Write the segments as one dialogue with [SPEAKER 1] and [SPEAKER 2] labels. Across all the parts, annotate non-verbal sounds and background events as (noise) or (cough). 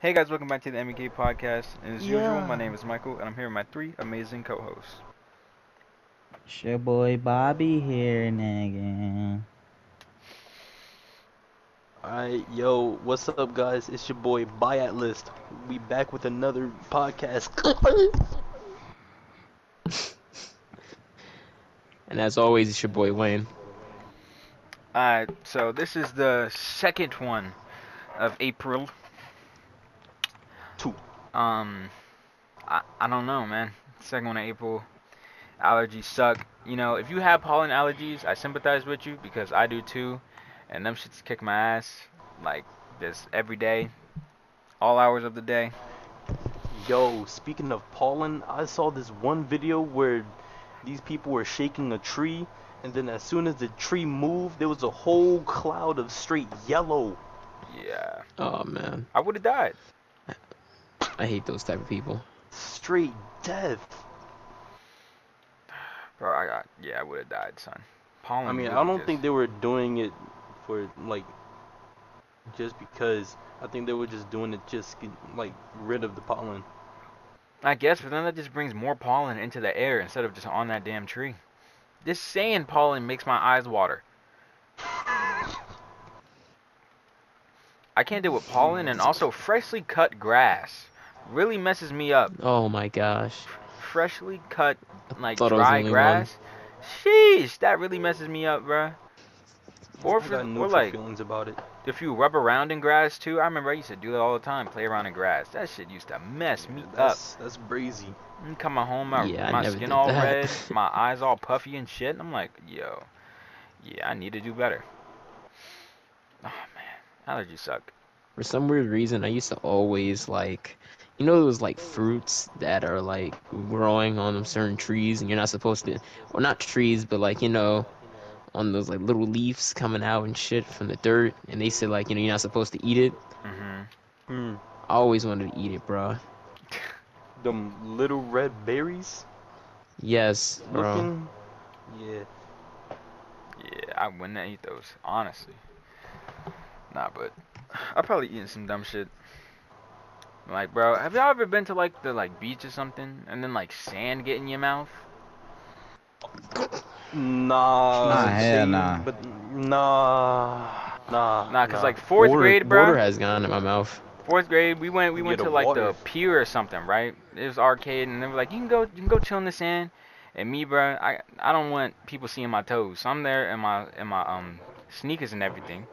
[SPEAKER 1] Hey guys, welcome back to the MEK podcast. And as usual,
[SPEAKER 2] Yeah.
[SPEAKER 1] my name is Michael, and I'm here with my three amazing co-hosts.
[SPEAKER 2] It's your boy Bobby here, nigga.
[SPEAKER 3] Alright, yo, what's up, guys? It's your boy Buyout List. We back with another podcast.
[SPEAKER 4] (laughs) And as always, it's your boy Wayne.
[SPEAKER 1] Alright, so this is the second one of April.
[SPEAKER 3] Two.
[SPEAKER 1] Um, I, I don't know, man. Second one of April. Allergies suck. You know, if you have pollen allergies, I sympathize with you because I do too. And them shits kick my ass like this every day, all hours of the day.
[SPEAKER 3] yo, speaking of pollen, I saw this one video where these people were shaking a tree, and then as soon as the tree moved, there was a whole cloud of straight yellow.
[SPEAKER 1] Yeah,
[SPEAKER 4] Oh man,
[SPEAKER 1] I would have died.
[SPEAKER 4] I hate those type of people.
[SPEAKER 3] Straight death.
[SPEAKER 1] Bro, I got yeah, I would have died, son. Pollen.
[SPEAKER 3] I mean, I
[SPEAKER 1] really
[SPEAKER 3] don't
[SPEAKER 1] just-
[SPEAKER 3] think they were doing it for like just because. I think they were just doing it just to get, like rid of the pollen.
[SPEAKER 1] I guess, but then that just brings more pollen into the air instead of just on that damn tree. This sand pollen makes my eyes water. I can't deal with pollen and also freshly cut grass. Really messes me up.
[SPEAKER 4] Oh my gosh.
[SPEAKER 1] Freshly cut, like
[SPEAKER 4] thought I was the
[SPEAKER 1] dry
[SPEAKER 4] only
[SPEAKER 1] grass. Sheesh, that really messes me up, bruh. Or,
[SPEAKER 3] I
[SPEAKER 1] if,
[SPEAKER 3] got
[SPEAKER 1] it- or
[SPEAKER 3] neutral
[SPEAKER 1] like,
[SPEAKER 3] feelings about it.
[SPEAKER 1] if you rub around in grass too. I remember I used to do that all the time, play around in grass. That shit used to mess me up.
[SPEAKER 3] That's that's brazy.
[SPEAKER 1] I'm coming home, my,
[SPEAKER 4] Yeah, I
[SPEAKER 1] my
[SPEAKER 4] never
[SPEAKER 1] skin
[SPEAKER 4] did
[SPEAKER 1] all
[SPEAKER 4] that. (laughs)
[SPEAKER 1] red, my eyes all puffy and shit. And I'm like, yo, yeah, I need to do better. Oh man, allergies suck.
[SPEAKER 4] For some weird reason, I used to always like, you know, those like fruits that are like growing on them certain trees, and you're not supposed to, or not trees, but like you know, on those like little leaves coming out and shit from the dirt, and they said like, you know, you're not supposed to eat it.
[SPEAKER 1] hmm
[SPEAKER 3] Mm.
[SPEAKER 4] I always wanted to eat it, bro.
[SPEAKER 3] Them little red berries
[SPEAKER 4] Yes, bro.
[SPEAKER 3] looking. Yeah.
[SPEAKER 1] Yeah, I wouldn't eat those, honestly. Nah, but I probably eating some dumb shit. Like, bro, have y'all ever been to like the like beach or something, and then like sand get in your mouth?
[SPEAKER 3] Nah.
[SPEAKER 2] Nah, hell
[SPEAKER 3] see,
[SPEAKER 2] nah.
[SPEAKER 3] But nah. Nah.
[SPEAKER 1] Nah, cause like fourth
[SPEAKER 4] water,
[SPEAKER 1] grade, bro.
[SPEAKER 4] water has gone in my mouth.
[SPEAKER 1] fourth grade, we went we
[SPEAKER 3] You
[SPEAKER 1] went
[SPEAKER 3] get
[SPEAKER 1] to
[SPEAKER 3] a
[SPEAKER 1] like
[SPEAKER 3] water.
[SPEAKER 1] the pier or something, right? It was arcade, and they were like, you can go you can go chill in the sand. And me, bro, I I don't want people seeing my toes, so I'm there in my in my um sneakers and everything.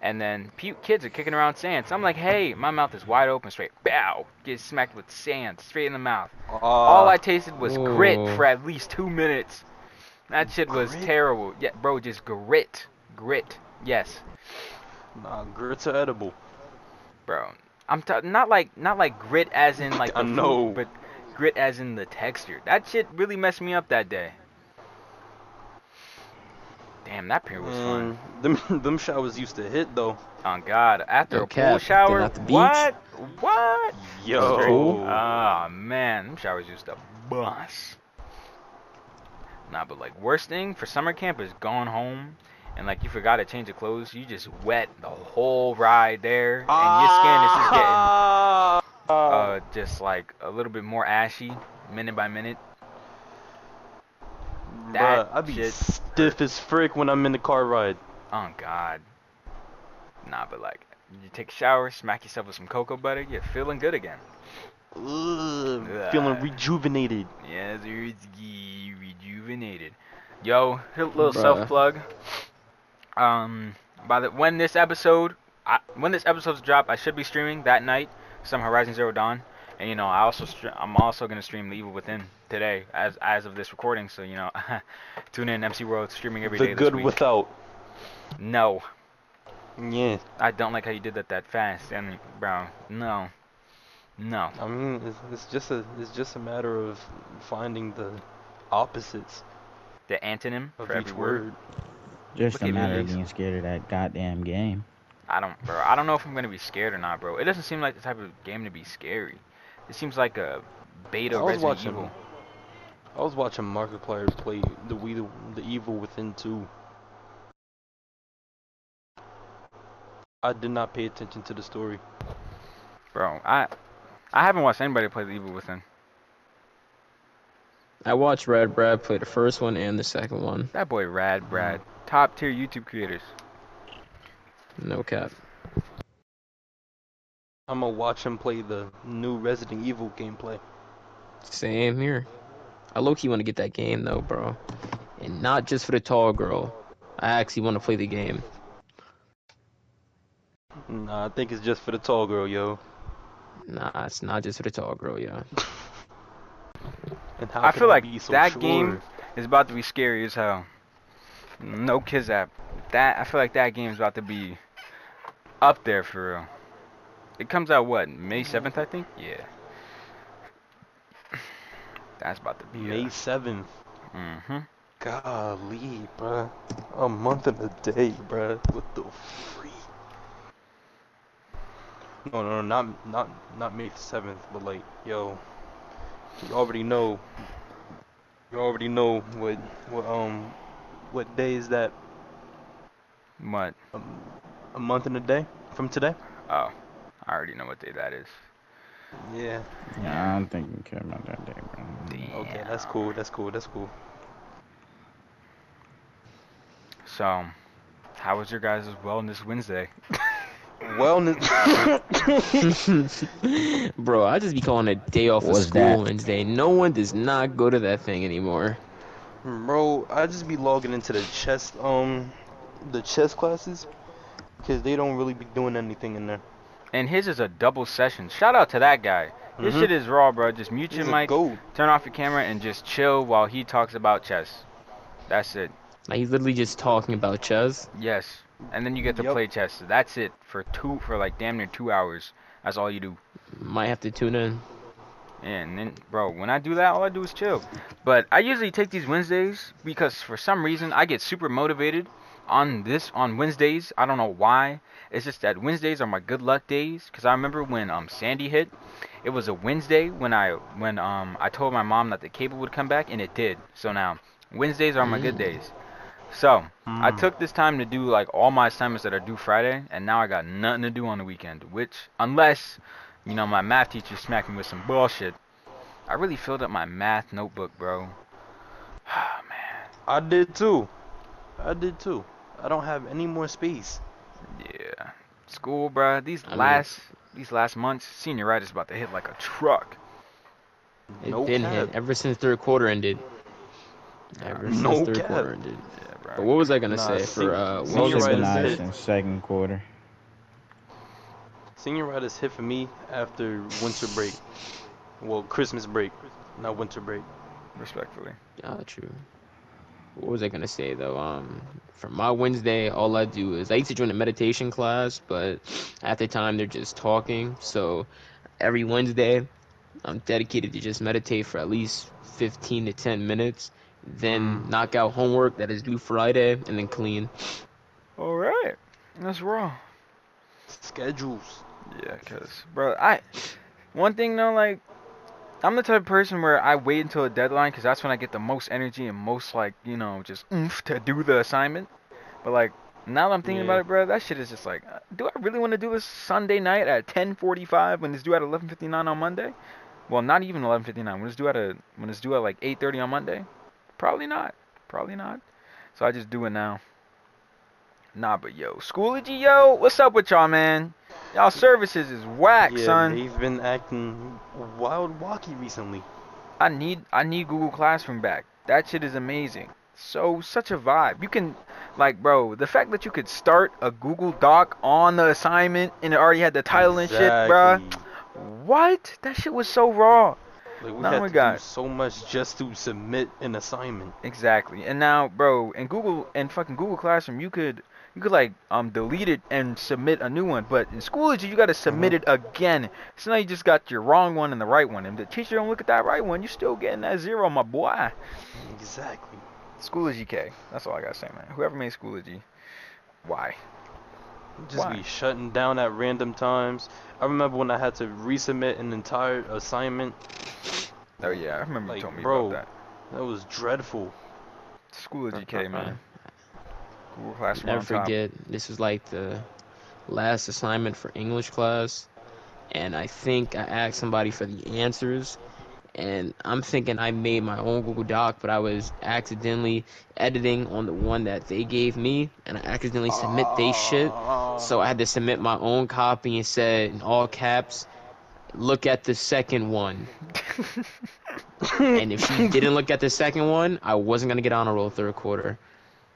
[SPEAKER 1] And then pe- kids are kicking around sand, so I'm like, hey, my mouth is wide open, straight bow, get smacked with sand straight in the mouth.
[SPEAKER 3] Uh,
[SPEAKER 1] All I tasted was grit
[SPEAKER 4] Ooh.
[SPEAKER 1] for at least two minutes. That shit was
[SPEAKER 3] Oh. Grit?
[SPEAKER 1] terrible. Yeah, bro, just grit, grit. Yes.
[SPEAKER 3] Nah, grits are edible.
[SPEAKER 1] bro. I'm ta- not like not like grit as in like
[SPEAKER 3] (laughs) I
[SPEAKER 1] the food,
[SPEAKER 3] know.
[SPEAKER 1] but grit as in the texture. That shit really messed me up that day. Damn, that period was fun.
[SPEAKER 4] Mm.
[SPEAKER 3] Man, Mm, them (laughs) them showers used to hit though.
[SPEAKER 1] On God, after
[SPEAKER 4] Yo,
[SPEAKER 1] a
[SPEAKER 4] Cap,
[SPEAKER 1] pool
[SPEAKER 4] been
[SPEAKER 1] shower,
[SPEAKER 4] at the beach?
[SPEAKER 1] what? What?
[SPEAKER 3] Yo.
[SPEAKER 4] Cool.
[SPEAKER 1] Ah man, them showers used to bust. Nah, but like worst thing for summer camp is going home and like you forgot to change your clothes. You just wet the whole ride there, and your skin is
[SPEAKER 4] Ah.
[SPEAKER 1] just getting
[SPEAKER 3] Ah.
[SPEAKER 1] uh, just like a little bit more ashy, minute by minute. that
[SPEAKER 3] Bruh, I be
[SPEAKER 1] shit
[SPEAKER 3] stiff as frick when I'm in the car ride.
[SPEAKER 1] Oh God. Nah, but like you take a shower, smack yourself with some cocoa butter, you're feeling good again.
[SPEAKER 3] Ugh,
[SPEAKER 1] Ugh.
[SPEAKER 3] feeling rejuvenated.
[SPEAKER 1] Yeah, there's ye- rejuvenated. Yo, a little
[SPEAKER 4] Bruh.
[SPEAKER 1] self plug. Um, by the when this episode, I, when this episode's dropped, I should be streaming that night some Horizon Zero Dawn, and you know I also str- I'm also gonna stream The Evil Within today as as of this recording. So you know, (laughs) tune in MC World streaming every day.
[SPEAKER 3] the
[SPEAKER 1] this
[SPEAKER 3] good
[SPEAKER 1] week.
[SPEAKER 3] without.
[SPEAKER 1] no.
[SPEAKER 3] Yeah.
[SPEAKER 1] I don't like how you did that that fast, and bro, no, no.
[SPEAKER 3] I mean, it's, it's just a it's just a matter of finding the opposites
[SPEAKER 1] The antonym
[SPEAKER 3] of
[SPEAKER 1] for
[SPEAKER 3] each
[SPEAKER 1] every word.
[SPEAKER 3] word.
[SPEAKER 2] Just
[SPEAKER 1] Look
[SPEAKER 2] a
[SPEAKER 1] at
[SPEAKER 2] matter of
[SPEAKER 1] these.
[SPEAKER 2] being scared of that goddamn game.
[SPEAKER 1] I don't, bro. I don't know if I'm gonna be scared or not, bro. It doesn't seem like the type of game to be scary. It seems like a beta
[SPEAKER 3] I
[SPEAKER 1] Resident
[SPEAKER 3] was watching-
[SPEAKER 1] Evil.
[SPEAKER 3] I was watching Markiplier play the we the, Evil Within 2. I did not pay attention to the story.
[SPEAKER 1] Bro, I I haven't watched anybody play the Evil Within.
[SPEAKER 4] I watched Red Brad play the first one and the second one.
[SPEAKER 1] That boy Rad Brad.
[SPEAKER 2] Mm.
[SPEAKER 1] Top tier YouTube creators.
[SPEAKER 4] No cap.
[SPEAKER 3] I'm gonna watch him play the new Resident Evil gameplay.
[SPEAKER 4] Same here. I low key want to get that game though, bro. And not just for the tall girl. I actually want to play the game.
[SPEAKER 3] Nah, I think it's just for the tall girl, yo.
[SPEAKER 4] Nah, it's not just for the tall girl, yeah.
[SPEAKER 3] And how
[SPEAKER 1] I
[SPEAKER 3] can
[SPEAKER 1] feel like
[SPEAKER 3] be so
[SPEAKER 1] that
[SPEAKER 3] sure?
[SPEAKER 1] game is about to be scary as hell. No kids app. That I feel like that game is about to be up there for real. It comes out what May seventh, I think. Yeah. (sighs) That's about to be. uh,
[SPEAKER 3] May seventh.
[SPEAKER 1] Mm-hmm.
[SPEAKER 3] Golly, bruh. A month and a day, bruh. What the freak? No, no, no, not not not May seventh, but like, yo, you already know. You already know what what um what day is that?
[SPEAKER 1] What?
[SPEAKER 3] A month and a day from today?
[SPEAKER 1] Oh, I already know what day that is.
[SPEAKER 3] Yeah.
[SPEAKER 2] Yeah, I don't think you care about that day, bro.
[SPEAKER 3] Okay, that's
[SPEAKER 1] Damn.
[SPEAKER 3] cool. That's cool. That's cool.
[SPEAKER 1] So, how was your guys' wellness Wednesday? (laughs)
[SPEAKER 3] (laughs) Wellness.
[SPEAKER 4] (laughs) bro, I just be calling it day off of
[SPEAKER 2] What's
[SPEAKER 4] school
[SPEAKER 2] that?
[SPEAKER 4] Wednesday. No one does not go to that thing anymore.
[SPEAKER 3] Bro, I just be logging into the chess um the chess classes because they don't really be doing anything in there.
[SPEAKER 1] And his is a double session. Shout out to that guy. This
[SPEAKER 3] Mhm.
[SPEAKER 1] shit is raw, bro. Just mute
[SPEAKER 3] He's
[SPEAKER 1] your
[SPEAKER 3] a
[SPEAKER 1] mic,
[SPEAKER 3] goat.
[SPEAKER 1] turn off your camera, and just chill while he talks about chess. That's it.
[SPEAKER 4] Like he's literally just talking about chess.
[SPEAKER 1] Yes. And then you get to
[SPEAKER 3] Yep.
[SPEAKER 1] play chess. That's it for two for like damn near two hours. That's all you do.
[SPEAKER 4] Might have to tune in.
[SPEAKER 1] And then, bro, when I do that, all I do is chill. But I usually take these Wednesdays because for some reason I get super motivated on this on Wednesdays. I don't know why. It's just that Wednesdays are my good luck days. Cause I remember when um Sandy hit, it was a Wednesday when I when um I told my mom that the cable would come back and it did. So now Wednesdays are my good days. So I
[SPEAKER 4] Mm.
[SPEAKER 1] took this time to do like all my assignments that are due Friday, and now I got nothing to do on the weekend. Which unless you know, my math teacher smacked me with some bullshit. I really filled up my math notebook, bro.
[SPEAKER 3] I did too. I did too. I don't have any more space.
[SPEAKER 1] Yeah. School, bro. These
[SPEAKER 4] I mean-
[SPEAKER 1] last these last months, senioritis about to hit like a truck.
[SPEAKER 4] It
[SPEAKER 3] No
[SPEAKER 4] been
[SPEAKER 3] cap.
[SPEAKER 4] hit ever since third quarter ended. Ever since
[SPEAKER 3] No
[SPEAKER 4] third
[SPEAKER 3] cap.
[SPEAKER 4] quarter ended.
[SPEAKER 1] Yeah,
[SPEAKER 4] But
[SPEAKER 1] bro.
[SPEAKER 4] what was I gonna
[SPEAKER 3] Nah,
[SPEAKER 4] say
[SPEAKER 3] sen-
[SPEAKER 4] for uh? What
[SPEAKER 3] You're
[SPEAKER 2] Well,
[SPEAKER 4] was
[SPEAKER 3] senioritis
[SPEAKER 4] I gonna
[SPEAKER 3] right, it's
[SPEAKER 4] say?
[SPEAKER 2] synchronized
[SPEAKER 3] hit.
[SPEAKER 2] in second quarter.
[SPEAKER 3] Senioritis hit for me after winter break. Well, Christmas break, not winter break.
[SPEAKER 1] Respectfully.
[SPEAKER 4] Ah, true. What was I gonna say though? Um, for my Wednesday, all I do is I used to join a meditation class, but at the time they're just talking. So every Wednesday, I'm dedicated to just meditate for at least 15 to 10 minutes, then knock out homework that is due Friday, and then clean.
[SPEAKER 1] Alright. That's raw.
[SPEAKER 3] Schedules.
[SPEAKER 1] Yeah, cause bro, I one thing though, like I'm the type of person where I wait until a deadline because that's when I get the most energy and most like you know just oomph to do the assignment. But like now that I'm thinking about
[SPEAKER 3] Yeah.
[SPEAKER 1] it, bro, that shit is just like, uh, do I really want to do this Sunday night at 10:45 when it's due at 11:59 on Monday? Well, not even 11:59 when it's due at a when it's due at like 8:30 on Monday. Probably not. Probably not. So I just do it now. Nah, but yo, Schoology, yo, what's up with y'all, man? Y'all services is whack,
[SPEAKER 3] yeah,
[SPEAKER 1] son.
[SPEAKER 3] they've been acting wild wacky recently.
[SPEAKER 1] I need I need Google Classroom back. That shit is amazing. So such a vibe. You can like bro, the fact that you could start a Google Doc on the assignment and it already had the title and shit,
[SPEAKER 3] Exactly.
[SPEAKER 1] bruh. What? That shit was so raw.
[SPEAKER 3] Like we
[SPEAKER 1] Now
[SPEAKER 3] had
[SPEAKER 1] we
[SPEAKER 3] to
[SPEAKER 1] got-
[SPEAKER 3] do so much just to submit an assignment.
[SPEAKER 1] Exactly. And now, bro, in Google and fucking Google Classroom, you could you could like um delete it and submit a new one. But in Schoology, you gotta submit
[SPEAKER 3] Mm-hmm.
[SPEAKER 1] it again. So now you just got your wrong one and the right one. And if the teacher don't look at that right one, you're still getting that zero, my boy.
[SPEAKER 3] Exactly.
[SPEAKER 1] Schoology K. That's all I gotta say, man. Whoever made Schoology, why?
[SPEAKER 3] Just
[SPEAKER 1] Why?
[SPEAKER 3] be shutting down at random times. I remember when I had to resubmit an entire assignment.
[SPEAKER 1] Oh yeah, I remember
[SPEAKER 3] Like,
[SPEAKER 1] you told me
[SPEAKER 3] bro.
[SPEAKER 1] about that.
[SPEAKER 3] That was dreadful.
[SPEAKER 1] Schoology
[SPEAKER 3] Uh,
[SPEAKER 1] K, man. Google Classroom
[SPEAKER 4] Never
[SPEAKER 1] on top.
[SPEAKER 4] forget, this was like the last assignment for English class, and I think I asked somebody for the answers. And I'm thinking I made my own Google Doc, but I was accidentally editing on the one that they gave me, and I accidentally submit they shit.
[SPEAKER 1] Uh,
[SPEAKER 4] So I had to submit my own copy and said in all caps, "Look at the second one." and if she didn't look at the second one, I wasn't gonna get on a roll third quarter.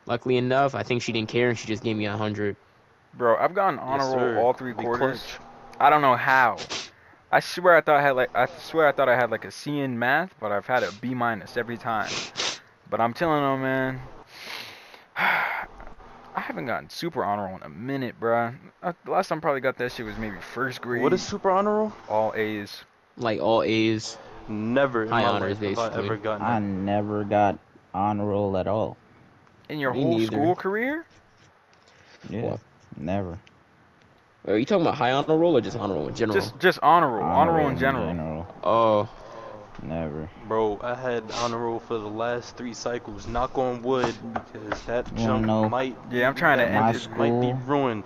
[SPEAKER 4] Luckily enough, I think she didn't care and she just gave me a hundred.
[SPEAKER 1] (laughs) Bro, I've gotten honor
[SPEAKER 3] Yes,
[SPEAKER 1] roll
[SPEAKER 3] sir.
[SPEAKER 1] all three
[SPEAKER 3] Be
[SPEAKER 1] quarters.
[SPEAKER 3] clutch.
[SPEAKER 1] I don't know how. I swear I thought I had like I swear I thought I had like a C in math, but I've had a B minus every time. But I'm telling them, man. (sighs) I haven't gotten super honor roll in a minute, bruh. Uh, The last time I probably got that shit was maybe first grade.
[SPEAKER 3] What is super honor roll?
[SPEAKER 1] all A's?
[SPEAKER 4] Like all A's.
[SPEAKER 3] Never in
[SPEAKER 4] High
[SPEAKER 3] my
[SPEAKER 4] honors,
[SPEAKER 3] life have I
[SPEAKER 4] basically.
[SPEAKER 3] ever gotten.
[SPEAKER 2] I never got on roll at all.
[SPEAKER 1] In your
[SPEAKER 4] Me
[SPEAKER 1] whole
[SPEAKER 4] neither.
[SPEAKER 1] school career?
[SPEAKER 2] Yeah,
[SPEAKER 4] What?
[SPEAKER 2] never.
[SPEAKER 4] Are you talking about high honor roll or just honor roll in general?
[SPEAKER 1] Just just honor roll. Honor roll in general.
[SPEAKER 4] oh,
[SPEAKER 2] Never.
[SPEAKER 3] Bro, I had honor roll for the last three cycles. Knock on wood, because that
[SPEAKER 2] Wanna
[SPEAKER 3] junk
[SPEAKER 2] know-
[SPEAKER 3] might
[SPEAKER 1] Yeah, I'm trying to
[SPEAKER 3] that
[SPEAKER 1] end
[SPEAKER 2] My
[SPEAKER 1] it.
[SPEAKER 3] might- might be
[SPEAKER 2] school-
[SPEAKER 3] ruined.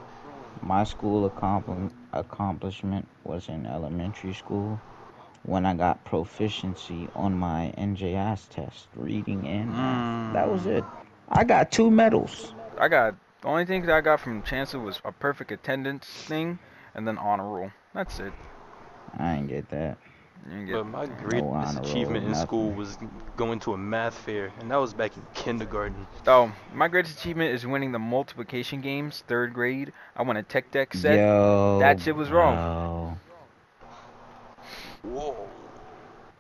[SPEAKER 2] My school accompli- accomplishment was in elementary school when I got proficiency on my NJS test, reading and math. That was it. I got two medals.
[SPEAKER 1] I got the only thing that I got from Chancellor was a perfect attendance thing, and then honor roll. That's it.
[SPEAKER 2] I didn't get that.
[SPEAKER 1] You can get
[SPEAKER 3] But my greatest
[SPEAKER 2] honor roll,
[SPEAKER 3] achievement in
[SPEAKER 2] nothing.
[SPEAKER 3] school was going to a math fair, and that was back in kindergarten.
[SPEAKER 1] Oh, my greatest achievement is winning the multiplication games, third grade. I won a tech deck set.
[SPEAKER 2] Yo,
[SPEAKER 1] that shit was wrong.
[SPEAKER 2] bro.
[SPEAKER 3] Whoa.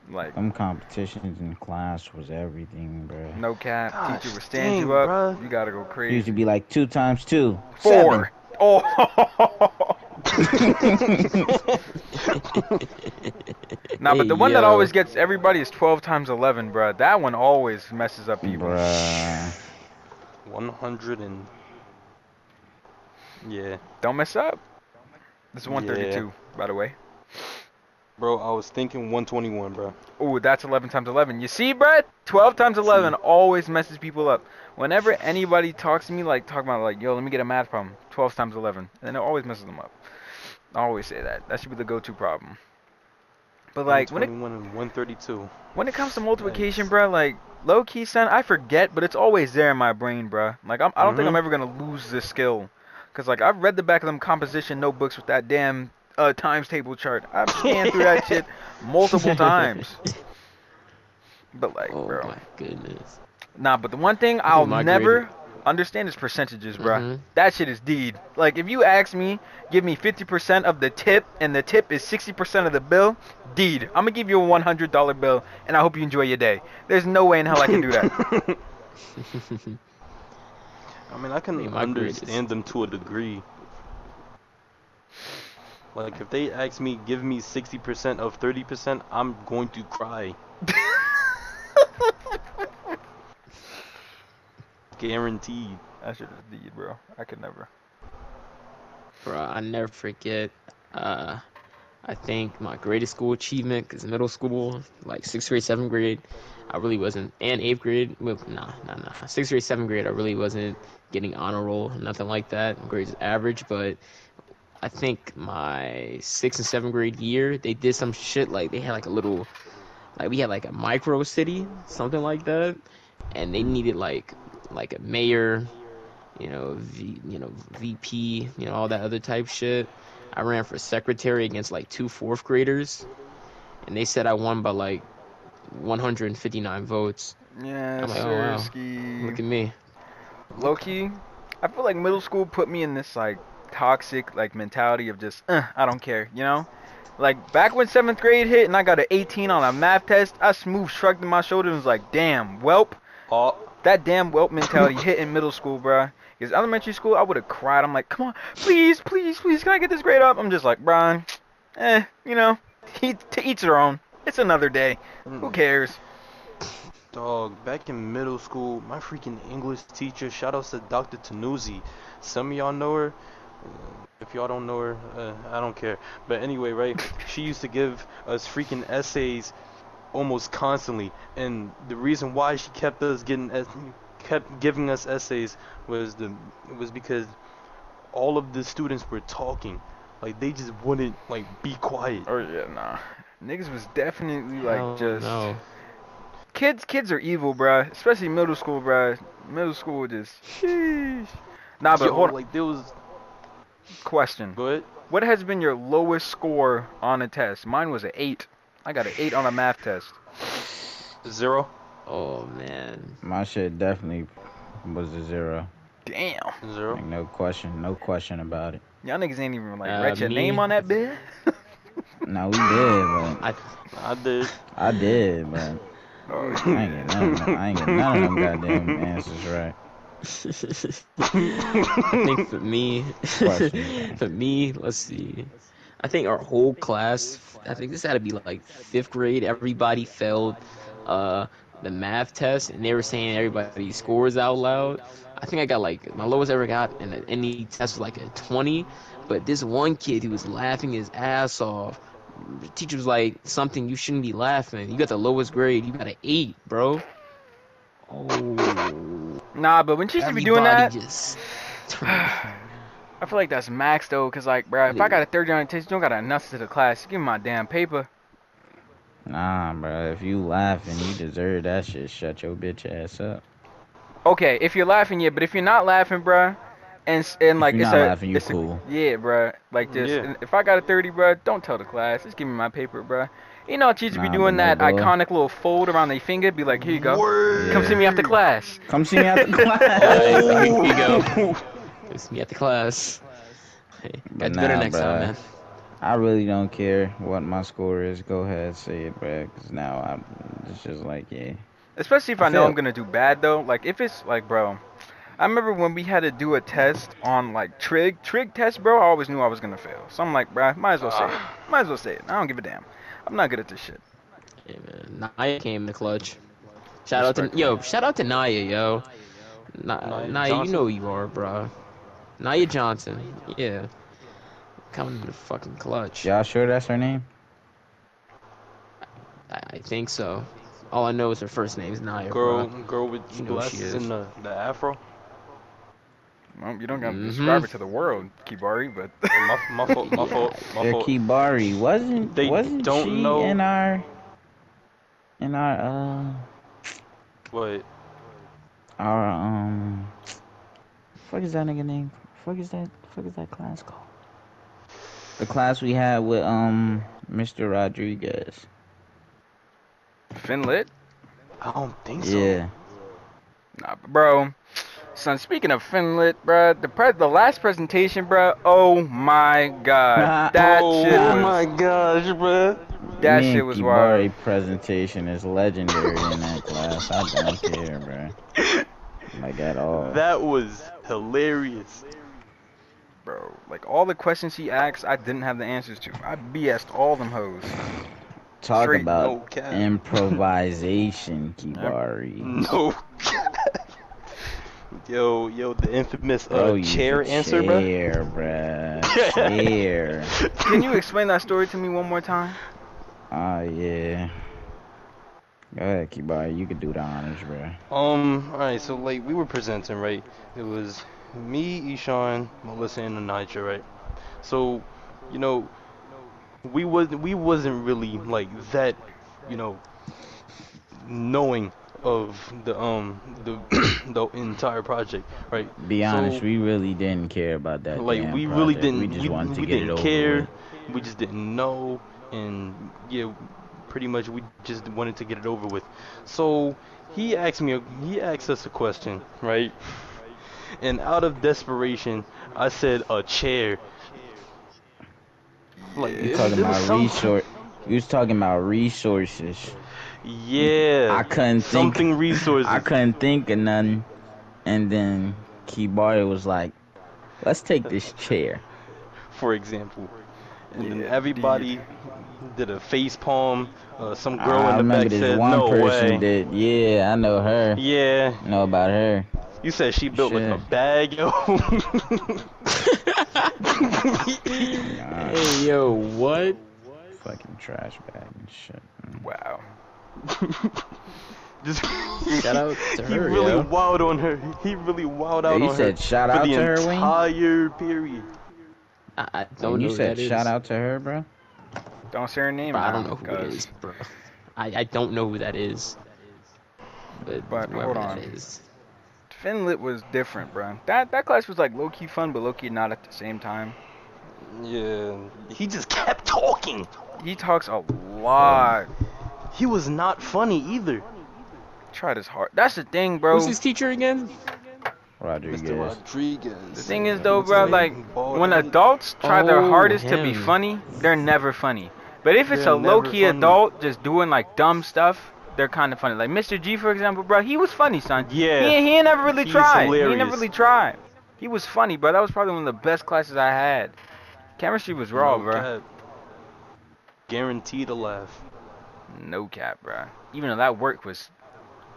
[SPEAKER 1] Like,
[SPEAKER 2] Them competitions in class was everything, bro.
[SPEAKER 1] no cap.
[SPEAKER 3] Gosh,
[SPEAKER 1] Teacher would stand
[SPEAKER 3] dang,
[SPEAKER 1] you up.
[SPEAKER 3] bruh.
[SPEAKER 1] You gotta go
[SPEAKER 2] It used
[SPEAKER 1] crazy.
[SPEAKER 2] to be like two times two.
[SPEAKER 1] Four. Oh, (laughs) nah, but the one that
[SPEAKER 4] Yo.
[SPEAKER 1] always gets everybody is 12 times 11, bruh. That one always messes up
[SPEAKER 2] Seven.
[SPEAKER 1] people.
[SPEAKER 2] Bruh.
[SPEAKER 3] 100 and. Yeah.
[SPEAKER 1] Don't mess up. This is 132, by the way.
[SPEAKER 3] Bro, I was thinking 121, bro.
[SPEAKER 1] Ooh, that's 11 times 11. You see, Brett? 12 times 11 always messes people up. Whenever anybody talks to me, like, talking about, like, yo, let me get a math problem. 12 times 11. And it always messes them up. I always say that. That should be the go-to problem. But, like, when it,
[SPEAKER 3] 121 and 132.
[SPEAKER 1] (laughs) when it comes to multiplication, bruh, like, low-key, son, I forget, but it's always there in my brain, bruh. Like, I'm, I don't think
[SPEAKER 3] Mhm.
[SPEAKER 1] I'm ever going to lose this skill. Because, like, I've read the back of them composition notebooks with that damn uh, times table chart. I've scanned through that shit multiple times. But like,
[SPEAKER 4] oh
[SPEAKER 1] bro,
[SPEAKER 4] my goodness.
[SPEAKER 1] nah. But the one thing I'll
[SPEAKER 4] my
[SPEAKER 1] never understand is percentages, bro.
[SPEAKER 4] Mhm.
[SPEAKER 1] That shit is deed. Like, if you ask me, give me 50% of the tip, and the tip is 60% of the bill, deed. I'm gonna give you a $100 bill, and I hope you enjoy your day. There's no way in hell I can do
[SPEAKER 4] (laughs)
[SPEAKER 1] that.
[SPEAKER 3] (laughs) I mean, I can
[SPEAKER 4] Yeah, my grade is-
[SPEAKER 3] understand them to a degree. Like, if they ask me, give me 60% of 30%, I'm going to cry. Guaranteed.
[SPEAKER 1] that shit is deed, bro. I could never.
[SPEAKER 4] Bro, uh, I never forget. Uh, I think my greatest school achievement is middle school, like sixth grade, seventh grade. I really wasn't, and eighth grade. Well, nah, nah, nah. Sixth grade, seventh grade, I really wasn't getting honor roll, nothing like that. Grades average, but I think my sixth and seventh grade year, they did some shit like they had like a little, like we had like a micro city, something like that, and they needed like like a mayor, you know, v, you know, VP, you know, all that other type shit. I ran for secretary against like two fourth graders, and they said I won by like 159 votes.
[SPEAKER 1] Yeah,
[SPEAKER 4] I'm like, oh, wow.
[SPEAKER 1] Sirski.
[SPEAKER 4] Look at me.
[SPEAKER 1] low key, I feel like middle school put me in this like toxic like mentality of just uh, I don't care, you know. Like back when seventh grade hit and I got an 18 on a math test, I smooth shrugged my shoulders and was like, "Damn, welp."
[SPEAKER 3] Oh,
[SPEAKER 1] That damn whelp mentality hit in middle school, bruh. Because elementary school, I would have cried. I'm like, "Come on, please, please, please, can I get this grade up?" I'm just like, "Brian, eh, you know, he, to each their own. It's another day. Who cares?"
[SPEAKER 3] Dog, back in middle school, my freaking English teacher, shout outs to Dr. Tanuzi. Some of y'all know her. uh, If y'all don't know her, uh, I don't care. But anyway, right? she used to give us freaking essays almost constantly, and the reason why she kept us getting es- kept giving us essays was the was because all of the students were talking. Like they just wouldn't like be quiet.
[SPEAKER 1] Oh yeah, nah. Niggas was definitely like
[SPEAKER 4] Hell
[SPEAKER 1] just
[SPEAKER 4] no.
[SPEAKER 1] kids. Kids are evil, bruh. Especially middle school, bruh. Middle school just sheesh. Nah, but
[SPEAKER 3] Yo,
[SPEAKER 1] hold on.
[SPEAKER 3] like there was
[SPEAKER 1] Question:
[SPEAKER 3] go ahead.
[SPEAKER 1] What has been your lowest score on a test? Mine was an eight. I got an eight on a math test.
[SPEAKER 3] Zero.
[SPEAKER 4] Oh man.
[SPEAKER 2] My shit definitely was a zero.
[SPEAKER 1] Damn.
[SPEAKER 3] Zero.
[SPEAKER 2] Like, no question, no question about it.
[SPEAKER 1] Y'all niggas ain't even like
[SPEAKER 4] Uh,
[SPEAKER 1] write your
[SPEAKER 4] me-
[SPEAKER 1] name on that
[SPEAKER 4] (laughs)
[SPEAKER 1] bed.
[SPEAKER 2] No, we did, but
[SPEAKER 4] I
[SPEAKER 3] I did.
[SPEAKER 2] I did, but I ain't get none. Of them, I ain't get none of them goddamn answers right.
[SPEAKER 4] I think for me, (laughs)
[SPEAKER 2] Question.
[SPEAKER 4] for me, let's see. I think our whole class. I think this had to be like fifth grade. Everybody failed uh, the math test, and they were saying everybody scores out loud. I think I got like my lowest ever got in a- any test was like a twenty. But this one kid, he was laughing his ass off. The teacher was like, "Something you shouldn't be laughing. You got the lowest grade. You got an eight, bro." Oh.
[SPEAKER 1] Nah, but when she should be doing (sighs) that,
[SPEAKER 4] Just
[SPEAKER 1] I feel like that's max though, cause like, bruh, if I got a third on the test, you don't got enough to the class. Give me my damn paper.
[SPEAKER 2] Nah, bro. If you laughing, you deserve that shit. Shut your bitch ass up.
[SPEAKER 1] Okay, if you're laughing, yeah, but if you're not laughing, bruh, and s- and like
[SPEAKER 2] you're
[SPEAKER 1] it's
[SPEAKER 2] not
[SPEAKER 1] a,
[SPEAKER 2] laughing, you
[SPEAKER 1] it's a-
[SPEAKER 2] cool.
[SPEAKER 1] yeah, bruh, like this.
[SPEAKER 3] Yeah.
[SPEAKER 1] and If I got a thirty, bruh, don't tell the class. Just give me my paper, bruh. You know, teacher be
[SPEAKER 2] Nah,
[SPEAKER 1] doing
[SPEAKER 2] but no,
[SPEAKER 1] that
[SPEAKER 2] boy.
[SPEAKER 1] iconic little fold around their finger, be like, here you go,
[SPEAKER 3] Word.
[SPEAKER 1] come see me after class.
[SPEAKER 2] (laughs) Come see me after class.
[SPEAKER 4] Alright, here we go. It's me at the class. Hey, got to
[SPEAKER 2] But
[SPEAKER 4] go to
[SPEAKER 2] nah,
[SPEAKER 4] next
[SPEAKER 2] bruh.
[SPEAKER 4] time, man.
[SPEAKER 2] (laughs) I really don't care what my score is. Go ahead, say it, bro. Cause now I'm. It's just like yeah.
[SPEAKER 1] (laughs) Especially if I,
[SPEAKER 2] I
[SPEAKER 1] know
[SPEAKER 2] feel-
[SPEAKER 1] I'm gonna do bad though. Like if it's like, bro, I remember when we had to do a test on like trig, trig test, bro. I always knew I was gonna fail. So I'm like, bro, might as well say it. Might as well say it. I don't give a damn. I'm not good at this shit.
[SPEAKER 4] Hey, man. Naya came in the clutch. Shout out to yo, shout out to Naya, yo. Na-
[SPEAKER 3] Naya
[SPEAKER 4] Naya, you
[SPEAKER 3] Johnson?
[SPEAKER 4] know who you are, bruh. Naya Johnson, yeah. Coming to the fucking clutch.
[SPEAKER 2] Y'all sure that's her name?
[SPEAKER 4] I, I think so. All I know is her first name is Naya,
[SPEAKER 3] Girl,
[SPEAKER 4] bruh.
[SPEAKER 3] girl with
[SPEAKER 4] You know she
[SPEAKER 3] glasses
[SPEAKER 4] is.
[SPEAKER 3] and the, the afro.
[SPEAKER 1] Well, you don't gotta
[SPEAKER 4] Mhm.
[SPEAKER 1] describe it to the world, Kibari, but (laughs)
[SPEAKER 3] My, my fault. My fault. My
[SPEAKER 2] Yeah,
[SPEAKER 3] fault.
[SPEAKER 2] Kibari wasn't
[SPEAKER 3] They
[SPEAKER 2] wasn't
[SPEAKER 3] don't
[SPEAKER 2] she
[SPEAKER 3] know-
[SPEAKER 2] in our in our
[SPEAKER 3] But
[SPEAKER 2] uh our um fuck is that nigga name? Fuck is that fuck is that class called? The class we had with um Mr. Rodriguez.
[SPEAKER 1] Finlit,
[SPEAKER 3] I don't think so.
[SPEAKER 2] Yeah.
[SPEAKER 1] nah, bro. Son, speaking of Finlit, bro, the pre- the last presentation, bro. Oh my
[SPEAKER 2] Nah,
[SPEAKER 4] (laughs)
[SPEAKER 1] god, that
[SPEAKER 3] oh
[SPEAKER 1] shit was
[SPEAKER 3] my gosh, bruh.
[SPEAKER 1] that
[SPEAKER 2] Me and
[SPEAKER 1] shit was
[SPEAKER 2] Kibari
[SPEAKER 1] wild.
[SPEAKER 2] presentation is legendary in that class. I don't care, bro. Like at all.
[SPEAKER 3] That was hilarious.
[SPEAKER 1] bro. Like all the questions he asked, I didn't have the answers to. I BS'd all them hoes.
[SPEAKER 2] Talk
[SPEAKER 1] straight
[SPEAKER 2] about
[SPEAKER 3] no cap.
[SPEAKER 2] improvisation,
[SPEAKER 1] (laughs)
[SPEAKER 2] Kibari.
[SPEAKER 3] No. (laughs) yo, yo, the infamous uh,
[SPEAKER 2] Bro, Oh, you
[SPEAKER 3] chair
[SPEAKER 2] could
[SPEAKER 3] answer, bruh.
[SPEAKER 2] chair,
[SPEAKER 3] (laughs)
[SPEAKER 2] bruh. Chair.
[SPEAKER 1] Can you explain that story to me one more time?
[SPEAKER 2] Oh yeah. Go ahead, Kibari. You could do the honors, bruh.
[SPEAKER 3] Um, alright, so like we were presenting, right? It was me, Ishan, Melissa, and Anija, right? So, you know, we was we wasn't really like that, you know, knowing of the um the (coughs) the entire project, right?
[SPEAKER 2] Be honest,
[SPEAKER 3] So-
[SPEAKER 2] we really didn't care about that.
[SPEAKER 3] like
[SPEAKER 2] damn
[SPEAKER 3] we really
[SPEAKER 2] project.
[SPEAKER 3] didn't
[SPEAKER 2] We just
[SPEAKER 3] we,
[SPEAKER 2] wanted to
[SPEAKER 3] we
[SPEAKER 2] get it
[SPEAKER 3] didn't
[SPEAKER 2] over
[SPEAKER 3] care
[SPEAKER 2] with.
[SPEAKER 3] we just didn't know and yeah pretty much we just wanted to get it over with so he asked me a, he asked us a question right and out of desperation i said a chair like
[SPEAKER 2] You
[SPEAKER 3] it
[SPEAKER 2] talking
[SPEAKER 3] was- it was
[SPEAKER 2] about
[SPEAKER 3] some-
[SPEAKER 2] resource? You was talking about resources.
[SPEAKER 3] yeah
[SPEAKER 2] I couldn't think.
[SPEAKER 3] something resources
[SPEAKER 2] (laughs) I couldn't think of none, and then Kibari was like, "Let's take this chair."
[SPEAKER 3] for example and then
[SPEAKER 1] Yeah,
[SPEAKER 3] everybody did a face palm uh, some girl
[SPEAKER 2] I
[SPEAKER 3] in the
[SPEAKER 2] remember
[SPEAKER 3] back
[SPEAKER 2] this
[SPEAKER 3] said
[SPEAKER 2] one
[SPEAKER 3] no
[SPEAKER 2] person
[SPEAKER 3] way
[SPEAKER 2] did. Yeah, I know her.
[SPEAKER 3] yeah
[SPEAKER 2] Know about her.
[SPEAKER 3] You said she built like a
[SPEAKER 2] Shit.
[SPEAKER 3] bag, yo.
[SPEAKER 2] Nah,
[SPEAKER 4] Hey yo, what?
[SPEAKER 2] fucking trash bag and shit.
[SPEAKER 1] Wow.
[SPEAKER 3] Just
[SPEAKER 4] Shout out to
[SPEAKER 3] he
[SPEAKER 4] her,
[SPEAKER 3] really
[SPEAKER 4] yo.
[SPEAKER 3] wild on her. He really wild out
[SPEAKER 2] He
[SPEAKER 3] on
[SPEAKER 2] said,
[SPEAKER 3] her
[SPEAKER 2] "Shout
[SPEAKER 3] for
[SPEAKER 2] out
[SPEAKER 3] the
[SPEAKER 2] to her, Wayne."
[SPEAKER 3] entire period.
[SPEAKER 4] I, I don't
[SPEAKER 2] When
[SPEAKER 4] know
[SPEAKER 2] you
[SPEAKER 4] who
[SPEAKER 2] said
[SPEAKER 4] that is.
[SPEAKER 2] shout out to her, bro.
[SPEAKER 1] Don't say her name.
[SPEAKER 4] Bro, I
[SPEAKER 1] now,
[SPEAKER 4] don't know who it
[SPEAKER 1] 'cause-
[SPEAKER 4] is, bro. I, I don't know who that is. But,
[SPEAKER 1] But
[SPEAKER 4] whoever
[SPEAKER 1] hold on.
[SPEAKER 4] that is.
[SPEAKER 1] Finlit was different, bro. That that class was like low key fun, but low key not at the same time.
[SPEAKER 3] Yeah. He just kept talking.
[SPEAKER 1] He talks a lot.
[SPEAKER 3] He was not funny either.
[SPEAKER 1] Tried his hard. That's the thing, bro.
[SPEAKER 4] Who's his teacher again?
[SPEAKER 2] Rodriguez.
[SPEAKER 3] Rodriguez.
[SPEAKER 1] The thing is though, bro, like when adults try their
[SPEAKER 4] Oh,
[SPEAKER 1] hardest to be
[SPEAKER 4] him.
[SPEAKER 1] funny, they're never funny. But if it's
[SPEAKER 3] They're
[SPEAKER 1] a low key
[SPEAKER 3] never funny.
[SPEAKER 1] adult just doing like dumb stuff, they're kind of funny. Like Mr. G, for example, bro, he was funny, son.
[SPEAKER 3] Yeah.
[SPEAKER 1] He, he ain't never really
[SPEAKER 3] He's
[SPEAKER 1] tried. He ain't
[SPEAKER 3] hilarious.
[SPEAKER 1] never really tried. He was funny, bro. That was probably one of the best classes I had. Chemistry was raw,
[SPEAKER 3] No
[SPEAKER 1] bro.
[SPEAKER 3] cap. Guaranteed to laugh.
[SPEAKER 1] No cap, bro. Even though that work was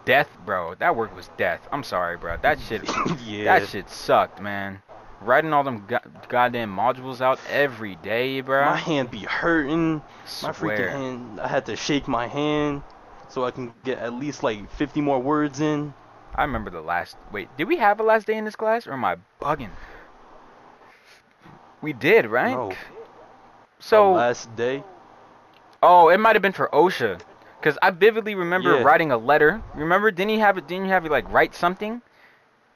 [SPEAKER 1] death, bro. That work was death. I'm sorry, bro. That shit.
[SPEAKER 3] (laughs) yeah.
[SPEAKER 1] That shit sucked, man. Writing all them go- goddamn modules out every day, bro.
[SPEAKER 3] My hand be hurting. My freaking
[SPEAKER 1] Swear.
[SPEAKER 3] hand. I had to shake my hand so I can get at least like 50 more words in.
[SPEAKER 1] I remember the last. Wait, did we have a last day in this class, or am I bugging? We did, right?
[SPEAKER 3] No.
[SPEAKER 1] So,
[SPEAKER 3] The last day.
[SPEAKER 1] oh, it might have been for OSHA, because I vividly remember
[SPEAKER 3] Yeah.
[SPEAKER 1] writing a letter. Remember, didn't you have it? Didn't you have you like write something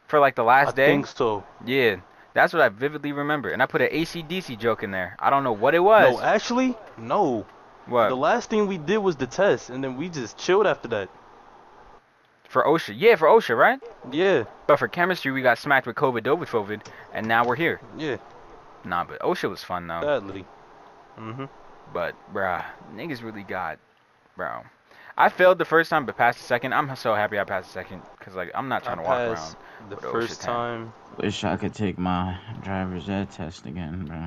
[SPEAKER 1] for like the last
[SPEAKER 3] I
[SPEAKER 1] day?
[SPEAKER 3] think so.
[SPEAKER 1] Yeah, that's what I vividly remember. And I put an ACDC joke in there. I don't know what it was.
[SPEAKER 3] No, actually, no.
[SPEAKER 1] what?
[SPEAKER 3] The last thing we did was the test, and then we just chilled after that.
[SPEAKER 1] for OSHA. Yeah, for OSHA, right?
[SPEAKER 3] Yeah,
[SPEAKER 1] But for chemistry, we got smacked with COVID, COVID, COVID, and now we're here.
[SPEAKER 3] yeah,
[SPEAKER 1] Nah, but OSHA was fun, though.
[SPEAKER 3] badly. Mm-hmm.
[SPEAKER 1] But, bruh, niggas really got. Bro. I failed the first time, but passed the second. I'm so happy I passed the second, because, like, I'm not
[SPEAKER 3] I
[SPEAKER 1] trying to walk around.
[SPEAKER 3] passed the
[SPEAKER 1] with OSHA
[SPEAKER 3] first time.
[SPEAKER 2] Wish I could take my driver's ed test again, bro.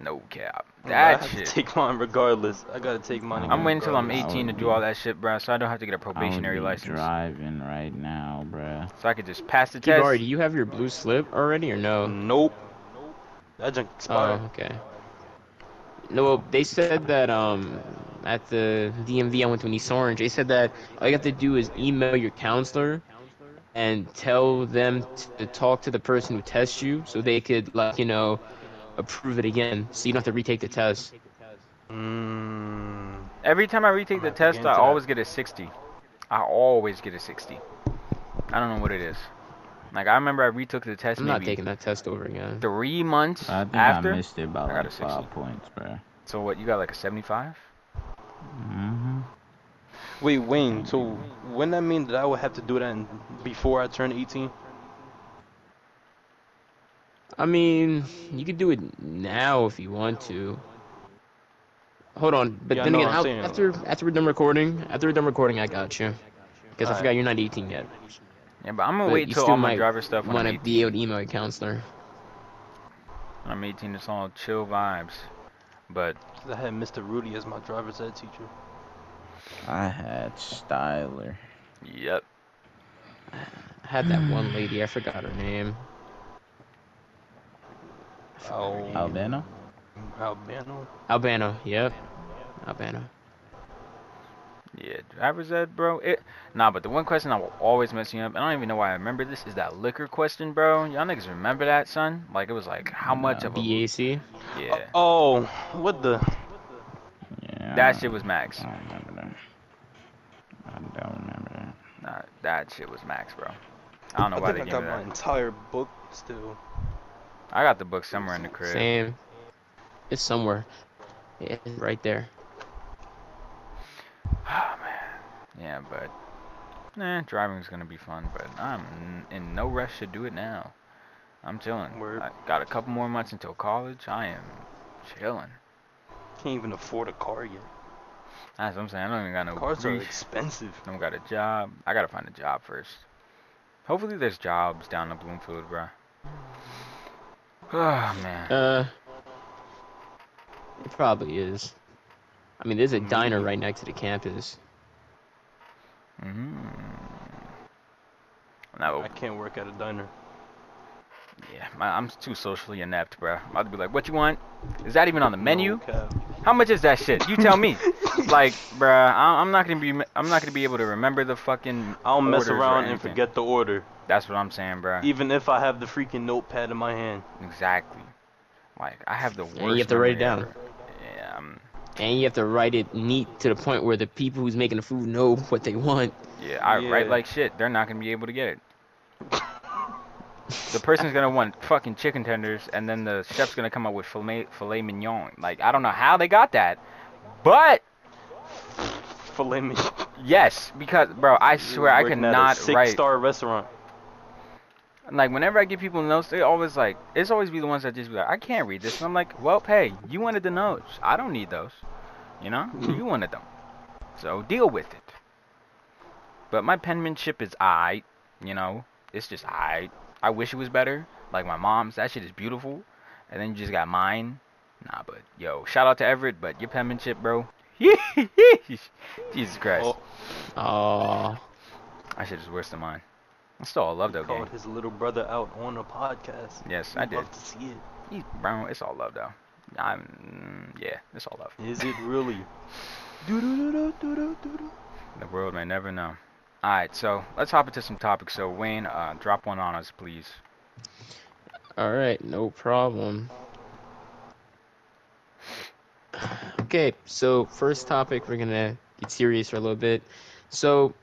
[SPEAKER 1] No cap.
[SPEAKER 3] but I
[SPEAKER 1] That
[SPEAKER 3] have to
[SPEAKER 1] shit.
[SPEAKER 3] take mine regardless. I gotta take mine.
[SPEAKER 2] I'm
[SPEAKER 3] again
[SPEAKER 1] I'm waiting until I'm
[SPEAKER 3] regardless.
[SPEAKER 2] regardless.
[SPEAKER 1] 18 to do all that shit, bruh, so I don't have to get a
[SPEAKER 2] I would
[SPEAKER 1] probationary
[SPEAKER 2] be
[SPEAKER 1] license.
[SPEAKER 2] driving right now, bro.
[SPEAKER 1] So I could just pass the
[SPEAKER 4] Keep
[SPEAKER 1] test.
[SPEAKER 4] already, do you have your blue slip already or no?
[SPEAKER 3] Nope. That junk expired.
[SPEAKER 4] Oh, okay. No, well, they said that um at the DMV I went to in East Orange, they said that all you have to do is email your counselor and tell them to talk to the person who tests you so they could like you know approve it again so you don't have to retake the test.
[SPEAKER 1] Oh.
[SPEAKER 3] Mm,
[SPEAKER 1] Every time I retake
[SPEAKER 3] I'm
[SPEAKER 1] the
[SPEAKER 3] gonna have to
[SPEAKER 1] test,
[SPEAKER 3] get
[SPEAKER 1] I
[SPEAKER 3] into that.
[SPEAKER 1] always get a 60. I always get a 60. I don't know what it is. Like I remember I retook the test
[SPEAKER 4] I'm not
[SPEAKER 1] maybe
[SPEAKER 4] taking that test over again.
[SPEAKER 1] three months
[SPEAKER 2] I think I
[SPEAKER 1] after.
[SPEAKER 2] missed it by
[SPEAKER 1] I got a
[SPEAKER 2] like
[SPEAKER 1] 60.
[SPEAKER 2] five points, bro.
[SPEAKER 1] so what? You got like a 75?
[SPEAKER 2] hmm
[SPEAKER 3] Wait, Wayne. So when that mean that I would have to do that in, before I turn 18?
[SPEAKER 4] I mean, you could do it now if you want to. Hold on, but
[SPEAKER 3] Yeah, I
[SPEAKER 4] then
[SPEAKER 3] know
[SPEAKER 4] again,
[SPEAKER 3] what I'm
[SPEAKER 4] I'll,
[SPEAKER 3] saying.
[SPEAKER 4] after after we're done recording, after we're done recording, I got you. Because I
[SPEAKER 3] Alright.
[SPEAKER 4] forgot you're not 18 yet.
[SPEAKER 1] Yeah, but I'm gonna
[SPEAKER 4] But
[SPEAKER 1] wait
[SPEAKER 4] you
[SPEAKER 1] till
[SPEAKER 4] still
[SPEAKER 1] all my
[SPEAKER 4] might
[SPEAKER 1] driver stuff when I'm,
[SPEAKER 4] Want to
[SPEAKER 1] 18.
[SPEAKER 4] be able to email your counselor.
[SPEAKER 1] when I'm 18. It's all chill vibes. But
[SPEAKER 3] 'Cause I had Mr. Rudy as my driver's ed teacher.
[SPEAKER 2] I had Styler.
[SPEAKER 1] yep.
[SPEAKER 4] I had that one lady, I forgot her name.
[SPEAKER 3] Al-
[SPEAKER 1] Oh.
[SPEAKER 2] Albano?
[SPEAKER 3] Albano.
[SPEAKER 4] Albano, yep. Albano.
[SPEAKER 1] Yeah, driver's ed, bro. It nah, but the one question I will always mess you up, and I don't even know why I remember this, is that liquor question, bro. Y'all niggas remember that, son? Like it was like how much
[SPEAKER 2] No.
[SPEAKER 1] of a
[SPEAKER 4] BAC.
[SPEAKER 1] yeah.
[SPEAKER 3] Oh, what the?
[SPEAKER 2] Yeah.
[SPEAKER 1] That shit was max.
[SPEAKER 2] I don't remember that. I don't remember that.
[SPEAKER 1] Nah, that shit was max, bro. I don't know why
[SPEAKER 3] I
[SPEAKER 1] they
[SPEAKER 3] think I
[SPEAKER 1] gave me
[SPEAKER 3] got my
[SPEAKER 1] that.
[SPEAKER 3] entire book still.
[SPEAKER 1] I got the book somewhere in the crib.
[SPEAKER 4] Same. It's somewhere. Yeah, It's right there.
[SPEAKER 1] Oh man. Yeah, but nah, driving's gonna be fun, but I'm n- in no rush to do it now. I'm chilling.
[SPEAKER 3] Word.
[SPEAKER 1] I got a couple more months until college. I am chilling.
[SPEAKER 3] Can't even afford a car yet.
[SPEAKER 1] That's what I'm saying. I don't even got no
[SPEAKER 3] Cars are
[SPEAKER 1] grief.
[SPEAKER 3] expensive.
[SPEAKER 1] I don't got a job. I gotta find a job first. Hopefully there's jobs down in Bloomfield, bruh. (sighs) Oh man.
[SPEAKER 4] Uh, it probably is. I mean, there's a diner right next to the campus.
[SPEAKER 1] hmm Now
[SPEAKER 3] I can't work at a diner.
[SPEAKER 1] Yeah, my, I'm too socially inept, bro. i would be like, "What you want? Is that even on the menu?
[SPEAKER 3] No cap.
[SPEAKER 1] How much is that shit? You tell
[SPEAKER 3] (laughs)
[SPEAKER 1] me." like, bruh, I, I'm not gonna be, I'm not gonna be able to remember the fucking.
[SPEAKER 3] I'll mess
[SPEAKER 1] orders or
[SPEAKER 3] around and
[SPEAKER 1] anything.
[SPEAKER 3] forget E- the order,
[SPEAKER 1] That's what I'm saying, bruh.
[SPEAKER 3] even if I have the freaking notepad in my hand. (laughs)
[SPEAKER 1] Exactly. Like I have the worst.
[SPEAKER 4] you have to write it
[SPEAKER 1] memory
[SPEAKER 4] down.
[SPEAKER 1] ever. Yeah, um,
[SPEAKER 4] and you have to write it neat to the point where the people who's making the food know what they want.
[SPEAKER 1] yeah. I write
[SPEAKER 3] Yeah.
[SPEAKER 1] like shit. They're not gonna be able to get it.
[SPEAKER 3] (laughs)
[SPEAKER 1] The person's gonna want fucking chicken tenders, and then the chef's gonna come up with filet, filet mignon. Like I don't know how they got that, but
[SPEAKER 3] Filet mignon.
[SPEAKER 1] yes, because bro, I swear I
[SPEAKER 3] Working
[SPEAKER 1] could
[SPEAKER 3] at a
[SPEAKER 1] not write.
[SPEAKER 3] Six-star restaurant.
[SPEAKER 1] Like whenever I give people notes, they always like it's always be the ones that just be like, I can't read this. And I'm like, well, hey, you wanted the notes. I don't need those. You know, you wanted them, so deal with it. But my penmanship is I, you know, it's just I. I wish it was better. Like my mom's, that shit is beautiful. And then you just got mine. Nah, but yo, shout out to Everett, but your penmanship, bro. (laughs) Jesus Christ,
[SPEAKER 3] Oh.
[SPEAKER 4] Oh,
[SPEAKER 1] that shit is worse than mine. I still love that game.
[SPEAKER 3] Called his little brother out on a podcast.
[SPEAKER 1] Yes,
[SPEAKER 3] We'd
[SPEAKER 1] I did.
[SPEAKER 3] Love to see it.
[SPEAKER 1] He's brown. It's all love though. I'm mm, yeah. It's all love.
[SPEAKER 3] Is it really? Doo-doo-doo-doo-doo-doo-doo.
[SPEAKER 1] The world may never know. All right, so let's hop into some topics. So Wayne, uh, drop one on us, please.
[SPEAKER 4] all right, no problem. Okay, so first topic, we're gonna get serious for a little bit. So,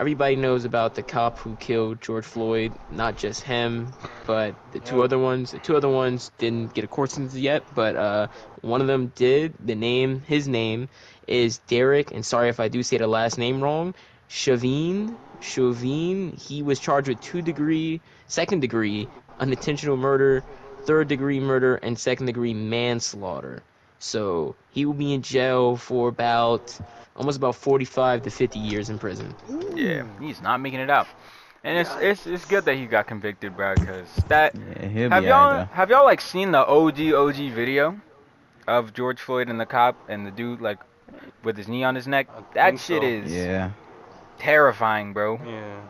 [SPEAKER 4] everybody knows about the cop who killed George Floyd. Not just him, but the two other ones. The two other ones didn't get a court sentence yet, but uh, one of them did. The name, his name, is Derek. And sorry if I do say the last name wrong. Chavine, Chauvin. He was charged with two degree, second degree unintentional murder, third degree murder, and second degree manslaughter. So he will be in jail for about almost about 45 to 50 years in prison.
[SPEAKER 1] Yeah, he's not making it up. And it's it's it's good that he got convicted, bro. Cause that
[SPEAKER 2] Yeah, he'll
[SPEAKER 1] have
[SPEAKER 2] be
[SPEAKER 1] y'all
[SPEAKER 2] out
[SPEAKER 1] have y'all like seen the OG OG video of George Floyd and the cop and the dude like with his knee on his neck?
[SPEAKER 3] I
[SPEAKER 1] That
[SPEAKER 3] think
[SPEAKER 1] shit
[SPEAKER 3] so.
[SPEAKER 1] is
[SPEAKER 2] Yeah.
[SPEAKER 1] terrifying, bro.
[SPEAKER 3] Yeah.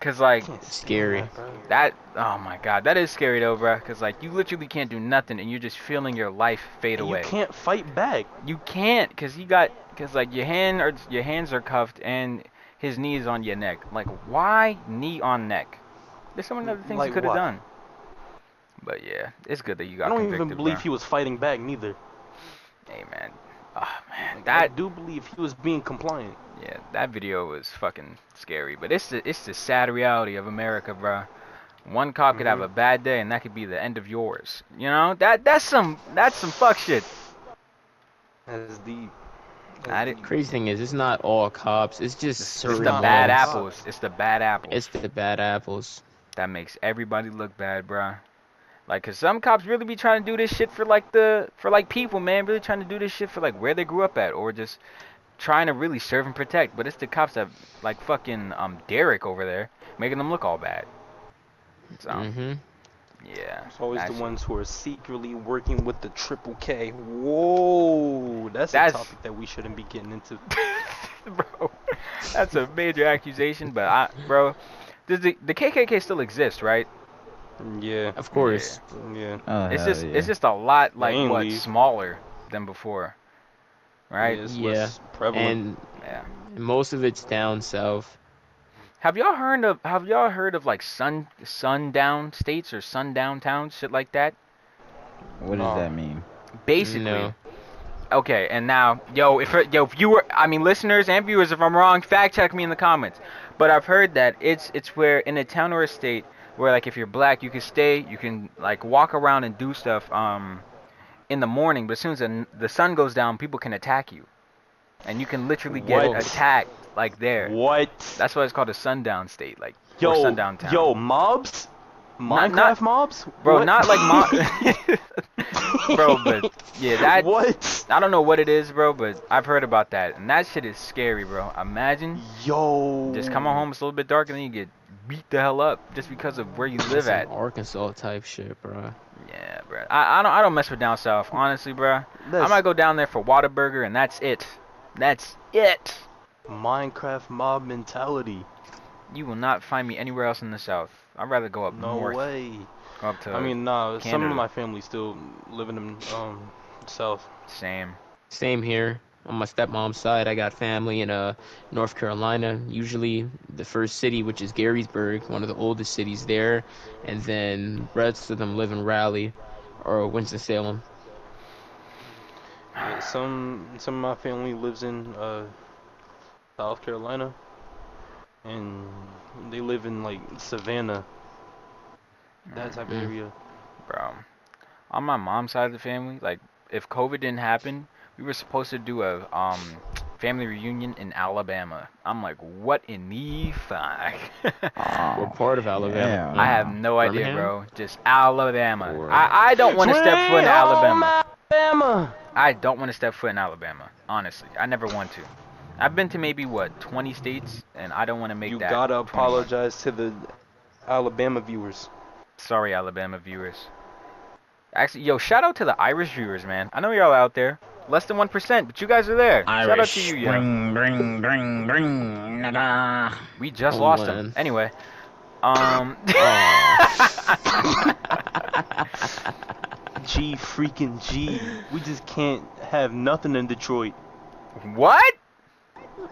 [SPEAKER 1] Cause like
[SPEAKER 3] Can't stand
[SPEAKER 4] Scary.
[SPEAKER 3] that, bro.
[SPEAKER 1] That oh my god, that is scary though, bruh, 'cause like you literally can't do nothing, and you're just feeling your life fade
[SPEAKER 3] And
[SPEAKER 1] away.
[SPEAKER 3] You can't fight back.
[SPEAKER 1] You can't, 'cause he got, cause like your hand or your hands are cuffed, and his knee is on your neck. Like why knee on neck? There's so many other things
[SPEAKER 3] Like
[SPEAKER 1] you could have
[SPEAKER 3] what?
[SPEAKER 1] done. But yeah, it's good that you got
[SPEAKER 3] I don't
[SPEAKER 1] convicted.
[SPEAKER 3] even believe
[SPEAKER 1] bruh.
[SPEAKER 3] he was fighting back neither.
[SPEAKER 1] Hey man, oh man,
[SPEAKER 3] Like, I
[SPEAKER 1] that
[SPEAKER 3] do believe he was being compliant.
[SPEAKER 1] yeah, that video was fucking scary. But it's the it's the sad reality of America, bruh. One cop could have
[SPEAKER 3] Mhm.
[SPEAKER 1] a
[SPEAKER 4] Mm-hmm.
[SPEAKER 1] bad day, and that could be the end of yours. You know that that's some that's some fuck shit.
[SPEAKER 3] As the.
[SPEAKER 1] I didn't-
[SPEAKER 4] Crazy thing is, it's not all cops. It's just
[SPEAKER 1] It's,
[SPEAKER 4] certain
[SPEAKER 1] the bad
[SPEAKER 4] ones.
[SPEAKER 1] apples. It's the bad apples.
[SPEAKER 4] It's the bad apples.
[SPEAKER 1] that makes everybody look bad, bruh. Like, cause some cops really be trying to do this shit for like the for like people, man. Really trying to do this shit for like where they grew up at, or just trying to really serve and protect. But it's the cops that like fucking um Derek over there making them look all bad. So
[SPEAKER 4] hmm
[SPEAKER 1] yeah,
[SPEAKER 3] It's always
[SPEAKER 1] That's-
[SPEAKER 3] the ones who are secretly working with the triple K. Whoa, that's,
[SPEAKER 1] That's-
[SPEAKER 3] a topic that we shouldn't be getting into. (laughs)
[SPEAKER 1] (laughs) bro, that's a major accusation. But I, bro, does the the KKK still exist, right?
[SPEAKER 3] Yeah,
[SPEAKER 4] Of course.
[SPEAKER 3] yeah.
[SPEAKER 2] Oh,
[SPEAKER 1] It's
[SPEAKER 2] hell
[SPEAKER 1] just
[SPEAKER 2] yeah.
[SPEAKER 1] it's just a lot like
[SPEAKER 3] ain't
[SPEAKER 1] what
[SPEAKER 3] leave.
[SPEAKER 1] smaller than before, right?
[SPEAKER 3] It's
[SPEAKER 4] Yeah,
[SPEAKER 3] less prevalent.
[SPEAKER 4] And
[SPEAKER 1] Yeah.
[SPEAKER 4] most of it's down south.
[SPEAKER 1] Have y'all heard of Have y'all heard of like sun sundown states or sundown towns, shit like that?
[SPEAKER 2] What does
[SPEAKER 1] Oh.
[SPEAKER 2] that mean?
[SPEAKER 1] Basically.
[SPEAKER 4] No.
[SPEAKER 1] Okay, and now, yo, if yo, if you were, I mean, listeners and viewers, if I'm wrong, fact check me in the comments. But I've heard that it's it's where in a town or a state where like if you're black, you can stay, you can like walk around and do stuff um in the morning, but as soon as the, n- the sun goes down, people can attack you, and you can literally get
[SPEAKER 3] What?
[SPEAKER 1] attacked like there.
[SPEAKER 3] What?
[SPEAKER 1] That's why it's called a sundown state, like
[SPEAKER 3] yo,
[SPEAKER 1] or sundown town.
[SPEAKER 3] yo, mobs?
[SPEAKER 1] Not-
[SPEAKER 3] Minecraft
[SPEAKER 1] not-
[SPEAKER 3] mobs?
[SPEAKER 1] Bro,
[SPEAKER 3] What? (laughs)
[SPEAKER 1] not like my (laughs) Bro, but yeah, that
[SPEAKER 3] what?
[SPEAKER 1] I don't know what it is, bro, but I've heard about that. And that shit is scary, bro. Imagine
[SPEAKER 3] Yo.
[SPEAKER 1] just coming home, it's a little bit dark, and then you get beat the hell up just because of where you live
[SPEAKER 4] Some
[SPEAKER 1] at.
[SPEAKER 4] Arkansas type shit, bro.
[SPEAKER 1] Yeah, bro. I, I don't I don't mess with down south, honestly, bro. I
[SPEAKER 3] That's
[SPEAKER 1] might go down there for Whataburger and that's it. That's it.
[SPEAKER 3] Minecraft mob mentality.
[SPEAKER 1] You will not find me anywhere else in the south. I'd rather go up
[SPEAKER 3] No
[SPEAKER 1] north.
[SPEAKER 3] way.
[SPEAKER 1] Go up to
[SPEAKER 3] I mean, nah, some
[SPEAKER 1] Canada.
[SPEAKER 3] of my family still living in um south.
[SPEAKER 1] same.
[SPEAKER 4] Same here. On my stepmom's side, I got family in uh, North Carolina. Usually, the first city, which is Garysburg, one of the oldest cities there, and then rest of them live in Raleigh, or Winston Salem.
[SPEAKER 3] Yeah, some some of my family lives in uh, South Carolina, and they live in like Savannah, that type of
[SPEAKER 1] Mm.
[SPEAKER 4] Mhm.
[SPEAKER 3] area.
[SPEAKER 1] bro. On my mom's side of the family, like if COVID didn't happen, we were supposed to do a um family reunion in Alabama. I'm like, what in the fuck? (laughs)
[SPEAKER 4] We're part of Alabama.
[SPEAKER 2] yeah.
[SPEAKER 1] I have no idea,
[SPEAKER 4] Birmingham?
[SPEAKER 1] bro. Just Alabama.
[SPEAKER 4] Or-
[SPEAKER 1] I, I don't want to step foot in
[SPEAKER 3] Sweet
[SPEAKER 1] Alabama.
[SPEAKER 3] home Alabama.
[SPEAKER 1] I don't want to step foot in Alabama. Honestly, I never want to. I've been to maybe what 20 states, and I don't want to make
[SPEAKER 3] You
[SPEAKER 1] that.
[SPEAKER 3] gotta
[SPEAKER 1] 21.
[SPEAKER 3] apologize to the Alabama viewers.
[SPEAKER 1] Sorry, Alabama viewers. Actually, yo, shout out to the Irish viewers, man. I know y'all out there. Less than 1%, but you guys are there. shout out to you, yo.
[SPEAKER 2] Bring, bring, bring, bring. da-da.
[SPEAKER 1] We just
[SPEAKER 4] Oh,
[SPEAKER 1] lost
[SPEAKER 4] man.
[SPEAKER 1] him. Anyway.
[SPEAKER 2] (laughs)
[SPEAKER 1] Um. (laughs)
[SPEAKER 3] G freaking G. We just can't have nothing in Detroit.
[SPEAKER 1] what?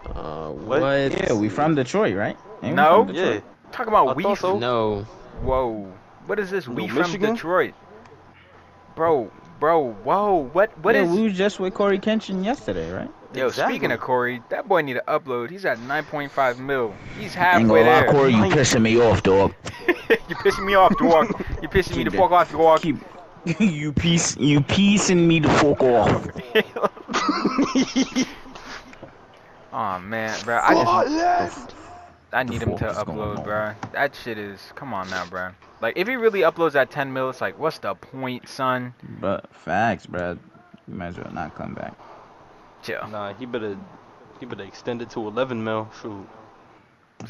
[SPEAKER 4] Uh, what?
[SPEAKER 3] What?
[SPEAKER 2] Yeah, we from Detroit, right? Ain't we
[SPEAKER 1] No.
[SPEAKER 2] from
[SPEAKER 3] Yeah.
[SPEAKER 2] Detroit?
[SPEAKER 1] Talk
[SPEAKER 3] I
[SPEAKER 1] about we.
[SPEAKER 3] thought so.
[SPEAKER 4] No.
[SPEAKER 1] Whoa. What is this? We
[SPEAKER 3] Little
[SPEAKER 1] from
[SPEAKER 3] Michigan?
[SPEAKER 1] Detroit. Bro, bro, whoa. What? What
[SPEAKER 2] yeah,
[SPEAKER 1] is?
[SPEAKER 2] we was just with Corey Kenshin yesterday, right?
[SPEAKER 1] Yo, speaking
[SPEAKER 3] Exactly.
[SPEAKER 1] of Corey, that boy need to upload. He's at 9.5 mil. He's
[SPEAKER 2] Ain't
[SPEAKER 1] halfway
[SPEAKER 2] gonna lie,
[SPEAKER 1] there.
[SPEAKER 2] Corey, you pissing me off, dog.
[SPEAKER 1] (laughs) you pissing me off, dog. You pissing me the
[SPEAKER 2] Keep it.
[SPEAKER 1] fuck off, dog.
[SPEAKER 2] Keep (laughs) you piece you piecing me the fuck off.
[SPEAKER 1] (laughs) oh man, bro. I just I need him
[SPEAKER 2] fuck
[SPEAKER 1] to
[SPEAKER 2] is going
[SPEAKER 1] upload,
[SPEAKER 2] on?
[SPEAKER 1] bro. That shit is. Come on now, bro. Like, if he really uploads at 10 mil, it's like, what's the point, son?
[SPEAKER 2] But facts, bruh. You might as well not come back.
[SPEAKER 1] Chill.
[SPEAKER 3] Nah, he better he better extend it to 11 mil. Shoot.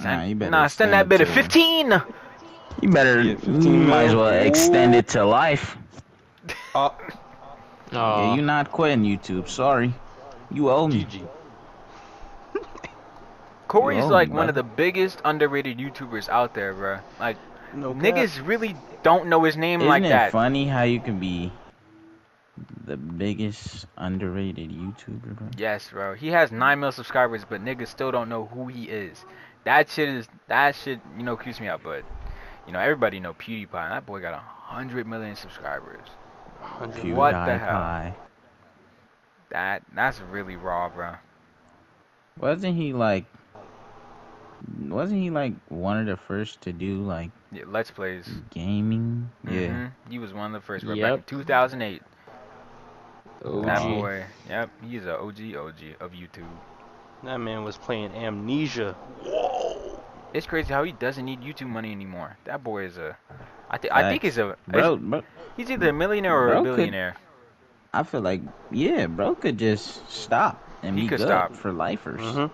[SPEAKER 2] Nah, you better
[SPEAKER 1] nah, send that
[SPEAKER 2] it
[SPEAKER 1] bit of
[SPEAKER 2] to-
[SPEAKER 1] 15.
[SPEAKER 2] You better.
[SPEAKER 3] Yeah,
[SPEAKER 2] You
[SPEAKER 3] 15
[SPEAKER 2] might as
[SPEAKER 3] mil.
[SPEAKER 2] well extend it to life.
[SPEAKER 3] Uh,
[SPEAKER 2] Yeah,
[SPEAKER 4] Oh,
[SPEAKER 2] you
[SPEAKER 1] Uh.
[SPEAKER 2] not quitting YouTube. Sorry, you owe me.
[SPEAKER 3] GG.
[SPEAKER 1] Corey's
[SPEAKER 2] Wrong,
[SPEAKER 1] like one
[SPEAKER 2] bruh.
[SPEAKER 1] of the biggest underrated YouTubers out there, bro. Like,
[SPEAKER 3] No cap.
[SPEAKER 1] niggas really don't know his name
[SPEAKER 2] Isn't
[SPEAKER 1] like
[SPEAKER 2] it
[SPEAKER 1] that.
[SPEAKER 2] funny how you can be the biggest underrated YouTuber? Bro?
[SPEAKER 1] Yes, bro. He has 9 mil subscribers, but niggas still don't know who he is. That shit is. That shit, you know, creeps me out, but. You know, everybody know PewDiePie. That boy got 100 million subscribers.
[SPEAKER 3] 100.
[SPEAKER 1] What the hell?
[SPEAKER 2] PewDiePie.
[SPEAKER 1] That That's really raw, bro.
[SPEAKER 2] Wasn't he like? Wasn't he like one of the first to do like
[SPEAKER 1] Yeah, Let's Plays.
[SPEAKER 2] gaming?
[SPEAKER 1] Mhm. He was one of the first. We're back in
[SPEAKER 4] Yep.
[SPEAKER 1] 2008. That
[SPEAKER 4] OG.
[SPEAKER 1] boy. Yep. He's an OG OG of YouTube.
[SPEAKER 3] That man was playing Amnesia. Whoa.
[SPEAKER 1] It's crazy how he doesn't need YouTube money anymore. That boy is a. I, th- I think
[SPEAKER 2] Facts.
[SPEAKER 1] he's a.
[SPEAKER 2] Bro, bro,
[SPEAKER 1] He's either a millionaire or
[SPEAKER 2] Bro
[SPEAKER 1] a
[SPEAKER 2] could-
[SPEAKER 1] billionaire.
[SPEAKER 2] I feel like yeah, bro could just stop and
[SPEAKER 1] He
[SPEAKER 2] be
[SPEAKER 1] could
[SPEAKER 2] good
[SPEAKER 1] stop.
[SPEAKER 2] for lifers.
[SPEAKER 3] Mhm.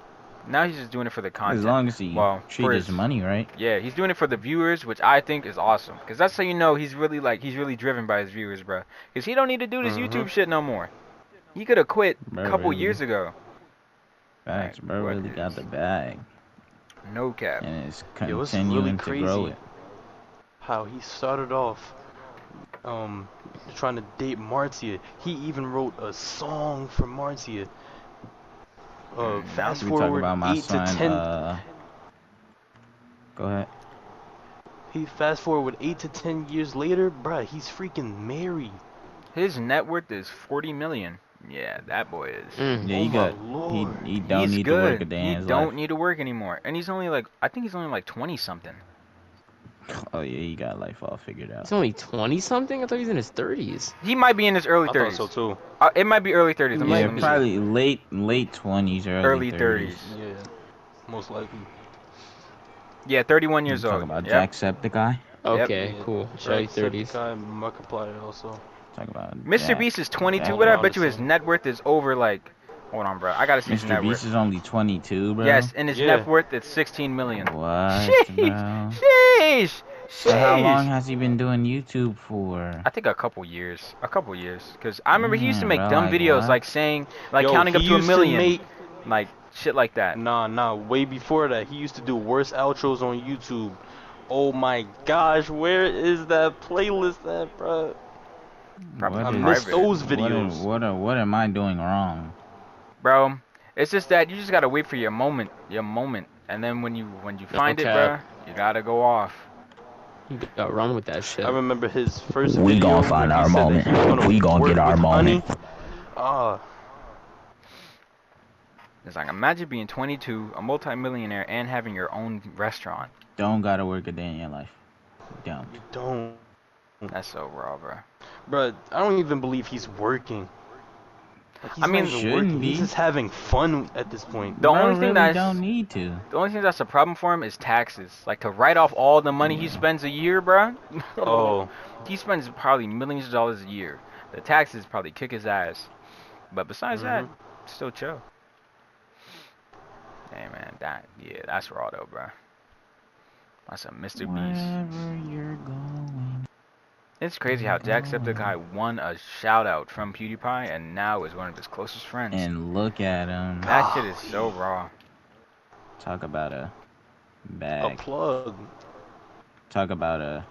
[SPEAKER 1] Now he's just doing it for the content.
[SPEAKER 2] As long as he
[SPEAKER 1] Well, for
[SPEAKER 2] treat his
[SPEAKER 1] his-
[SPEAKER 2] money right.
[SPEAKER 1] Yeah, he's doing it for the viewers, which I think is awesome. Cause that's how you know he's really like he's really driven by his viewers, bro. Cause he don't need to do this
[SPEAKER 3] Mhm.
[SPEAKER 2] Mm-hmm.
[SPEAKER 1] YouTube shit no more. He could have quit a
[SPEAKER 2] Bro,
[SPEAKER 1] couple
[SPEAKER 2] really.
[SPEAKER 1] years ago.
[SPEAKER 2] Facts,
[SPEAKER 1] Like,
[SPEAKER 2] bro
[SPEAKER 1] what
[SPEAKER 2] really got
[SPEAKER 1] is-
[SPEAKER 2] the bag
[SPEAKER 1] No cap.
[SPEAKER 2] and is
[SPEAKER 3] Yo,
[SPEAKER 2] continuing
[SPEAKER 3] what's really
[SPEAKER 2] to grow
[SPEAKER 3] crazy?
[SPEAKER 2] it.
[SPEAKER 3] How he started off um trying to date Marcia. He even wrote a song for Marcia. Uh, fast
[SPEAKER 2] We talk
[SPEAKER 3] forward
[SPEAKER 2] about my
[SPEAKER 3] 8
[SPEAKER 2] son.
[SPEAKER 3] to 10
[SPEAKER 2] Uh, go ahead.
[SPEAKER 3] He fast forward 8 to 10 years later, bruh, he's freaking married.
[SPEAKER 1] His net worth is 40 million. Yeah, that boy is.
[SPEAKER 4] Mm.
[SPEAKER 2] Yeah,
[SPEAKER 3] oh
[SPEAKER 2] he
[SPEAKER 3] my
[SPEAKER 2] got. He,
[SPEAKER 3] lord.
[SPEAKER 2] he don't
[SPEAKER 1] he's
[SPEAKER 2] need
[SPEAKER 1] good.
[SPEAKER 2] to work a day in
[SPEAKER 1] He
[SPEAKER 2] his
[SPEAKER 1] don't
[SPEAKER 2] life.
[SPEAKER 1] need to work anymore, and he's only like I think he's only like 20 something.
[SPEAKER 2] Oh yeah, he got life all figured out.
[SPEAKER 4] He's only 20 something? I thought he was in his 30s.
[SPEAKER 1] He might be in his early
[SPEAKER 3] I
[SPEAKER 1] 30s.
[SPEAKER 3] thought so too.
[SPEAKER 1] Uh, it might be early 30s. I'm
[SPEAKER 4] Yeah,
[SPEAKER 1] like,
[SPEAKER 2] Yeah,
[SPEAKER 1] let me see.
[SPEAKER 2] probably late late twenties, early
[SPEAKER 1] early
[SPEAKER 2] thirties.
[SPEAKER 1] 30s.
[SPEAKER 3] Yeah, most likely.
[SPEAKER 1] Yeah, 31 years
[SPEAKER 2] Talking
[SPEAKER 1] old.
[SPEAKER 2] about
[SPEAKER 1] Yep.
[SPEAKER 2] Jacksepticeye.
[SPEAKER 4] Okay,
[SPEAKER 3] Yeah,
[SPEAKER 4] cool. Early 30s.
[SPEAKER 3] Jacksepticeye, Markiplier also.
[SPEAKER 2] Talk about
[SPEAKER 1] Mr.
[SPEAKER 2] Jack.
[SPEAKER 1] Beast is 22,
[SPEAKER 2] Jack
[SPEAKER 1] but I bet you his
[SPEAKER 3] Robinson.
[SPEAKER 1] net worth is over like. Hold on, bro. I gotta see his
[SPEAKER 2] Mr.
[SPEAKER 1] net
[SPEAKER 2] Beast
[SPEAKER 1] worth.
[SPEAKER 2] is only 22, bro.
[SPEAKER 1] Yes, and his
[SPEAKER 3] Yeah.
[SPEAKER 1] net worth is 16 million.
[SPEAKER 2] What?
[SPEAKER 1] Sheesh!
[SPEAKER 2] bro?
[SPEAKER 1] Sheesh!
[SPEAKER 2] So how long
[SPEAKER 1] Sheesh!
[SPEAKER 2] has he been doing YouTube for?
[SPEAKER 1] I think a couple years. A couple years. Because I remember he used to
[SPEAKER 2] Mm,
[SPEAKER 1] make
[SPEAKER 2] bro,
[SPEAKER 1] dumb
[SPEAKER 2] like
[SPEAKER 1] videos
[SPEAKER 2] what?
[SPEAKER 1] like saying, like
[SPEAKER 3] Yo,
[SPEAKER 1] counting up
[SPEAKER 3] he
[SPEAKER 1] to a
[SPEAKER 3] used
[SPEAKER 1] million.
[SPEAKER 3] make-
[SPEAKER 1] like shit like that.
[SPEAKER 3] Nah, nah, way before that, he used to do worse outros on YouTube. Oh my gosh, where is that playlist at, bruh?
[SPEAKER 1] Probably
[SPEAKER 3] I
[SPEAKER 1] What is-
[SPEAKER 3] missed
[SPEAKER 1] private.
[SPEAKER 3] those
[SPEAKER 2] What, am-
[SPEAKER 3] videos.
[SPEAKER 2] what, am- what am I doing wrong?
[SPEAKER 1] Bro, it's just that you just gotta wait for your moment. Your moment. And then when you when you find it, bro,
[SPEAKER 4] cap.
[SPEAKER 1] you gotta go off.
[SPEAKER 4] You got run with that shit.
[SPEAKER 3] I remember his first
[SPEAKER 2] We
[SPEAKER 3] video
[SPEAKER 2] gonna
[SPEAKER 3] where
[SPEAKER 2] find
[SPEAKER 3] he
[SPEAKER 2] our
[SPEAKER 3] said that
[SPEAKER 2] moment.
[SPEAKER 3] he was gonna
[SPEAKER 2] We gonna
[SPEAKER 3] work
[SPEAKER 2] get our
[SPEAKER 3] with
[SPEAKER 2] moment.
[SPEAKER 3] Ani. Ah,
[SPEAKER 1] It's like imagine being 22, a multimillionaire, and having your own restaurant.
[SPEAKER 2] Don't gotta work a day in your life. Don't.
[SPEAKER 3] you don't,
[SPEAKER 1] That's so raw, bro.
[SPEAKER 3] Bruh, I don't even believe he's working. Like, he's
[SPEAKER 1] I mean,
[SPEAKER 3] not even
[SPEAKER 2] shouldn't
[SPEAKER 3] working.
[SPEAKER 2] be.
[SPEAKER 3] He's just having fun at this point.
[SPEAKER 1] The
[SPEAKER 2] I
[SPEAKER 1] only
[SPEAKER 2] really
[SPEAKER 1] thing that's
[SPEAKER 2] don't need to.
[SPEAKER 1] the only thing that's a problem for him is taxes. Like to write off all the money he
[SPEAKER 2] Mm.
[SPEAKER 1] spends a year, (laughs) bro.
[SPEAKER 3] Oh,
[SPEAKER 1] he spends probably millions of dollars a year. The taxes probably kick his ass. But besides
[SPEAKER 3] Mhm.
[SPEAKER 2] Mm-hmm.
[SPEAKER 1] that, still chill. Hey man, that yeah, that's raw though, bro. That's a Mr. Beast.
[SPEAKER 2] Wherever you're going.
[SPEAKER 1] It's crazy how Jacksepticeye won a shout out from PewDiePie and now is one of his closest friends.
[SPEAKER 2] And Ah. look at him.
[SPEAKER 1] that shit is so raw.
[SPEAKER 2] Talk about a
[SPEAKER 1] Oh,
[SPEAKER 3] a
[SPEAKER 2] bag.
[SPEAKER 3] plug.
[SPEAKER 2] Talk about a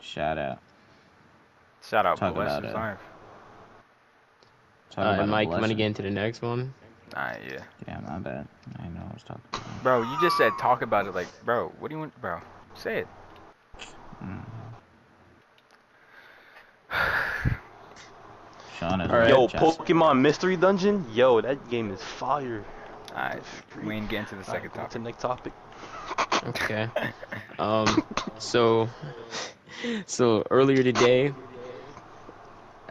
[SPEAKER 2] shout out.
[SPEAKER 1] Shout out,
[SPEAKER 2] Talk
[SPEAKER 1] bless
[SPEAKER 2] about
[SPEAKER 1] his
[SPEAKER 2] it.
[SPEAKER 1] life.
[SPEAKER 2] Talk
[SPEAKER 4] Alright,
[SPEAKER 2] about a
[SPEAKER 4] Uh, Mike, I'm gonna
[SPEAKER 2] blessing.
[SPEAKER 4] get into the next one.
[SPEAKER 1] Alright, yeah.
[SPEAKER 2] Yeah, my bad. I know I was talking.
[SPEAKER 1] Bro, you just said talk about it like, bro, what do you want, bro? Say it.
[SPEAKER 2] Mm. Sean is
[SPEAKER 4] Alright.
[SPEAKER 3] Yo,
[SPEAKER 2] just-
[SPEAKER 3] Pokemon Mystery Dungeon? Yo, that game is fire.
[SPEAKER 1] Alright, we ain't getting to the second
[SPEAKER 3] Alright, go
[SPEAKER 1] topic.
[SPEAKER 3] to next topic.
[SPEAKER 4] Okay. Um. So, so earlier today,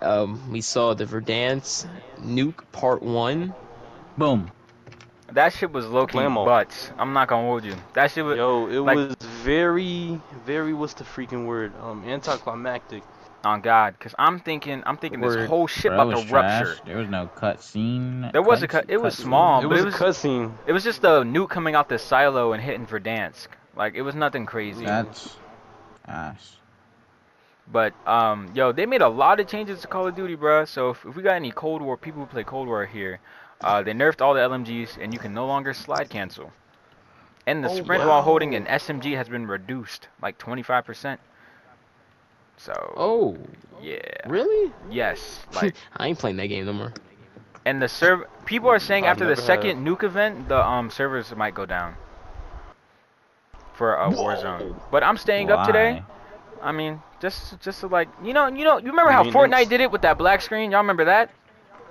[SPEAKER 4] um, we saw the Verdance Nuke Part One.
[SPEAKER 2] Boom.
[SPEAKER 1] (laughs) That shit was low key
[SPEAKER 3] Blammo.
[SPEAKER 1] butts. I'm not gonna hold you. That shit was
[SPEAKER 3] Yo, it
[SPEAKER 1] like-
[SPEAKER 3] was very, very, what's the freaking word? Um, anticlimactic.
[SPEAKER 1] on God, cause I'm thinking, I'm thinking
[SPEAKER 4] Word.
[SPEAKER 1] this whole shit
[SPEAKER 2] Bro, it
[SPEAKER 1] about
[SPEAKER 2] was
[SPEAKER 1] to
[SPEAKER 2] trash.
[SPEAKER 1] rupture.
[SPEAKER 2] There was no cutscene.
[SPEAKER 1] There was a cut- it was
[SPEAKER 2] Oh,
[SPEAKER 1] small,
[SPEAKER 3] it
[SPEAKER 1] but
[SPEAKER 3] was
[SPEAKER 1] it
[SPEAKER 3] a
[SPEAKER 1] was-
[SPEAKER 3] cutscene.
[SPEAKER 1] It was just the nuke coming out the silo and hitting Verdansk. Like it was nothing crazy.
[SPEAKER 2] That's ass.
[SPEAKER 1] But um, yo, they made a lot of changes to Call of Duty, bruh. So if, if we got any Cold War people who play Cold War here, uh, they nerfed all the LMGs and you can no longer slide cancel. And the
[SPEAKER 3] Oh,
[SPEAKER 1] sprint while holding
[SPEAKER 3] wow.
[SPEAKER 1] an SMG has been reduced like 25%. So
[SPEAKER 4] Oh,
[SPEAKER 1] yeah,
[SPEAKER 4] (laughs) really?
[SPEAKER 3] (laughs)
[SPEAKER 1] yes, like
[SPEAKER 4] I ain't playing that game no more.
[SPEAKER 1] and the server people are saying
[SPEAKER 3] I've
[SPEAKER 1] after the
[SPEAKER 3] never had
[SPEAKER 1] second nuke event, the um servers might go down for uh, Warzone. But I'm staying up today.
[SPEAKER 2] Why?
[SPEAKER 1] I mean, just just to like you know you know you remember how
[SPEAKER 3] Maintenance.
[SPEAKER 1] Fortnite did it with that black screen? Y'all remember that?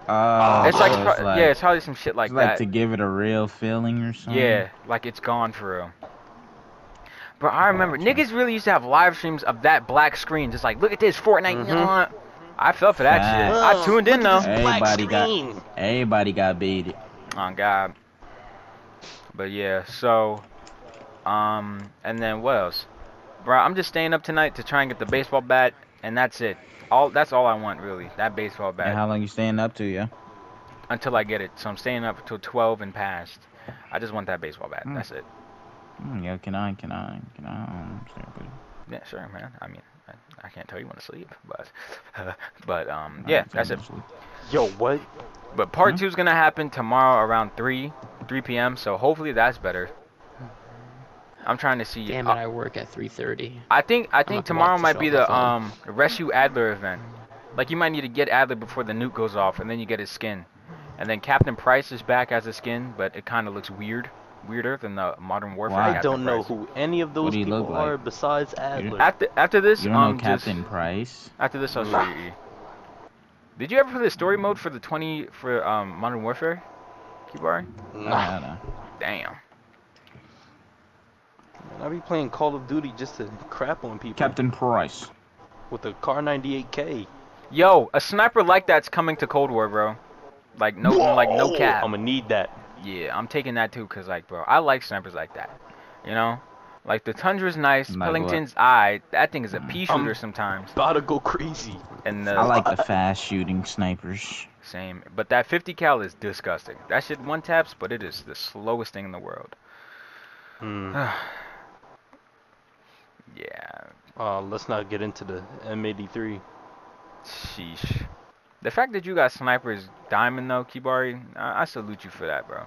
[SPEAKER 2] Oh,
[SPEAKER 1] it's like,
[SPEAKER 2] so
[SPEAKER 1] pro- yeah, it's probably some shit like
[SPEAKER 2] it's like
[SPEAKER 1] that.
[SPEAKER 2] to give it a real feeling or something.
[SPEAKER 1] yeah, like it's gone for real. But I remember
[SPEAKER 2] Gotcha.
[SPEAKER 1] niggas really used to have live streams of that black screen, just like look at this Fortnite.
[SPEAKER 3] Mhm.
[SPEAKER 2] Mm-hmm.
[SPEAKER 1] nah. I fell for that shit. I
[SPEAKER 3] Ugh,
[SPEAKER 1] tuned in though.
[SPEAKER 2] Everybody got everybody got baited.
[SPEAKER 1] on Oh, God. But yeah, so um and then what else? Bro, I'm just staying up tonight to try and get the baseball bat and that's it. All that's all I want really. That baseball
[SPEAKER 2] And
[SPEAKER 1] bat
[SPEAKER 2] how long you staying up to, yeah?
[SPEAKER 1] until I get it. So I'm staying up until 12 and past. I just want that baseball bat.
[SPEAKER 3] Hmm.
[SPEAKER 2] Mm.
[SPEAKER 1] That's it.
[SPEAKER 2] Mm, yo, can I, can I, can I? Um, sorry, but-
[SPEAKER 1] Yeah, sure, man. I mean, I, I can't tell you when to sleep, (laughs) but but um
[SPEAKER 2] I
[SPEAKER 1] yeah,
[SPEAKER 2] don't
[SPEAKER 1] that's it.
[SPEAKER 2] think I'm asleep.
[SPEAKER 3] Yo, what?
[SPEAKER 1] But part
[SPEAKER 3] Hmm?
[SPEAKER 2] Mhm.
[SPEAKER 1] 2 is going to happen tomorrow around 3 3 p.m. So hopefully that's better. I'm trying to see
[SPEAKER 4] Damn it,
[SPEAKER 1] I-
[SPEAKER 4] I work at 3:30.
[SPEAKER 1] I think I think
[SPEAKER 4] gonna have to
[SPEAKER 1] tomorrow
[SPEAKER 4] watch the
[SPEAKER 1] might
[SPEAKER 4] show
[SPEAKER 1] be
[SPEAKER 4] on my
[SPEAKER 1] the
[SPEAKER 4] phone.
[SPEAKER 1] um rescue Adler event. Like you might need to get Adler before the nuke goes off, and then you get his skin. And then Captain Price is back as a skin, but it kind of looks weird, weirder than the Modern Warfare.
[SPEAKER 2] Wow.
[SPEAKER 3] I
[SPEAKER 1] Captain
[SPEAKER 3] don't know
[SPEAKER 1] Price.
[SPEAKER 3] who any of
[SPEAKER 2] What
[SPEAKER 3] those
[SPEAKER 2] do you
[SPEAKER 3] people
[SPEAKER 2] look like?
[SPEAKER 3] are besides Adler.
[SPEAKER 1] After after this,
[SPEAKER 2] You don't
[SPEAKER 1] um,
[SPEAKER 2] know Captain
[SPEAKER 1] Just,
[SPEAKER 2] Price?
[SPEAKER 1] after this, I'll show you. E. Did you ever play the story mode for the 20 for um Modern Warfare? Kibari?
[SPEAKER 2] I
[SPEAKER 3] Nah,
[SPEAKER 2] don't know.
[SPEAKER 1] Damn.
[SPEAKER 3] I be playing Call of Duty just to crap on people
[SPEAKER 2] Captain Price.
[SPEAKER 3] with a Car 98K.
[SPEAKER 1] Yo, a sniper like that's coming to Cold War, bro. Like no, like no
[SPEAKER 3] Whoa,
[SPEAKER 1] cap.
[SPEAKER 3] I'ma need that.
[SPEAKER 1] Yeah, I'm taking that too, cause like, bro, I like snipers like that. You know, like the Tundra's nice,
[SPEAKER 2] Like what?
[SPEAKER 1] Pellington's eye. That thing is a
[SPEAKER 2] Mm.
[SPEAKER 1] pea
[SPEAKER 3] Um,
[SPEAKER 1] shooter sometimes,
[SPEAKER 3] About to go crazy.
[SPEAKER 1] and the
[SPEAKER 2] I like the fast shooting snipers.
[SPEAKER 1] same. But that 50 cal is disgusting. That shit one taps, but it is the slowest thing in the world.
[SPEAKER 3] Hmm.
[SPEAKER 1] Ah. Yeah,
[SPEAKER 3] Uh, let's not get into the M83.
[SPEAKER 1] sheesh. The fact that you got snipers diamond though, Kibari, I, I salute you for that, bro.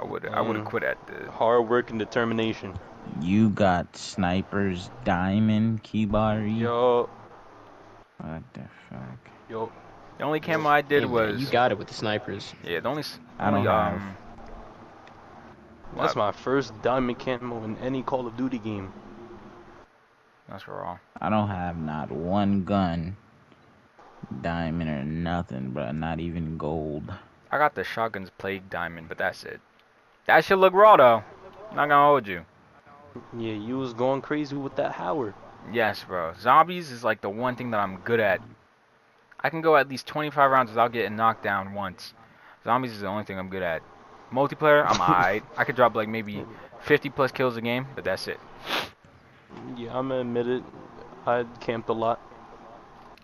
[SPEAKER 1] I would I would have
[SPEAKER 3] Mm.
[SPEAKER 1] quit at the
[SPEAKER 3] Hard work and determination.
[SPEAKER 2] You got snipers, diamond, kibari.
[SPEAKER 3] Yo,
[SPEAKER 2] What the fuck?
[SPEAKER 3] yo,
[SPEAKER 1] the only camo I did
[SPEAKER 4] Hey, man,
[SPEAKER 1] was
[SPEAKER 4] you got it with the snipers.
[SPEAKER 1] yeah the only s-
[SPEAKER 2] I don't
[SPEAKER 1] only
[SPEAKER 2] have.
[SPEAKER 1] um
[SPEAKER 3] that's
[SPEAKER 1] Wow.
[SPEAKER 3] my first diamond camo in any Call of Duty game.
[SPEAKER 1] That's raw.
[SPEAKER 2] I don't have not one gun, diamond or nothing, bro. Not even gold.
[SPEAKER 1] I got the shotgun's plague diamond, but that's it. That shit look raw though. Not gonna hold you.
[SPEAKER 3] Yeah, you was going crazy with that Howard.
[SPEAKER 1] Yes, bro. Zombies is like the one thing that I'm good at. I can go at least 25 rounds without getting knocked down once. Zombies is the only thing I'm good at. Multiplayer,
[SPEAKER 3] (laughs)
[SPEAKER 1] I'm alright. I could drop like maybe 50 plus kills a game, but that's it.
[SPEAKER 3] Yeah, I'm gonna admit it. I camped a lot.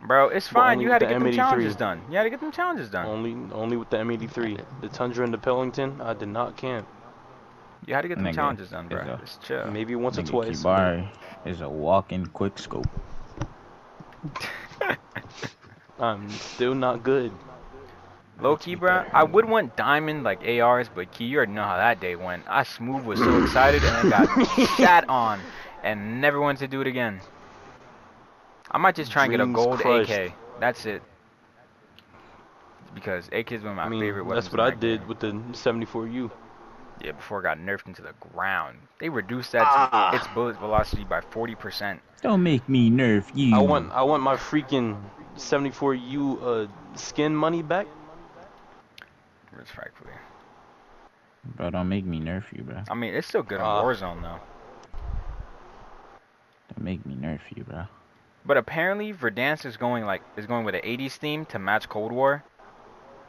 [SPEAKER 1] Bro, it's
[SPEAKER 3] But
[SPEAKER 1] fine.
[SPEAKER 3] only
[SPEAKER 1] You
[SPEAKER 3] with
[SPEAKER 1] had to
[SPEAKER 3] the
[SPEAKER 1] get them
[SPEAKER 3] M83.
[SPEAKER 1] challenges done. You had to get them challenges done.
[SPEAKER 3] Only only with the M83. The Tundra and the Pellington, I did not camp.
[SPEAKER 1] You had to get them
[SPEAKER 2] Nigga,
[SPEAKER 1] challenges done, bro.
[SPEAKER 2] it's a-
[SPEAKER 1] It's chill.
[SPEAKER 3] Maybe once or
[SPEAKER 2] Nigga,
[SPEAKER 3] twice.
[SPEAKER 2] Kibari is a walking quick scope.
[SPEAKER 3] I'm still not good.
[SPEAKER 1] Low key, bro. I would want diamond like ARs, but key, you already know how that day went. I smooth was so excited and I
[SPEAKER 3] (laughs)
[SPEAKER 1] got shat on, and never wanted to do it again. I might just try and
[SPEAKER 3] Dreams
[SPEAKER 1] get a gold
[SPEAKER 3] crushed.
[SPEAKER 1] AK. That's it. Because AK's one of my
[SPEAKER 3] I mean,
[SPEAKER 1] favorite weapons.
[SPEAKER 3] that's what
[SPEAKER 1] in
[SPEAKER 3] I
[SPEAKER 1] that
[SPEAKER 3] did
[SPEAKER 1] game.
[SPEAKER 3] with the 74U.
[SPEAKER 1] Yeah, before it got nerfed into the ground. They reduced that
[SPEAKER 3] Ah.
[SPEAKER 1] to its bullet velocity by 40%.
[SPEAKER 2] Don't make me nerf you.
[SPEAKER 3] I want I want my freaking 74U uh, skin money back.
[SPEAKER 1] Respectfully.
[SPEAKER 2] Bro, don't make me nerf you, bro.
[SPEAKER 1] I mean, it's still good
[SPEAKER 3] Ah.
[SPEAKER 1] on Warzone though.
[SPEAKER 2] Don't make me nerf you, bro.
[SPEAKER 1] But apparently Verdansk is going like is going with an 80s theme to match Cold War,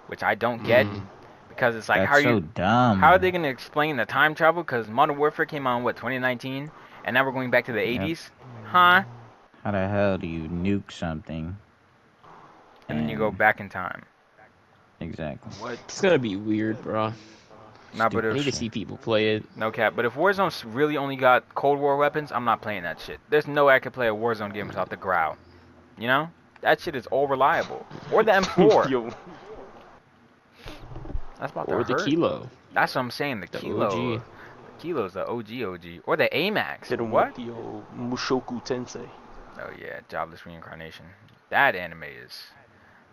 [SPEAKER 1] which I don't get
[SPEAKER 3] Mm.
[SPEAKER 1] because it's like
[SPEAKER 2] Hmm. That's
[SPEAKER 1] how are
[SPEAKER 2] so
[SPEAKER 1] you
[SPEAKER 2] dumb.
[SPEAKER 1] how are they going to explain the time travel cuz Modern Warfare came out in what 2019 and now we're going back to the
[SPEAKER 2] Yep.
[SPEAKER 1] 80s? Huh?
[SPEAKER 2] How the hell do you nuke something?
[SPEAKER 1] And then you go back in time.
[SPEAKER 2] Exactly.
[SPEAKER 3] (laughs)
[SPEAKER 4] It's
[SPEAKER 3] What?
[SPEAKER 4] gonna be weird, bro.
[SPEAKER 1] Not but
[SPEAKER 2] Stupid.
[SPEAKER 4] I need to
[SPEAKER 1] if,
[SPEAKER 4] see people play it.
[SPEAKER 1] no cap, but if Warzone's really only got Cold War weapons, I'm not playing that shit. There's no way I could play a Warzone game without the growl. You know? That shit is all reliable. Or the
[SPEAKER 4] (laughs)
[SPEAKER 1] M4.
[SPEAKER 3] Yo,
[SPEAKER 1] That's about
[SPEAKER 4] Or
[SPEAKER 1] to
[SPEAKER 4] the
[SPEAKER 1] hurt.
[SPEAKER 4] kilo.
[SPEAKER 1] That's what I'm saying. The,
[SPEAKER 4] The
[SPEAKER 1] kilo.
[SPEAKER 4] OG.
[SPEAKER 1] Kilo's the OG OG. Or the AMAX.
[SPEAKER 3] didn't
[SPEAKER 1] What?
[SPEAKER 3] want the old Mushoku Tensei.
[SPEAKER 1] Oh yeah, jobless reincarnation. That anime is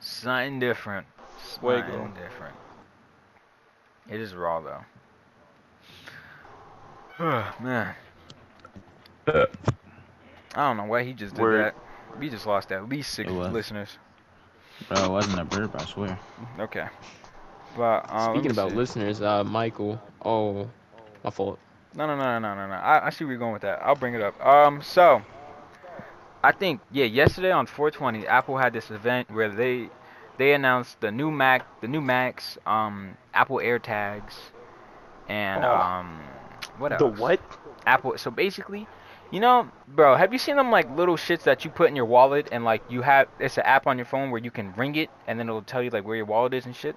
[SPEAKER 1] something different.
[SPEAKER 3] Fuego.
[SPEAKER 1] Something different. It is raw though. (sighs) Man. I don't know why he just did
[SPEAKER 3] Word.
[SPEAKER 1] that. We just lost at least six
[SPEAKER 2] It was.
[SPEAKER 1] listeners.
[SPEAKER 2] Bro, it wasn't a burp, I swear.
[SPEAKER 1] Okay. But um, let me
[SPEAKER 4] Speaking about
[SPEAKER 1] see.
[SPEAKER 4] listeners, uh, Michael. Oh, my fault.
[SPEAKER 1] No, no, no, no, no, no. I, I see where you're going with that. I'll bring it up. Um, so I think yeah, yesterday on 420, Apple had this event where they they announced the new Mac, the new Macs, um, Apple AirTags, and
[SPEAKER 3] Oh.
[SPEAKER 1] um, what else?
[SPEAKER 3] The what?
[SPEAKER 1] Apple. So basically, you know, bro, have you seen them like little shits that you put in your wallet and like you have it's an app on your phone where you can ring it and then it'll tell you like where your wallet is and shit.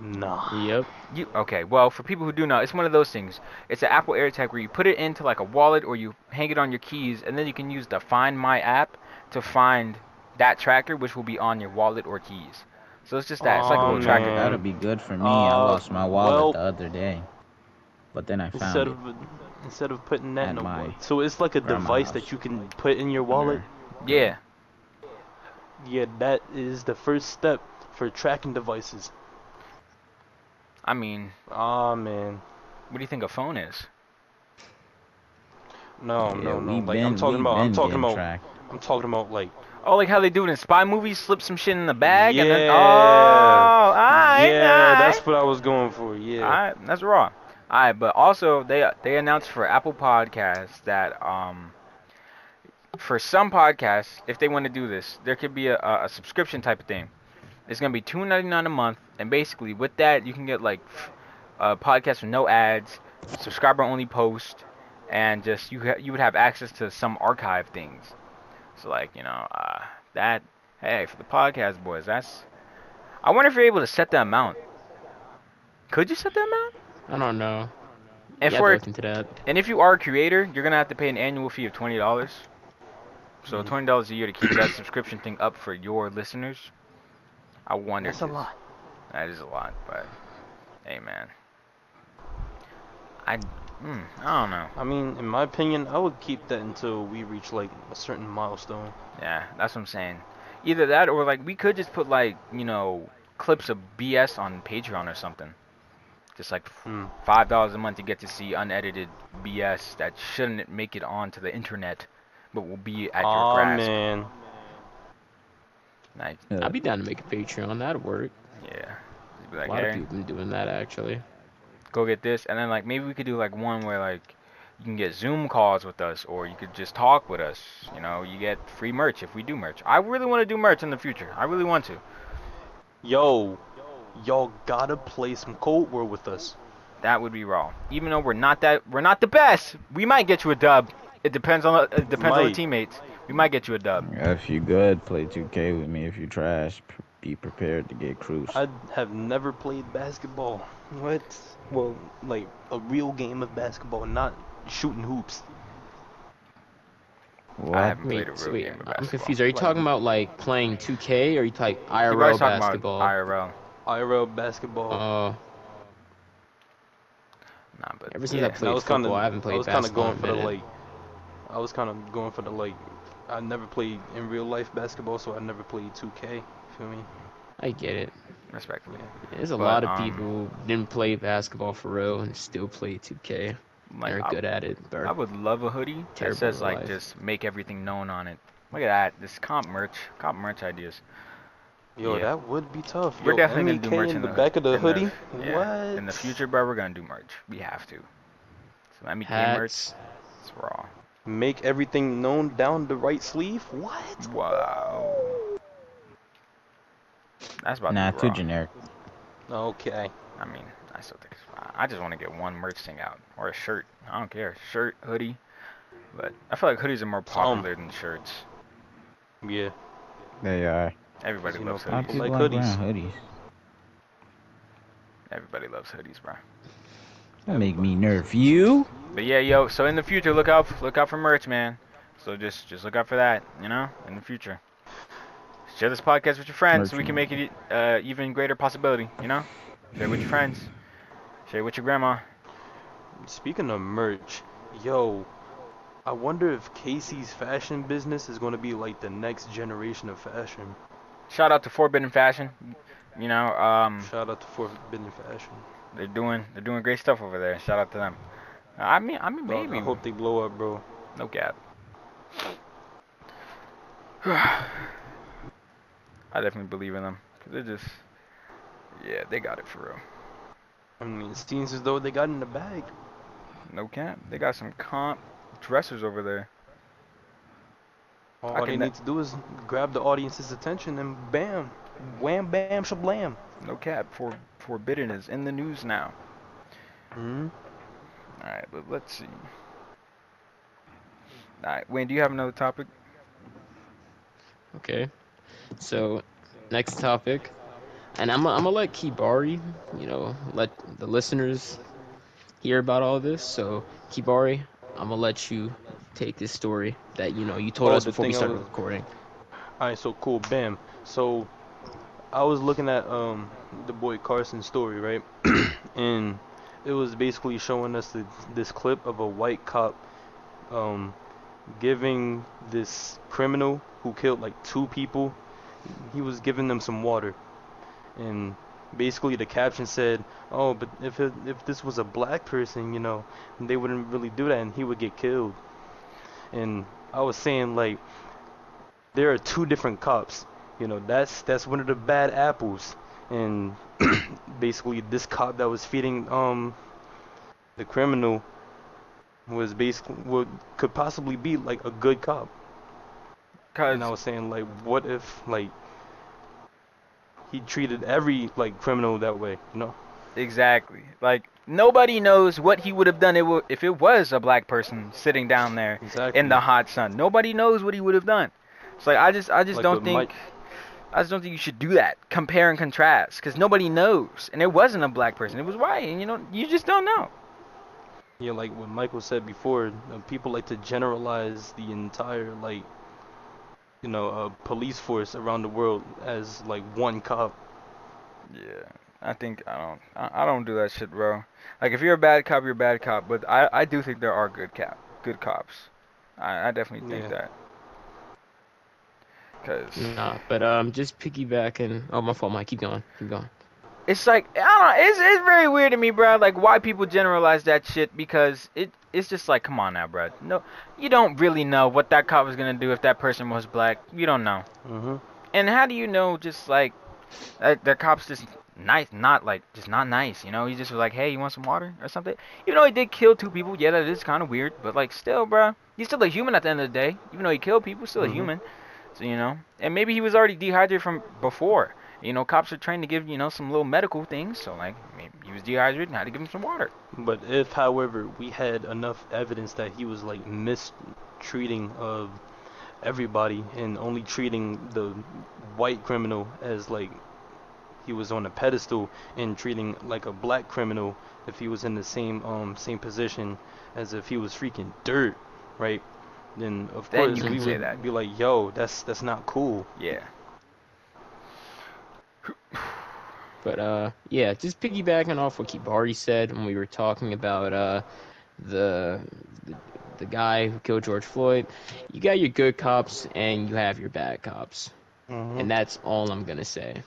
[SPEAKER 3] Nah.
[SPEAKER 4] Yep.
[SPEAKER 1] You okay? Well, for people who do know, it's one of those things. It's an Apple AirTag where you put it into like a wallet or you hang it on your keys, and then you can use the Find My app to find that tracker, which will be on your wallet or keys. So it's just that. It's like a
[SPEAKER 3] Aw,
[SPEAKER 1] little tracker.
[SPEAKER 3] Oh, man.
[SPEAKER 2] That'll be good for me. I
[SPEAKER 3] Uh,
[SPEAKER 2] lost my wallet
[SPEAKER 3] well-
[SPEAKER 2] the other day. But then I found
[SPEAKER 3] Instead
[SPEAKER 2] it.
[SPEAKER 3] of instead of putting that
[SPEAKER 2] At
[SPEAKER 3] in a
[SPEAKER 2] my
[SPEAKER 3] wallet. So it's like a
[SPEAKER 2] grandma's
[SPEAKER 3] device
[SPEAKER 2] house.
[SPEAKER 3] that you can put in your wallet.
[SPEAKER 1] Yeah.
[SPEAKER 3] Yeah, that is the first step for tracking devices.
[SPEAKER 1] I mean,
[SPEAKER 3] Ah man.
[SPEAKER 1] what do you think a phone is?
[SPEAKER 3] Oh, No,
[SPEAKER 2] Yeah,
[SPEAKER 3] no, no.
[SPEAKER 2] we
[SPEAKER 3] Like
[SPEAKER 2] been-
[SPEAKER 3] I'm talking
[SPEAKER 2] we
[SPEAKER 3] about I'm
[SPEAKER 2] been
[SPEAKER 3] talking
[SPEAKER 2] getting
[SPEAKER 3] about
[SPEAKER 2] tracked.
[SPEAKER 3] I'm talking about like
[SPEAKER 1] Oh, like how they do it in spy movies, slip some shit in the bag, and then
[SPEAKER 3] Yeah.
[SPEAKER 1] oh, alright,
[SPEAKER 3] Yeah,
[SPEAKER 1] alright.
[SPEAKER 3] that's what I was going for. Yeah.
[SPEAKER 1] Alright, that's raw. Alright, but also they they announced for Apple Podcasts that um for some podcasts, if they want to do this, there could be a, a a subscription type of thing. It's gonna be two ninety nine a month, and basically with that you can get like a podcast with no ads, subscriber only post, and just you ha- you would have access to some archive things. So like you know uh, that hey for the podcast boys that's I wonder if you're able to set the amount. Could you set the amount?
[SPEAKER 4] I don't know.
[SPEAKER 1] And
[SPEAKER 4] yeah,
[SPEAKER 1] for
[SPEAKER 4] I looked into that.
[SPEAKER 1] and if you are a creator, you're gonna have to pay an annual fee of twenty dollars. So twenty dollars a year to keep that subscription thing up for your listeners. I wonder.
[SPEAKER 3] That's a
[SPEAKER 1] if-
[SPEAKER 3] lot.
[SPEAKER 1] That is a lot, but hey, man. I mm, I don't know.
[SPEAKER 3] I mean, in my opinion, I would keep that until we reach like a certain milestone.
[SPEAKER 1] Yeah, that's what I'm saying. Either that or like we could just put like you know clips of BS on Patreon or something. Just like f-
[SPEAKER 4] Mm.
[SPEAKER 3] Hmm.
[SPEAKER 1] five dollars a month to get to see unedited BS that shouldn't make it onto the internet, but will be at your
[SPEAKER 3] Aw,
[SPEAKER 1] grasp.
[SPEAKER 3] man.
[SPEAKER 1] Like,
[SPEAKER 2] Yeah.
[SPEAKER 4] I'd be down to make a Patreon. That'd work.
[SPEAKER 1] yeah. Just be like,
[SPEAKER 4] a lot of
[SPEAKER 1] "Hey,
[SPEAKER 4] people been doing that actually.
[SPEAKER 1] go get this, and then like maybe we could do like one where like you can get Zoom calls with us, or you could just talk with us. You know, you get free merch if we do merch. I really want to do merch in the future. I really want to.
[SPEAKER 3] Yo, y'all gotta play some Cold War with us.
[SPEAKER 1] That would be raw. Even though we're not that, we're not the best. We might get you a dub. It depends on it depends on the
[SPEAKER 3] Might.
[SPEAKER 1] teammates. We might get you a dub.
[SPEAKER 2] If you good, play 2K with me. If you trash, p- be prepared to get cruised.
[SPEAKER 3] I have never played basketball. What? Well, like a real game of basketball, not shooting hoops.
[SPEAKER 2] What?
[SPEAKER 1] I haven't played
[SPEAKER 4] Wait,
[SPEAKER 1] a real
[SPEAKER 4] so
[SPEAKER 1] game
[SPEAKER 4] wait,
[SPEAKER 1] of
[SPEAKER 4] I'm
[SPEAKER 1] basketball.
[SPEAKER 4] confused. Are you talking about like playing 2K or are you talking
[SPEAKER 1] You
[SPEAKER 4] IRL
[SPEAKER 1] guys talking
[SPEAKER 4] basketball?
[SPEAKER 1] about IRL?
[SPEAKER 3] IRL basketball.
[SPEAKER 4] Oh,
[SPEAKER 1] Nah, but
[SPEAKER 4] ever since I
[SPEAKER 1] yeah.
[SPEAKER 4] played
[SPEAKER 3] kinda-
[SPEAKER 4] football, I haven't played
[SPEAKER 3] I was kinda
[SPEAKER 4] basketball
[SPEAKER 3] going
[SPEAKER 4] in a
[SPEAKER 3] for the
[SPEAKER 4] minute.
[SPEAKER 3] like. I was kind of going for the like. I never played in real life basketball, so I never played 2K. Feel me?
[SPEAKER 4] Oh, I get it.
[SPEAKER 1] respectfully,
[SPEAKER 4] There's a
[SPEAKER 1] But,
[SPEAKER 4] lot of
[SPEAKER 1] um,
[SPEAKER 4] people who didn't play basketball for real and still play 2K.
[SPEAKER 1] like
[SPEAKER 4] They're
[SPEAKER 1] I,
[SPEAKER 4] good at it. but
[SPEAKER 1] I would love a hoodie that
[SPEAKER 4] Terrible
[SPEAKER 1] says like
[SPEAKER 4] life.
[SPEAKER 1] just make everything known on it. Look at that. This comp merch, comp merch ideas.
[SPEAKER 3] Yo,
[SPEAKER 1] Yeah.
[SPEAKER 3] that would be tough.
[SPEAKER 1] We're
[SPEAKER 3] Yo,
[SPEAKER 1] definitely
[SPEAKER 3] MEK
[SPEAKER 1] gonna do merch
[SPEAKER 3] in,
[SPEAKER 1] in,
[SPEAKER 3] the, back of the
[SPEAKER 1] in
[SPEAKER 3] hoodie.
[SPEAKER 1] yeah,
[SPEAKER 3] What?
[SPEAKER 1] In the future, bro, we're gonna do merch. We have to. So MEK merch,
[SPEAKER 4] Hats.
[SPEAKER 1] it's raw.
[SPEAKER 3] Make everything known down the right sleeve. What?
[SPEAKER 1] Wow. That's about
[SPEAKER 2] nah,
[SPEAKER 1] to be
[SPEAKER 2] too
[SPEAKER 1] raw.
[SPEAKER 2] generic.
[SPEAKER 3] Okay.
[SPEAKER 1] I mean, I still think it's fine. I just want to get one merch thing out or a shirt. I don't care, shirt, hoodie. But I feel like hoodies are more popular than shirts.
[SPEAKER 3] Yeah.
[SPEAKER 2] They are.
[SPEAKER 1] Everybody
[SPEAKER 3] You know,
[SPEAKER 1] loves
[SPEAKER 2] Why
[SPEAKER 1] hoodies.
[SPEAKER 3] people
[SPEAKER 2] people
[SPEAKER 3] like
[SPEAKER 2] ain't wearing
[SPEAKER 3] hoodies.
[SPEAKER 2] hoodies?
[SPEAKER 1] Everybody loves hoodies, bro.
[SPEAKER 2] That make me nerve you.
[SPEAKER 1] But yeah, yo. So in the future, look out, look out for merch, man. So just, just look out for that, you know, in the future. Share this podcast with your friends so we can make it uh, even greater possibility, you know. Share with your friends. Share with your grandma.
[SPEAKER 3] Speaking of merch, yo, I wonder if Casey's fashion business is gonna be like the next generation of fashion.
[SPEAKER 1] Shout out to Forbidden Fashion. You know, um,
[SPEAKER 3] Shout out to Forbidden Fashion.
[SPEAKER 1] they're doing, they're doing great stuff over there. Shout out to them. I mean, I mean,
[SPEAKER 3] Bro,
[SPEAKER 1] maybe
[SPEAKER 3] I hope they blow up, bro.
[SPEAKER 1] no cap. (sighs) I definitely believe in them. they they're just, yeah, they got it for real.
[SPEAKER 3] I mean, it seems as though they got in the bag.
[SPEAKER 1] No cap. They got some comp dressers over there.
[SPEAKER 3] All
[SPEAKER 1] I
[SPEAKER 3] they
[SPEAKER 1] can-
[SPEAKER 3] need to do is grab the audience's attention and bam, wham, bam, shablam.
[SPEAKER 1] No cap. For Forbidden is in the news now. Hmm.
[SPEAKER 3] Mm-hmm.
[SPEAKER 1] All right, but let's see. All right, Wayne, do you have another topic?
[SPEAKER 4] Okay. So, next topic. And I'm, I'm going to let Kibari, you know, let the listeners hear about all this. So, Kibari, I'm going to let you take this story that, you know, you told
[SPEAKER 3] Oh,
[SPEAKER 4] us
[SPEAKER 3] the
[SPEAKER 4] before we
[SPEAKER 3] thing I
[SPEAKER 4] started
[SPEAKER 3] was-
[SPEAKER 4] recording.
[SPEAKER 3] All right, so cool, bam. So I was looking at um the boy Carson's story, right? (clears throat) and it was basically showing us the, this clip of a white cop um giving this criminal who killed like two people, he was giving them some water. And basically the caption said, "Oh, but if it, if this was a black person, you know, they wouldn't really do that and he would get killed." And I was saying like there are two different cops. You know, that's that's one of the bad apples. And (clears throat) basically, this cop that was feeding um the criminal was basically what could possibly be like a good cop.
[SPEAKER 1] Cause
[SPEAKER 3] And I was saying like, what if like he treated every like criminal that way? You know?
[SPEAKER 1] exactly, like nobody knows what he would have done it wa- if it was a black person sitting down there
[SPEAKER 3] Exactly.
[SPEAKER 1] in the hot sun. Nobody knows what he would have done. It's like I just, I just
[SPEAKER 3] Like
[SPEAKER 1] don't
[SPEAKER 3] the
[SPEAKER 1] think.
[SPEAKER 3] Mike-
[SPEAKER 1] I just don't think you should do that. Compare and contrast, because nobody knows. And it wasn't a black person; it was white, and you know, you just don't know.
[SPEAKER 3] Yeah, like what Michael said before, uh, people like to generalize the entire like, you know, uh, police force around the world as like one cop.
[SPEAKER 1] Yeah, I think I don't. I, I don't do that shit, bro. Like if you're a bad cop, you're a bad cop. But I, I do think there are good cap, good cops. I, I definitely think
[SPEAKER 3] Yeah.
[SPEAKER 1] that. Cause
[SPEAKER 4] Mm. Nah, but um, just piggybacking. Oh, my fault, Mike. Keep going. Keep going.
[SPEAKER 1] it's like I don't know. It's it's very weird to me, bro. Like why people generalize that shit because it it's just like come on now, bro. No, you don't really know what that cop was gonna do if that person was black. You don't know.
[SPEAKER 3] Mm-hmm.
[SPEAKER 1] And how do you know? Just like that, that cop's just nice, not like just not nice. You know, he just was like, hey, you want some water or something. Even though he did kill two people, yeah, that is kind of weird. But like still, bro, he's still a human at the end of the day. Even though he killed people, still
[SPEAKER 3] Mhm.
[SPEAKER 1] a human. So you know, and maybe he was already dehydrated from before. You know, cops are trained to give you know some little medical things. So like, maybe he was dehydrated, and had to give him some water.
[SPEAKER 3] But if, however, we had enough evidence that he was like mistreating of everybody and only treating the white criminal as like he was on a pedestal and treating like a black criminal if he was in the same um same position as if he was freaking dirt, right? Then of
[SPEAKER 1] Then
[SPEAKER 3] course
[SPEAKER 1] you
[SPEAKER 3] we
[SPEAKER 1] can say
[SPEAKER 3] would
[SPEAKER 1] that.
[SPEAKER 3] be like, yo, that's that's not cool.
[SPEAKER 1] Yeah.
[SPEAKER 4] But uh, yeah, just piggybacking off what Kibari said when we were talking about uh, the, the the guy who killed George Floyd. You got your good cops and you have your bad cops,
[SPEAKER 1] Mm-hmm.
[SPEAKER 4] and that's all I'm gonna say.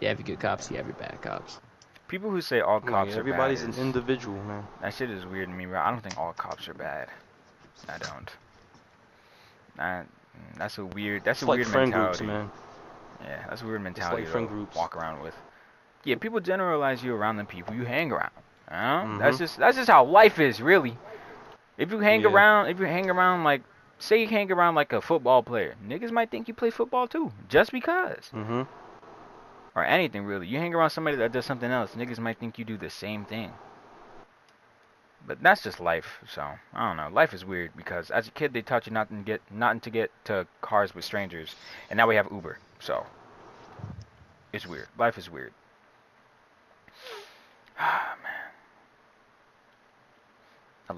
[SPEAKER 4] You have your good cops, you have your bad cops.
[SPEAKER 1] People who say all
[SPEAKER 3] Like,
[SPEAKER 1] cops are
[SPEAKER 3] everybody's
[SPEAKER 1] bad
[SPEAKER 3] an
[SPEAKER 1] is-
[SPEAKER 3] individual, man.
[SPEAKER 1] That shit is weird to me, bro. I don't think all cops are bad. I don't. I, that's a weird. That's a
[SPEAKER 3] It's like
[SPEAKER 1] weird
[SPEAKER 3] friend groups,
[SPEAKER 1] mentality.
[SPEAKER 3] man.
[SPEAKER 1] Yeah, that's a weird mentality
[SPEAKER 3] friend
[SPEAKER 1] to
[SPEAKER 3] groups.
[SPEAKER 1] walk around with. Yeah, people generalize you around the people you hang around. Huh?
[SPEAKER 3] Mhm.
[SPEAKER 1] That's just that's just how life is, really. If you hang
[SPEAKER 3] Yeah.
[SPEAKER 1] around, if you hang around like, say you hang around like a football player, niggas might think you play football too, just because
[SPEAKER 3] Mhm.
[SPEAKER 1] or anything really. You hang around somebody that does something else, niggas might think you do the same thing. But that's just life. So I don't know. Life is weird because as a kid they taught you not to get not to get to cars with strangers, and now we have Uber. So it's weird. Life is weird. (sighs) Ah man.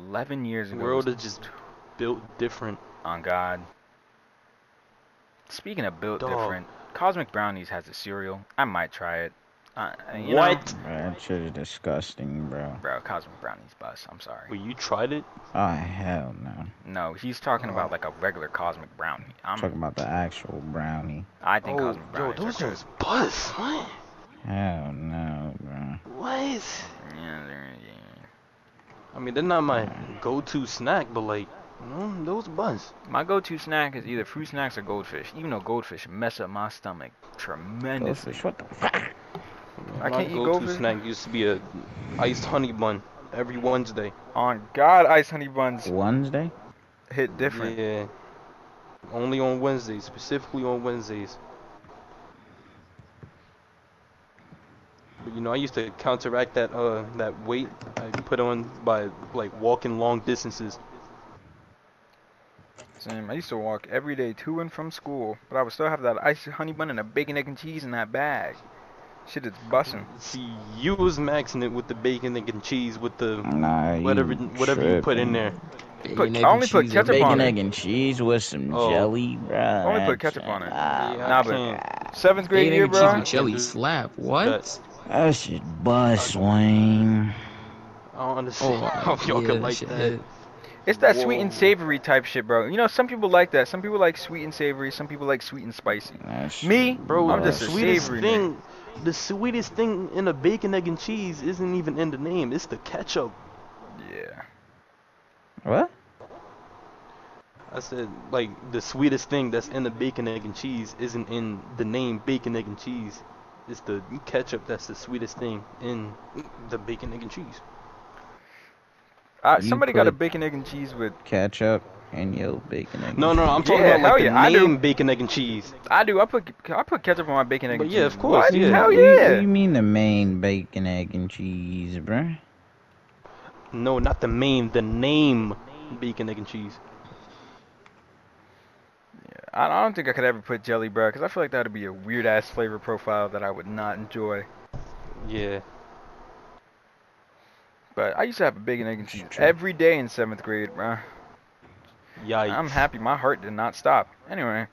[SPEAKER 1] Eleven years
[SPEAKER 3] The
[SPEAKER 1] ago.
[SPEAKER 3] world
[SPEAKER 1] was-
[SPEAKER 3] is just built different.
[SPEAKER 1] on God. Speaking of built
[SPEAKER 3] Dog.
[SPEAKER 1] different, Cosmic Brownies has a cereal. I might try it. I, you know-
[SPEAKER 3] what?
[SPEAKER 2] Bro, that shit is disgusting, bro.
[SPEAKER 1] Bro, Cosmic Brownies bus. I'm sorry.
[SPEAKER 3] Wait, you tried it?
[SPEAKER 2] Oh, hell no.
[SPEAKER 1] No, he's talking
[SPEAKER 3] Oh.
[SPEAKER 1] about like a regular Cosmic Brownie. I'm,
[SPEAKER 2] talking about the actual brownie.
[SPEAKER 1] I think Cosmic
[SPEAKER 3] Oh, yo,
[SPEAKER 1] Brownies
[SPEAKER 3] those
[SPEAKER 1] are
[SPEAKER 3] things buzz. What?
[SPEAKER 2] Hell no, bro.
[SPEAKER 3] What?
[SPEAKER 1] cool. Yeah, they're- yeah.
[SPEAKER 3] I mean, they're not my go-to snack, but like, mm, those buzz.
[SPEAKER 1] My go-to snack is either fruit snacks or goldfish. Even though goldfish mess up my stomach tremendously.
[SPEAKER 2] Goldfish, what the fuck?
[SPEAKER 1] I
[SPEAKER 3] my
[SPEAKER 1] can't eat
[SPEAKER 3] go-to
[SPEAKER 1] goldfish.
[SPEAKER 3] snack used to be a iced honey bun every Wednesday.
[SPEAKER 1] On God, ice honey buns
[SPEAKER 2] Wednesday?
[SPEAKER 1] hit different.
[SPEAKER 3] Yeah. Only on Wednesdays, specifically on Wednesdays. But, you know, I used to counteract that uh that weight I put on by like walking long distances.
[SPEAKER 1] Same. I used to walk every day to and from school, but I would still have that ice honey bun and a bacon, egg, and cheese in that bag. Shit is bussin'.
[SPEAKER 3] See, you was maxing it with the bacon, egg, and cheese with the
[SPEAKER 2] Nah, you
[SPEAKER 3] whatever whatever you put in
[SPEAKER 2] tripping.
[SPEAKER 3] there.
[SPEAKER 4] Bacon,
[SPEAKER 1] Put-
[SPEAKER 4] egg,
[SPEAKER 1] I
[SPEAKER 4] and
[SPEAKER 1] only put
[SPEAKER 4] cheese
[SPEAKER 1] ketchup
[SPEAKER 4] and
[SPEAKER 1] on
[SPEAKER 2] Bacon,
[SPEAKER 1] it.
[SPEAKER 2] egg, and cheese with some
[SPEAKER 3] Oh.
[SPEAKER 2] jelly, bro.
[SPEAKER 1] Only put
[SPEAKER 2] That's-
[SPEAKER 1] ketchup on it.
[SPEAKER 2] Ah,
[SPEAKER 3] Yeah,
[SPEAKER 1] nah,
[SPEAKER 3] I
[SPEAKER 1] but-
[SPEAKER 3] can't.
[SPEAKER 1] Seventh grade
[SPEAKER 4] Bacon, egg,
[SPEAKER 1] year,
[SPEAKER 4] and cheese
[SPEAKER 1] bro.
[SPEAKER 4] and jelly slap. What?
[SPEAKER 2] that shit bust, Wayne.
[SPEAKER 3] I
[SPEAKER 4] (laughs)
[SPEAKER 3] don't
[SPEAKER 4] Oh,
[SPEAKER 3] understand (laughs)
[SPEAKER 1] (laughs)
[SPEAKER 3] how
[SPEAKER 4] wow.
[SPEAKER 3] y'all
[SPEAKER 4] yeah,
[SPEAKER 3] could
[SPEAKER 4] that
[SPEAKER 3] like
[SPEAKER 4] shit
[SPEAKER 3] that.
[SPEAKER 4] hit.
[SPEAKER 1] It's that sweet and
[SPEAKER 3] Whoa.
[SPEAKER 1] savory type shit, bro. You know, some people like that. Some people like sweet and savory. Some people like sweet and spicy.
[SPEAKER 2] That shit
[SPEAKER 1] Me,
[SPEAKER 3] Bro,
[SPEAKER 1] I'm
[SPEAKER 3] the
[SPEAKER 1] just a
[SPEAKER 2] bust.
[SPEAKER 3] sweetest
[SPEAKER 1] savory
[SPEAKER 3] thing, the sweetest thing in a bacon, egg, and cheese isn't even in the name. It's the ketchup.
[SPEAKER 1] Yeah.
[SPEAKER 2] What?
[SPEAKER 3] I said, like, the sweetest thing that's in the bacon, egg, and cheese isn't in the name bacon, egg, and cheese. It's the ketchup that's the sweetest thing in the bacon, egg, and cheese.
[SPEAKER 1] Uh,
[SPEAKER 2] You
[SPEAKER 1] somebody got a
[SPEAKER 2] put-
[SPEAKER 1] bacon, egg, and cheese with.
[SPEAKER 2] Ketchup and yo bacon, egg.
[SPEAKER 3] No,
[SPEAKER 2] and
[SPEAKER 3] no, I'm talking
[SPEAKER 1] Yeah, hell
[SPEAKER 3] about like
[SPEAKER 1] yeah, I
[SPEAKER 3] the
[SPEAKER 1] do.
[SPEAKER 3] name bacon, egg, and cheese.
[SPEAKER 1] I do. I put I put ketchup on my bacon, egg,
[SPEAKER 3] But
[SPEAKER 1] and
[SPEAKER 3] yeah,
[SPEAKER 1] cheese.
[SPEAKER 3] of course,
[SPEAKER 1] What?
[SPEAKER 3] yeah.
[SPEAKER 1] Hell
[SPEAKER 2] What do you- What
[SPEAKER 1] yeah.
[SPEAKER 2] do you mean the main bacon, egg, and cheese, bruh?
[SPEAKER 3] No, not the name, the name bacon, egg, and cheese.
[SPEAKER 1] I I don't think I could ever put jelly, bro, because I feel like that would be a weird ass flavor profile that I would not enjoy.
[SPEAKER 3] Yeah.
[SPEAKER 1] But I used to have a bacon, egg, and cheese
[SPEAKER 2] True.
[SPEAKER 1] every day in seventh grade, bro.
[SPEAKER 3] Yikes.
[SPEAKER 1] I'm happy. My heart did not stop. Anyway,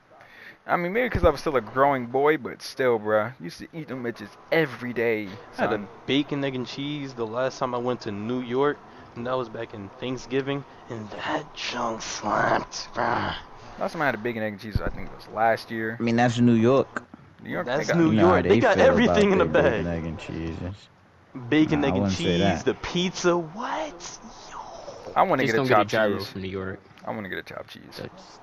[SPEAKER 1] I mean, maybe because I was still a growing boy, but still, bruh. Used to eat them bitches every day.
[SPEAKER 3] I had a
[SPEAKER 1] Son.
[SPEAKER 3] bacon, egg, and cheese the last time I went to New York, and that was back in Thanksgiving, and that junk slapped, bruh.
[SPEAKER 1] Last time I had a bacon, egg, and cheese, I think it was last year.
[SPEAKER 2] I mean, that's New York.
[SPEAKER 1] New York, they
[SPEAKER 3] That's
[SPEAKER 1] got,
[SPEAKER 3] New
[SPEAKER 2] Nah,
[SPEAKER 3] York, they got
[SPEAKER 2] feel about
[SPEAKER 3] everything in
[SPEAKER 2] they
[SPEAKER 3] a bag.
[SPEAKER 2] Big mac and cheeses.
[SPEAKER 3] Bacon,
[SPEAKER 2] Nah, I
[SPEAKER 3] egg, and
[SPEAKER 2] wouldn't say
[SPEAKER 3] cheese,
[SPEAKER 2] that.
[SPEAKER 3] the pizza. What? Yo.
[SPEAKER 1] I want to
[SPEAKER 4] Just
[SPEAKER 1] get a
[SPEAKER 4] don't get a
[SPEAKER 1] chopped
[SPEAKER 4] gyro
[SPEAKER 1] cheese.
[SPEAKER 4] from New York.
[SPEAKER 1] I want to get a chopped cheese.
[SPEAKER 4] That's-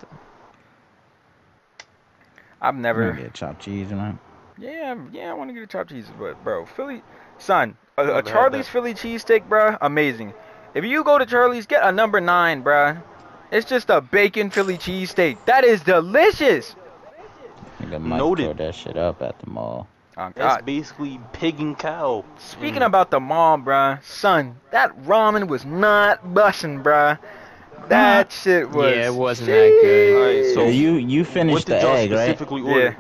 [SPEAKER 1] I've
[SPEAKER 2] Never.
[SPEAKER 1] never.
[SPEAKER 2] get chopped cheese, man.
[SPEAKER 1] Yeah, yeah, I want to get a chopped cheese, but bro, Philly, son, a,
[SPEAKER 3] Never
[SPEAKER 1] a
[SPEAKER 3] had
[SPEAKER 1] Charlie's
[SPEAKER 3] that.
[SPEAKER 1] Philly cheesesteak, bro, amazing. If you go to Charlie's, get a number nine, bro. It's just a bacon Philly cheesesteak. That is delicious.
[SPEAKER 2] Nigga might
[SPEAKER 3] Noted.
[SPEAKER 2] throw that shit up at the mall.
[SPEAKER 1] Oh
[SPEAKER 3] That's
[SPEAKER 1] God.
[SPEAKER 3] basically pig and cow.
[SPEAKER 1] Speaking about the mall, bruh, son, that ramen was not bussin', bruh. That shit was.
[SPEAKER 4] Yeah, it wasn't that good.
[SPEAKER 1] Jeez.
[SPEAKER 3] So-
[SPEAKER 2] So you you finished
[SPEAKER 3] what
[SPEAKER 2] the
[SPEAKER 3] did y'all
[SPEAKER 2] egg, right?
[SPEAKER 3] specifically
[SPEAKER 1] Yeah.
[SPEAKER 3] order?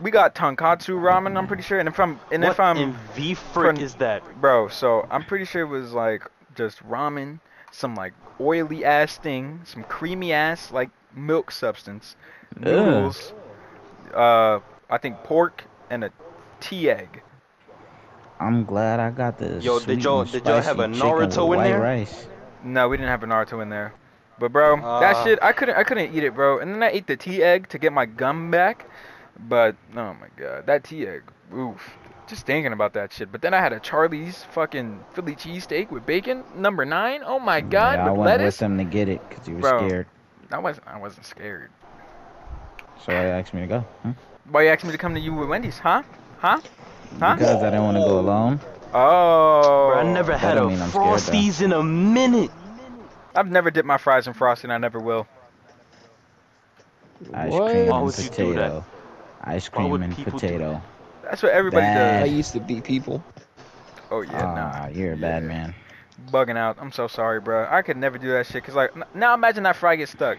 [SPEAKER 1] We got tonkatsu ramen, I'm pretty sure, and if I'm and
[SPEAKER 3] what
[SPEAKER 1] if I'm
[SPEAKER 3] in V frick
[SPEAKER 1] pron-
[SPEAKER 3] is that?
[SPEAKER 1] bro, so I'm pretty sure it was like just ramen, some like oily ass thing, some creamy ass like milk substance, noodles, uh, I think pork and a tea egg.
[SPEAKER 2] I'm glad I got the
[SPEAKER 3] Yo, did
[SPEAKER 2] sweet
[SPEAKER 3] y'all-
[SPEAKER 2] and
[SPEAKER 3] did y'all have
[SPEAKER 2] spicy
[SPEAKER 3] a
[SPEAKER 2] chicken with
[SPEAKER 3] Naruto in
[SPEAKER 2] white
[SPEAKER 3] there?
[SPEAKER 2] Rice.
[SPEAKER 1] No, we didn't have a Naruto in there. But bro,
[SPEAKER 3] Ah.
[SPEAKER 1] that shit I couldn't I couldn't eat it, bro. And then I ate the tea egg to get my gum back. But oh my god, that tea egg, oof. Just thinking about that shit. But then I had a Charlie's fucking Philly cheesesteak with bacon, number nine. Oh my god,
[SPEAKER 2] yeah, I
[SPEAKER 1] with
[SPEAKER 2] went
[SPEAKER 1] lettuce.
[SPEAKER 2] with him to get it because he was
[SPEAKER 1] Bro.
[SPEAKER 2] scared.
[SPEAKER 1] I wasn't I wasn't scared.
[SPEAKER 2] So he asked me to go. Huh?
[SPEAKER 1] Why you asked me to come to you with Wendy's, huh? Huh? Huh?
[SPEAKER 2] Because I didn't want to go alone.
[SPEAKER 1] Oh.
[SPEAKER 3] Bro, I never had
[SPEAKER 2] don't
[SPEAKER 3] a
[SPEAKER 2] mean I'm scared, though.
[SPEAKER 3] Frosties in a minute.
[SPEAKER 1] I've never dipped my fries in frosty, and I never will.
[SPEAKER 2] Ice
[SPEAKER 4] What?
[SPEAKER 2] cream
[SPEAKER 3] Why
[SPEAKER 2] and
[SPEAKER 3] would you do that?
[SPEAKER 2] potato. Ice
[SPEAKER 3] Why would
[SPEAKER 2] cream and
[SPEAKER 3] people do
[SPEAKER 2] potato.
[SPEAKER 1] That's what everybody
[SPEAKER 4] I
[SPEAKER 2] Bad.
[SPEAKER 1] does.
[SPEAKER 4] used to beat people.
[SPEAKER 1] Oh yeah, nah.
[SPEAKER 2] Ah, you're a bad man.
[SPEAKER 1] bugging out. I'm so sorry, bro. I could never do that shit. Cause like n- now imagine that fry gets stuck.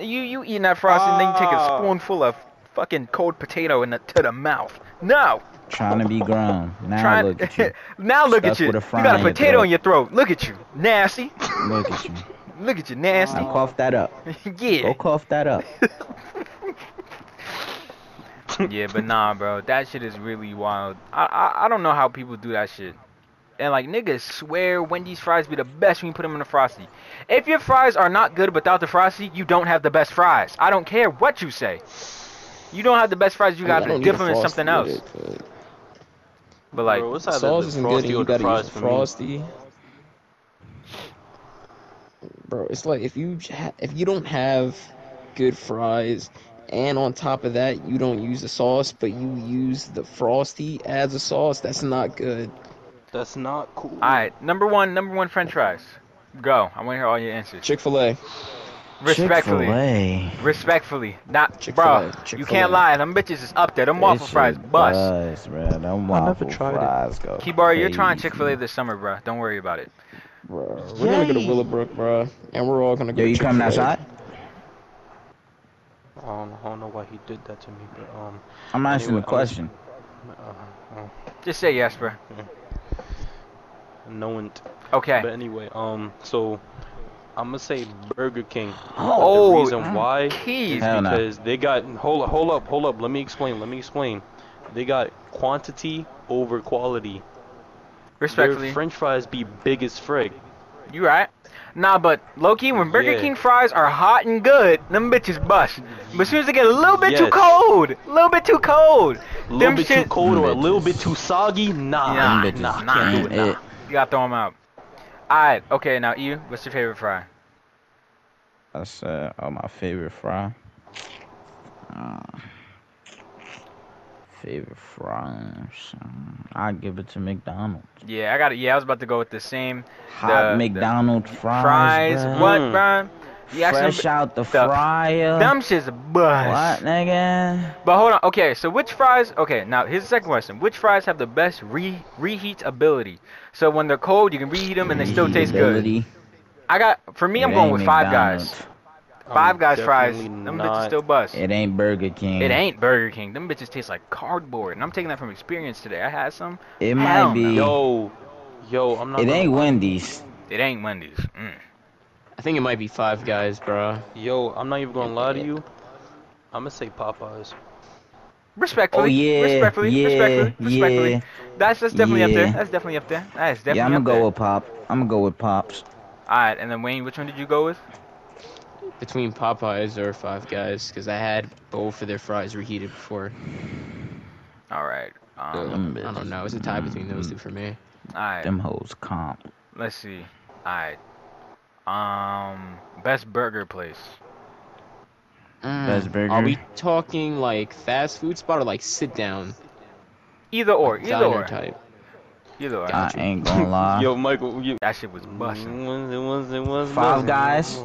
[SPEAKER 1] You you eating that frosty and then you take a
[SPEAKER 2] Oh.
[SPEAKER 3] Ah.
[SPEAKER 1] spoonful of fucking cold potato in the, to the mouth. No,
[SPEAKER 2] Trying to be
[SPEAKER 1] (laughs)
[SPEAKER 2] grown. Now
[SPEAKER 1] Trying-
[SPEAKER 2] look at you.
[SPEAKER 1] now look
[SPEAKER 2] Stuck
[SPEAKER 1] at you.
[SPEAKER 2] with a
[SPEAKER 1] You
[SPEAKER 2] fry
[SPEAKER 1] got a
[SPEAKER 2] in your
[SPEAKER 1] potato
[SPEAKER 2] throat.
[SPEAKER 1] in your throat. Look at you, nasty.
[SPEAKER 2] Look at you.
[SPEAKER 1] Look at you, nasty.
[SPEAKER 2] Now cough that up.
[SPEAKER 1] (laughs) yeah.
[SPEAKER 2] Go cough that up.
[SPEAKER 1] yeah, but nah, bro. That shit is really wild. I, I I don't know how people do that shit. And like niggas swear Wendy's fries be the best when you put them in the frosty. If your fries are not good without the frosty, you don't have the best fries. I don't care what you say. You don't have the best fries. You
[SPEAKER 4] I mean, I
[SPEAKER 1] got to
[SPEAKER 4] don't
[SPEAKER 1] dip
[SPEAKER 4] need a
[SPEAKER 1] them in
[SPEAKER 4] Frosty
[SPEAKER 1] something
[SPEAKER 4] with
[SPEAKER 1] else.
[SPEAKER 4] it, but
[SPEAKER 1] But like,
[SPEAKER 3] Bro, it's either
[SPEAKER 4] sauce
[SPEAKER 3] the
[SPEAKER 4] isn't good,
[SPEAKER 3] Frosty
[SPEAKER 4] and
[SPEAKER 3] or
[SPEAKER 4] you
[SPEAKER 3] the
[SPEAKER 4] gotta
[SPEAKER 3] fries
[SPEAKER 4] use
[SPEAKER 3] for
[SPEAKER 4] a
[SPEAKER 3] me.
[SPEAKER 4] frosty. Bro, it's like if you j- ha- if you don't have good fries, and on top of that you don't use the sauce, but you use the frosty as a sauce, that's not good.
[SPEAKER 3] That's not cool.
[SPEAKER 1] all right, number one, number one French fries. Go. I want to hear all your answers.
[SPEAKER 4] Chick Fil A.
[SPEAKER 1] Respectfully.
[SPEAKER 2] Chick-fil-A.
[SPEAKER 1] Respectfully, not
[SPEAKER 4] Chick-fil-A,
[SPEAKER 1] bro. You
[SPEAKER 4] Chick-fil-A.
[SPEAKER 1] can't lie. Them bitches is up there. Them waffle
[SPEAKER 2] This
[SPEAKER 1] fries,
[SPEAKER 2] shit
[SPEAKER 1] bust.
[SPEAKER 2] buzz, bro. Them
[SPEAKER 3] I never
[SPEAKER 2] waffle
[SPEAKER 3] tried it.
[SPEAKER 2] fries go
[SPEAKER 1] Kibari, you're trying
[SPEAKER 2] crazy.
[SPEAKER 1] Chick Fil A this summer, bro. Don't worry about it.
[SPEAKER 4] Bro, we're gonna go to
[SPEAKER 3] Yay.
[SPEAKER 4] Willowbrook, bro, and we're all gonna go.
[SPEAKER 2] Yo,
[SPEAKER 4] to
[SPEAKER 2] you coming
[SPEAKER 4] Chick-fil-A.
[SPEAKER 2] outside?
[SPEAKER 3] I don't, I don't know why he did that to me, but um,
[SPEAKER 2] I'm asking
[SPEAKER 3] Anyway,
[SPEAKER 2] the
[SPEAKER 3] I was-
[SPEAKER 2] question.
[SPEAKER 3] uh,
[SPEAKER 1] Just say yes, bro.
[SPEAKER 3] uh, no one.
[SPEAKER 1] Okay.
[SPEAKER 3] But anyway, um, so I'm gonna say Burger King.
[SPEAKER 1] Oh,
[SPEAKER 3] the reason
[SPEAKER 1] mm,
[SPEAKER 3] why
[SPEAKER 1] keys.
[SPEAKER 3] is
[SPEAKER 2] Hell no.
[SPEAKER 3] because they got hold up, hold up, hold up. Let me explain. Let me explain. They got quantity over quality.
[SPEAKER 1] Respectfully,
[SPEAKER 3] Their French fries be big as frig.
[SPEAKER 1] you right. Nah, but Loki, when Burger
[SPEAKER 3] Yeah.
[SPEAKER 1] King fries are hot and good, them bitches bust. But as soon as they get a little bit too
[SPEAKER 3] Yes.
[SPEAKER 1] cold, a little bit too cold,
[SPEAKER 3] A little
[SPEAKER 1] them
[SPEAKER 3] bit
[SPEAKER 1] shit,
[SPEAKER 3] too cold or a
[SPEAKER 2] Bitches.
[SPEAKER 3] little bit too soggy. Nah,
[SPEAKER 1] Nah,
[SPEAKER 2] Them bitches
[SPEAKER 3] nah, can't
[SPEAKER 2] ain't
[SPEAKER 3] do it. Nah.
[SPEAKER 2] it.
[SPEAKER 1] you gotta throw them out. Alright, okay, now you, what's your favorite fry?
[SPEAKER 2] That's uh, oh, my favorite fry. Uh, favorite fries. um, I'd give it to McDonald's.
[SPEAKER 1] Yeah, I got it. Yeah, I was about to go with the same
[SPEAKER 2] Hot
[SPEAKER 1] The-
[SPEAKER 2] McDonald's
[SPEAKER 1] fries.
[SPEAKER 2] fries. bruh.
[SPEAKER 1] What,
[SPEAKER 3] Mm.
[SPEAKER 1] bro? You asking
[SPEAKER 2] Fresh out the,
[SPEAKER 1] the-
[SPEAKER 2] fryer.
[SPEAKER 1] them shit's
[SPEAKER 2] what,
[SPEAKER 1] bust.
[SPEAKER 2] nigga?
[SPEAKER 1] But hold on. Okay, so which fries? Okay, now here's the second question. Which fries have the best re reheat ability? So when they're cold, you can reheat them and they still taste good.
[SPEAKER 2] Reheatability.
[SPEAKER 1] I got for me, I'm
[SPEAKER 2] It
[SPEAKER 1] going
[SPEAKER 2] ain't
[SPEAKER 1] with Five Guys.
[SPEAKER 2] McDonald's.
[SPEAKER 1] Five
[SPEAKER 3] I'm
[SPEAKER 1] Guys fries.
[SPEAKER 3] Oh, definitely
[SPEAKER 1] Them bitches
[SPEAKER 3] not-
[SPEAKER 1] still bust.
[SPEAKER 2] It ain't Burger King.
[SPEAKER 1] It ain't Burger King. Them bitches taste like cardboard, and I'm taking that from experience today. I had some. Hell
[SPEAKER 2] It
[SPEAKER 1] no.
[SPEAKER 2] might be.
[SPEAKER 3] Yo, yo, I'm not.
[SPEAKER 2] it
[SPEAKER 3] gonna-
[SPEAKER 2] ain't Wendy's.
[SPEAKER 1] It ain't Wendy's. Mm.
[SPEAKER 4] I think it might be Five Guys, bro.
[SPEAKER 3] Yo, I'm not even gonna lie to you. I'm gonna say Popeyes.
[SPEAKER 1] Respectfully,
[SPEAKER 2] Oh yeah,
[SPEAKER 1] respectfully,
[SPEAKER 2] yeah,
[SPEAKER 1] respectfully, respectfully.
[SPEAKER 2] yeah.
[SPEAKER 1] That's that's definitely up there.
[SPEAKER 2] Yeah.
[SPEAKER 1] That's definitely up there. That is definitely
[SPEAKER 2] yeah, I'm gonna
[SPEAKER 1] up
[SPEAKER 2] go
[SPEAKER 1] there.
[SPEAKER 2] with Pop. I'm gonna go with Pops.
[SPEAKER 1] All right, and then Wayne, which one did you go with?
[SPEAKER 4] Between Popeyes or Five Guys, because I had both of their fries reheated before.
[SPEAKER 1] All right.
[SPEAKER 4] So,
[SPEAKER 1] Um,
[SPEAKER 2] Um,
[SPEAKER 4] I don't know. It's a tie between those two for me.
[SPEAKER 1] all right.
[SPEAKER 2] Them hoes comp.
[SPEAKER 1] Let's see. All right. Um, best burger place.
[SPEAKER 2] Best
[SPEAKER 4] Mm,
[SPEAKER 2] burger.
[SPEAKER 4] Are we talking like fast food spot or like sit down
[SPEAKER 1] Either or.
[SPEAKER 4] like,
[SPEAKER 1] Either
[SPEAKER 4] diner
[SPEAKER 1] or.
[SPEAKER 4] type?
[SPEAKER 1] Either or.
[SPEAKER 4] Got- Gotcha.
[SPEAKER 2] I
[SPEAKER 1] (laughs)
[SPEAKER 2] ain't gonna lie.
[SPEAKER 3] Yo, Michael, you.
[SPEAKER 1] That shit was
[SPEAKER 3] Mm.
[SPEAKER 1] busting.
[SPEAKER 2] Five Guys.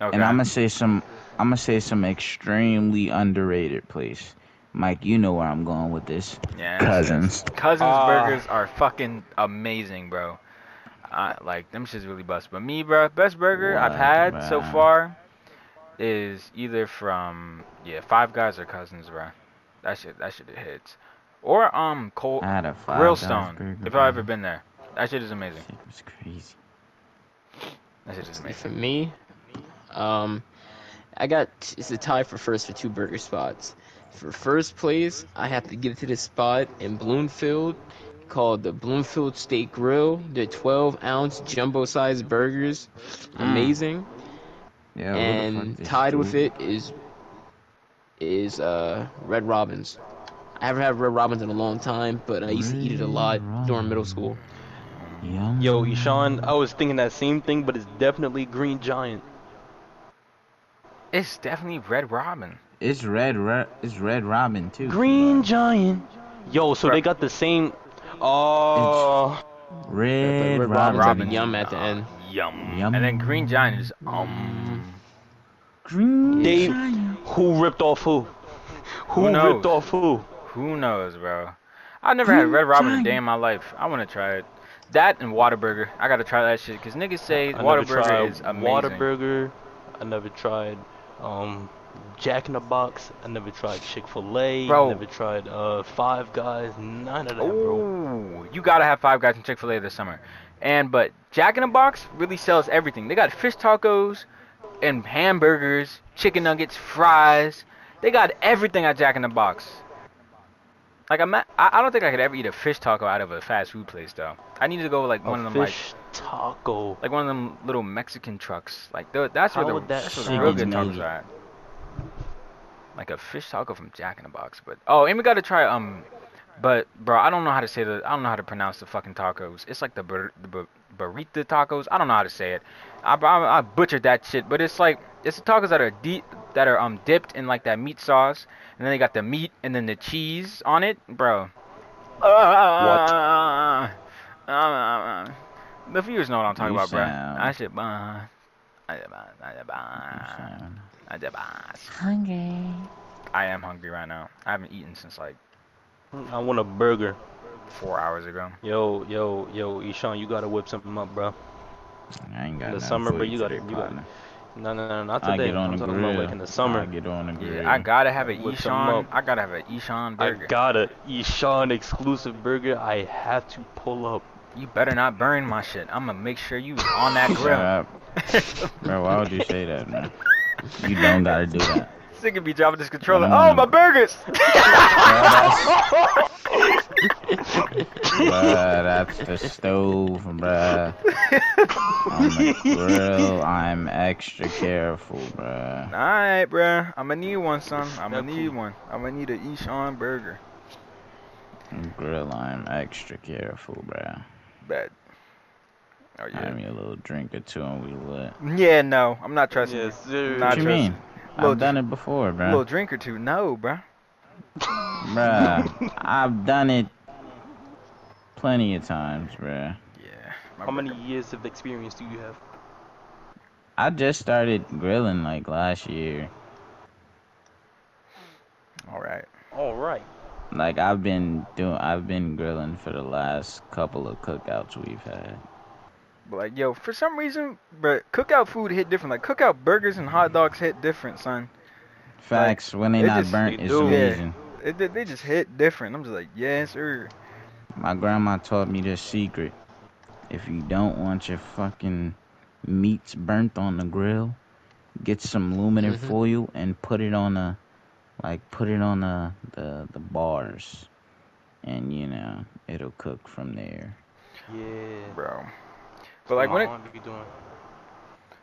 [SPEAKER 1] Okay.
[SPEAKER 2] And I'm gonna say some. I'm gonna say some extremely underrated place. Mike, you know where I'm going with this.
[SPEAKER 1] yeah, that's it.
[SPEAKER 2] Cousins.
[SPEAKER 1] Cousins
[SPEAKER 3] Ah.
[SPEAKER 1] burgers are fucking amazing, bro. I, like them shits really bust. But me, bro, best burger I've
[SPEAKER 2] What,
[SPEAKER 1] had so
[SPEAKER 2] bruh?
[SPEAKER 1] far is either from yeah Five Guys or Cousins, bro. That shit, that shit hits. Or um Cold
[SPEAKER 2] I had a Ah, five.
[SPEAKER 1] Real
[SPEAKER 2] Guys
[SPEAKER 1] Stone.
[SPEAKER 2] burger,
[SPEAKER 1] If
[SPEAKER 2] bro.
[SPEAKER 1] I've ever been there, that shit is amazing.
[SPEAKER 2] It was crazy.
[SPEAKER 1] That shit is
[SPEAKER 4] For
[SPEAKER 1] amazing.
[SPEAKER 4] me, um, I got it's a tie for first for two burger spots. For first place, I have to give it to this spot in Bloomfield called the Bloomfield Steak Grill. They're 12 ounce jumbo sized burgers,
[SPEAKER 1] Mm.
[SPEAKER 4] amazing.
[SPEAKER 2] Yeah.
[SPEAKER 4] and tied with it is is uh Red Robin's. I haven't had Red Robin's in a long time, but I used to eat it a lot
[SPEAKER 2] Red
[SPEAKER 4] during middle school. (laughs)
[SPEAKER 2] Yum.
[SPEAKER 3] Yo, Ishan, I was thinking that same thing, but it's definitely Green Giant.
[SPEAKER 1] It's definitely Red Robin.
[SPEAKER 2] It's red. Ro- it's red robin too.
[SPEAKER 3] Green Giant. Yo, so
[SPEAKER 1] Bro.
[SPEAKER 3] they got the same. Oh.
[SPEAKER 2] Red,
[SPEAKER 4] Red Robin's
[SPEAKER 2] robin.
[SPEAKER 4] have a
[SPEAKER 1] Robin.
[SPEAKER 4] yum at the end.
[SPEAKER 1] Ah, Yum.
[SPEAKER 2] Yum.
[SPEAKER 1] And then Green Giant is um.
[SPEAKER 2] Green.
[SPEAKER 3] They. Who ripped off who? Who,
[SPEAKER 1] knows?
[SPEAKER 3] ripped off who?
[SPEAKER 1] Who knows, bro? I've never had Red Robin a day in my life. I want to try it. That and Whataburger. I gotta try that shit because niggas say
[SPEAKER 3] I never
[SPEAKER 1] Whataburger
[SPEAKER 3] tried
[SPEAKER 1] is amazing.
[SPEAKER 3] Whataburger. I never tried um, Jack in the Box. I never tried Chick Fil A.
[SPEAKER 1] Bro.
[SPEAKER 3] I never tried uh, Five Guys. None of that, bro.
[SPEAKER 1] Ooh, you gotta have Five Guys and Chick Fil A this summer. And but Jack in the Box really sells everything. They got fish tacos, and hamburgers, chicken nuggets, fries. They got everything at Jack in the Box. Like I'm, not, I I don't think I could ever eat a fish taco out of a fast food place though. I need to go like one
[SPEAKER 3] a
[SPEAKER 1] of them like
[SPEAKER 3] fish taco.
[SPEAKER 1] like one of them little Mexican trucks. Like tho- that's
[SPEAKER 3] How
[SPEAKER 1] where the
[SPEAKER 3] would that
[SPEAKER 1] that's where the real good
[SPEAKER 2] sound?
[SPEAKER 1] tacos are. At. Like a fish taco from Jack in the Box, but oh, and we gotta try um, but bro, I don't know how to say the I don't know how to pronounce the fucking tacos. It's like the, bur- the bur- burrito tacos. I don't know how to say it. I, I, I butchered that shit, but it's like it's the tacos that are deep that are um dipped in like that meat sauce, and then they got the meat and then the cheese on it, bro. (laughs) Uh, uh, uh, the viewers know what I'm talking
[SPEAKER 2] You
[SPEAKER 1] about, bro.
[SPEAKER 2] sound-
[SPEAKER 1] I should buy. I should buy. I should buy.
[SPEAKER 2] Ah,
[SPEAKER 1] I should buy.
[SPEAKER 2] Hungry.
[SPEAKER 1] I am hungry right now. I haven't eaten since like
[SPEAKER 3] I want a burger.
[SPEAKER 1] four hours ago.
[SPEAKER 3] Yo, yo, yo, Ishan, you gotta whip something up, bro.
[SPEAKER 2] I ain't got
[SPEAKER 3] The
[SPEAKER 2] nothing
[SPEAKER 3] summer,
[SPEAKER 2] for
[SPEAKER 3] but you
[SPEAKER 2] today,
[SPEAKER 3] gotta- you gotta-
[SPEAKER 2] partner.
[SPEAKER 3] No, no, no, not
[SPEAKER 2] I
[SPEAKER 3] today.
[SPEAKER 2] get on
[SPEAKER 3] I'm
[SPEAKER 2] the
[SPEAKER 3] talking
[SPEAKER 2] grill.
[SPEAKER 3] about like in the summer.
[SPEAKER 2] I get on the grill.
[SPEAKER 1] Yeah, I gotta have an
[SPEAKER 3] Whip some
[SPEAKER 1] Eshan.
[SPEAKER 3] up.
[SPEAKER 1] I gotta have an Eshan
[SPEAKER 3] I
[SPEAKER 1] burger.
[SPEAKER 3] got a Ishan exclusive burger. I have to pull up.
[SPEAKER 1] You better not burn my shit. I'm gonna make sure you on that
[SPEAKER 2] Shut
[SPEAKER 1] grill. (laughs)
[SPEAKER 2] up. Bro, why would you say that, man? You don't gotta do that.
[SPEAKER 1] This nigga be dropping this controller.
[SPEAKER 2] Mm.
[SPEAKER 1] Oh, my
[SPEAKER 2] (laughs)
[SPEAKER 1] burgers!
[SPEAKER 2] Bruh, that's the stove, bruh. On the grill, I'm extra careful, bruh.
[SPEAKER 1] (laughs) Alright, bruh. I'm gonna need one, son. I'm gonna
[SPEAKER 3] Respectful.
[SPEAKER 1] need one. I'm gonna need an Eshan burger.
[SPEAKER 2] On grill, I'm extra careful, bruh.
[SPEAKER 1] Bet. Oh,
[SPEAKER 2] Have
[SPEAKER 1] yeah.
[SPEAKER 2] me a little drink or two and we lit.
[SPEAKER 1] Yeah, no. I'm not trusting
[SPEAKER 3] Yes,
[SPEAKER 1] you.
[SPEAKER 3] sir.
[SPEAKER 1] Not
[SPEAKER 2] What you
[SPEAKER 1] trusting
[SPEAKER 2] mean?
[SPEAKER 1] Little-
[SPEAKER 2] I've done it before,
[SPEAKER 1] A little
[SPEAKER 2] bruh.
[SPEAKER 1] drink or two. No, bruh. (laughs)
[SPEAKER 2] Bruh, I've done it plenty of times, bruh.
[SPEAKER 1] Yeah. my
[SPEAKER 3] How many
[SPEAKER 1] burger.
[SPEAKER 3] years of experience do you have?
[SPEAKER 2] I just started grilling like last year.
[SPEAKER 1] Alright.
[SPEAKER 3] All right.
[SPEAKER 2] Like I've been doing, I've been grilling for the last couple of cookouts we've had.
[SPEAKER 1] But like, yo, for some reason, bruh, cookout food hit different. Like, cookout burgers and hot dogs hit different, son.
[SPEAKER 2] Facts when they
[SPEAKER 1] it
[SPEAKER 2] not
[SPEAKER 1] just-
[SPEAKER 2] burnt
[SPEAKER 3] they
[SPEAKER 2] is
[SPEAKER 3] do.
[SPEAKER 2] amazing.
[SPEAKER 1] It, they- they just hit different. I'm just like, yes, sir.
[SPEAKER 2] My grandma taught me this secret. If you don't want your fucking meats burnt on the grill, get some aluminum
[SPEAKER 1] Mm-hmm.
[SPEAKER 4] Mhm.
[SPEAKER 2] foil and put it on a, like put it on a, the the bars, and you know it'll cook from there.
[SPEAKER 3] Yeah.
[SPEAKER 1] bro. But like when it
[SPEAKER 3] be doing?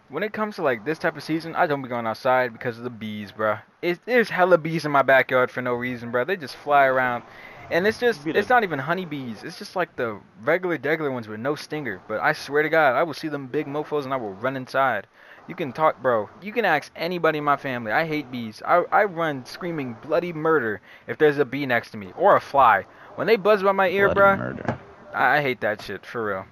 [SPEAKER 1] When it comes to like this type of season, I don't be going outside because of the bees, bruh. It, there's hella bees in my backyard for no reason, bruh. They just fly around, and it's just
[SPEAKER 3] Be the-
[SPEAKER 1] it's not even honeybees. It's just like the regular degular ones with no stinger. But I swear to God, I will see them big mofo's and I will run inside. You can talk, bro. You can ask anybody in my family. I hate bees. I I run screaming bloody murder if there's a bee next to me or a fly. When they buzz by my ear,
[SPEAKER 2] Bloody
[SPEAKER 1] bruh,
[SPEAKER 2] murder.
[SPEAKER 1] I, I hate that shit for real.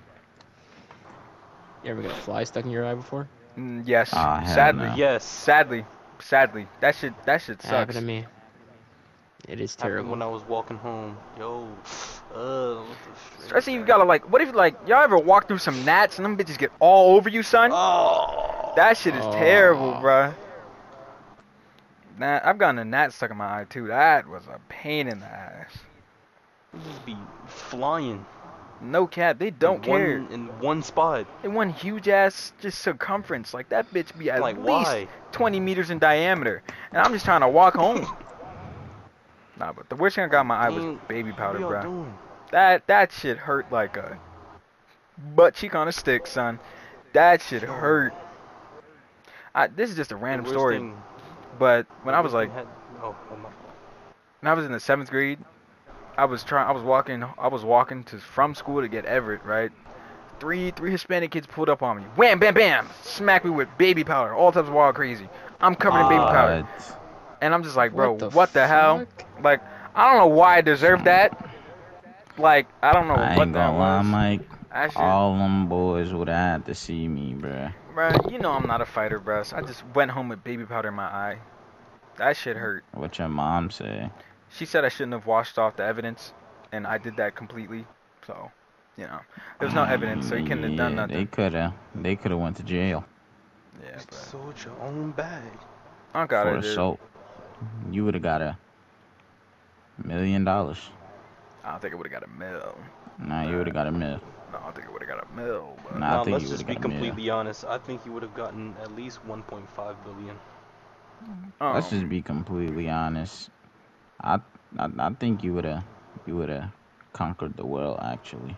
[SPEAKER 4] You ever got a fly stuck in your eye before?
[SPEAKER 1] Mm, yes,
[SPEAKER 2] Ah, hell
[SPEAKER 1] sadly.
[SPEAKER 2] no.
[SPEAKER 3] Yes.
[SPEAKER 1] Sadly, sadly, that shit, that shit
[SPEAKER 4] That happened
[SPEAKER 1] sucks.
[SPEAKER 4] to me. It is
[SPEAKER 3] Happened
[SPEAKER 4] terrible.
[SPEAKER 3] when I was walking home. Yo. Uh, what the
[SPEAKER 1] Especially if you gotta like, what if like y'all ever walk through some gnats and them bitches get all over you, son?
[SPEAKER 3] Oh.
[SPEAKER 1] that shit is terrible,
[SPEAKER 4] Oh.
[SPEAKER 1] bruh. Nah, I've gotten a gnat stuck in my eye too. That was a pain in the ass.
[SPEAKER 3] Just be flying.
[SPEAKER 1] No cap, they don't
[SPEAKER 3] in
[SPEAKER 1] care.
[SPEAKER 3] One, in one spot.
[SPEAKER 1] They one huge ass just circumference. Like that bitch be at
[SPEAKER 3] like
[SPEAKER 1] least
[SPEAKER 3] why?
[SPEAKER 1] 20 meters in diameter, and I'm just trying to walk
[SPEAKER 3] (laughs)
[SPEAKER 1] home. nah, but the worst thing I got in my eye was
[SPEAKER 3] Man,
[SPEAKER 1] baby
[SPEAKER 3] What
[SPEAKER 1] powder,
[SPEAKER 3] are y'all
[SPEAKER 1] bruh.
[SPEAKER 3] doing?
[SPEAKER 1] That that shit hurt like a butt cheek on a stick, son. That shit hurt. I, this is just a random
[SPEAKER 3] The worst
[SPEAKER 1] story,
[SPEAKER 3] thing-
[SPEAKER 1] but when
[SPEAKER 3] the
[SPEAKER 1] I was like,
[SPEAKER 3] worst thing had- oh, oh my-
[SPEAKER 1] when I was in the seventh grade, I was trying, I was walking, I was walking to from school to get Everett, right? Three three Hispanic kids pulled up on me, wham, bam, bam, smack me with baby powder, all types of wild crazy. I'm covered in baby powder,
[SPEAKER 2] What?
[SPEAKER 1] and I'm just like, bro, what the, hell?
[SPEAKER 4] fuck?
[SPEAKER 1] Like, I don't know why I deserved that. Like, I don't know
[SPEAKER 2] I
[SPEAKER 1] what
[SPEAKER 2] ain't
[SPEAKER 1] that
[SPEAKER 2] gonna lie,
[SPEAKER 1] was.
[SPEAKER 2] Mike.
[SPEAKER 1] I should-
[SPEAKER 2] All them boys would have had to see me, bruh.
[SPEAKER 1] Bruh, you know I'm not a fighter, bruh. So I just went home with baby powder in my eye. That shit hurt.
[SPEAKER 2] What your mom say?
[SPEAKER 1] She said I shouldn't have washed off the evidence, and I did that completely. So, you know, there was no evidence, so you couldn't have done
[SPEAKER 2] Mm, Yeah, They
[SPEAKER 1] nothing.
[SPEAKER 2] coulda, they coulda went to jail
[SPEAKER 1] Yeah,
[SPEAKER 3] You
[SPEAKER 1] but
[SPEAKER 3] sold your own bag.
[SPEAKER 1] I don't got
[SPEAKER 2] for
[SPEAKER 1] it. dude.
[SPEAKER 2] assault. You woulda got a million dollars.
[SPEAKER 1] I don't think I would have got a mill.
[SPEAKER 2] Nah, you woulda got a mil.
[SPEAKER 1] No, I don't think I would have got a mill. But
[SPEAKER 2] Nah, I
[SPEAKER 3] Nah,
[SPEAKER 2] think
[SPEAKER 3] let's
[SPEAKER 2] you
[SPEAKER 3] just
[SPEAKER 2] would've
[SPEAKER 3] be
[SPEAKER 2] gotten, yeah.
[SPEAKER 3] completely honest. I think you would have gotten at least 1.5 billion.
[SPEAKER 1] um,
[SPEAKER 2] Let's just be completely honest. I, I, I think you woulda, you woulda conquered the world actually.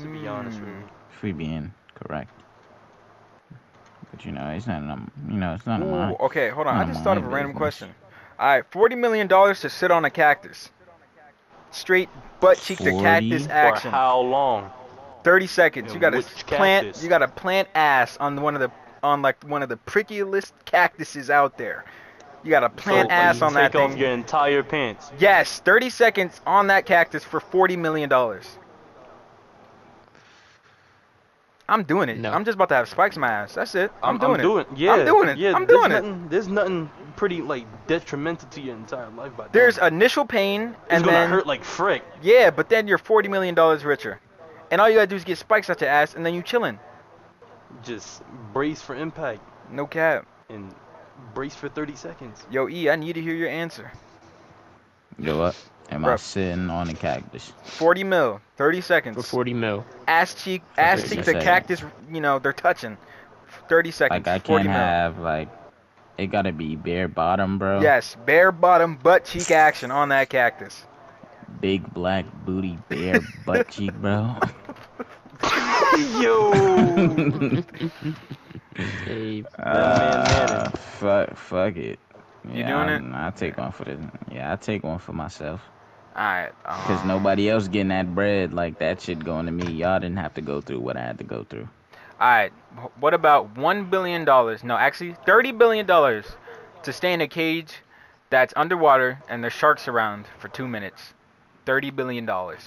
[SPEAKER 3] To be honest with
[SPEAKER 1] Mm.
[SPEAKER 3] you.
[SPEAKER 2] If we being correct. But you know, it's not. Um, you know, it's not.
[SPEAKER 1] Ooh,
[SPEAKER 2] mine.
[SPEAKER 1] okay, hold on. I
[SPEAKER 2] Not
[SPEAKER 1] just
[SPEAKER 2] my
[SPEAKER 1] thought of a random
[SPEAKER 2] business.
[SPEAKER 1] question. All right, forty million dollars to sit on a cactus. Straight butt cheek to cactus
[SPEAKER 2] 40?
[SPEAKER 1] action.
[SPEAKER 3] For how long?
[SPEAKER 1] 30 seconds.
[SPEAKER 3] And
[SPEAKER 1] You gotta
[SPEAKER 3] which
[SPEAKER 1] s- plant.
[SPEAKER 3] cactus?
[SPEAKER 1] You gotta plant ass on one of the on like one of the prettiest cactuses out there. You gotta plant
[SPEAKER 3] So,
[SPEAKER 1] ass
[SPEAKER 3] you
[SPEAKER 1] on that
[SPEAKER 3] take off
[SPEAKER 1] thing.
[SPEAKER 3] your entire pants.
[SPEAKER 1] Yes, 30 seconds on that cactus for 40 million dollars. I'm doing it.
[SPEAKER 4] No.
[SPEAKER 1] I'm just about to have spikes in my ass. That's it. I'm, doing it.
[SPEAKER 3] Doing, yeah,
[SPEAKER 1] doing it.
[SPEAKER 3] Yeah,
[SPEAKER 1] I'm
[SPEAKER 3] there's
[SPEAKER 1] doing it.
[SPEAKER 3] Nothing, there's nothing pretty like detrimental to your entire life. By
[SPEAKER 1] There's
[SPEAKER 3] doing it.
[SPEAKER 1] initial pain,
[SPEAKER 3] it's
[SPEAKER 1] and
[SPEAKER 3] gonna
[SPEAKER 1] then
[SPEAKER 3] hurt like frick.
[SPEAKER 1] yeah, but then you're 40 million dollars richer, and all you gotta do is get spikes out your ass, and then you chilling.
[SPEAKER 3] Just brace for impact
[SPEAKER 1] No cap.
[SPEAKER 3] and brace for 30
[SPEAKER 1] (laughs)
[SPEAKER 3] seconds.
[SPEAKER 1] Yo, E, I need to hear your answer.
[SPEAKER 2] You what? Am I
[SPEAKER 1] Bruh.
[SPEAKER 2] sitting on a cactus?
[SPEAKER 1] 40 mil, 30 seconds.
[SPEAKER 4] For 40 mil.
[SPEAKER 1] ass cheek, ass
[SPEAKER 2] 30
[SPEAKER 1] cheek to
[SPEAKER 2] seconds.
[SPEAKER 1] cactus. You know they're touching. Thirty seconds.
[SPEAKER 2] Like I
[SPEAKER 1] 40
[SPEAKER 2] can't
[SPEAKER 1] mil.
[SPEAKER 2] have like it gotta be bare bottom, bro.
[SPEAKER 1] Yes, bare bottom butt cheek action on that cactus.
[SPEAKER 2] Big black booty,
[SPEAKER 1] (laughs)
[SPEAKER 2] bare butt cheek, bro. (laughs)
[SPEAKER 3] Yo.
[SPEAKER 4] Hey,
[SPEAKER 2] Uh, fuck, fuck it.
[SPEAKER 1] You
[SPEAKER 2] yeah,
[SPEAKER 1] doing
[SPEAKER 2] I, I take one for the. Yeah, I take one for myself.
[SPEAKER 1] All right.
[SPEAKER 2] Cause nobody else getting that bread like that shit going to me. Y'all didn't have to go through what I had to go through.
[SPEAKER 1] All right. What about one billion dollars? No, actually, thirty billion dollars to stay in a cage that's underwater and there's sharks around for two minutes. Thirty billion dollars.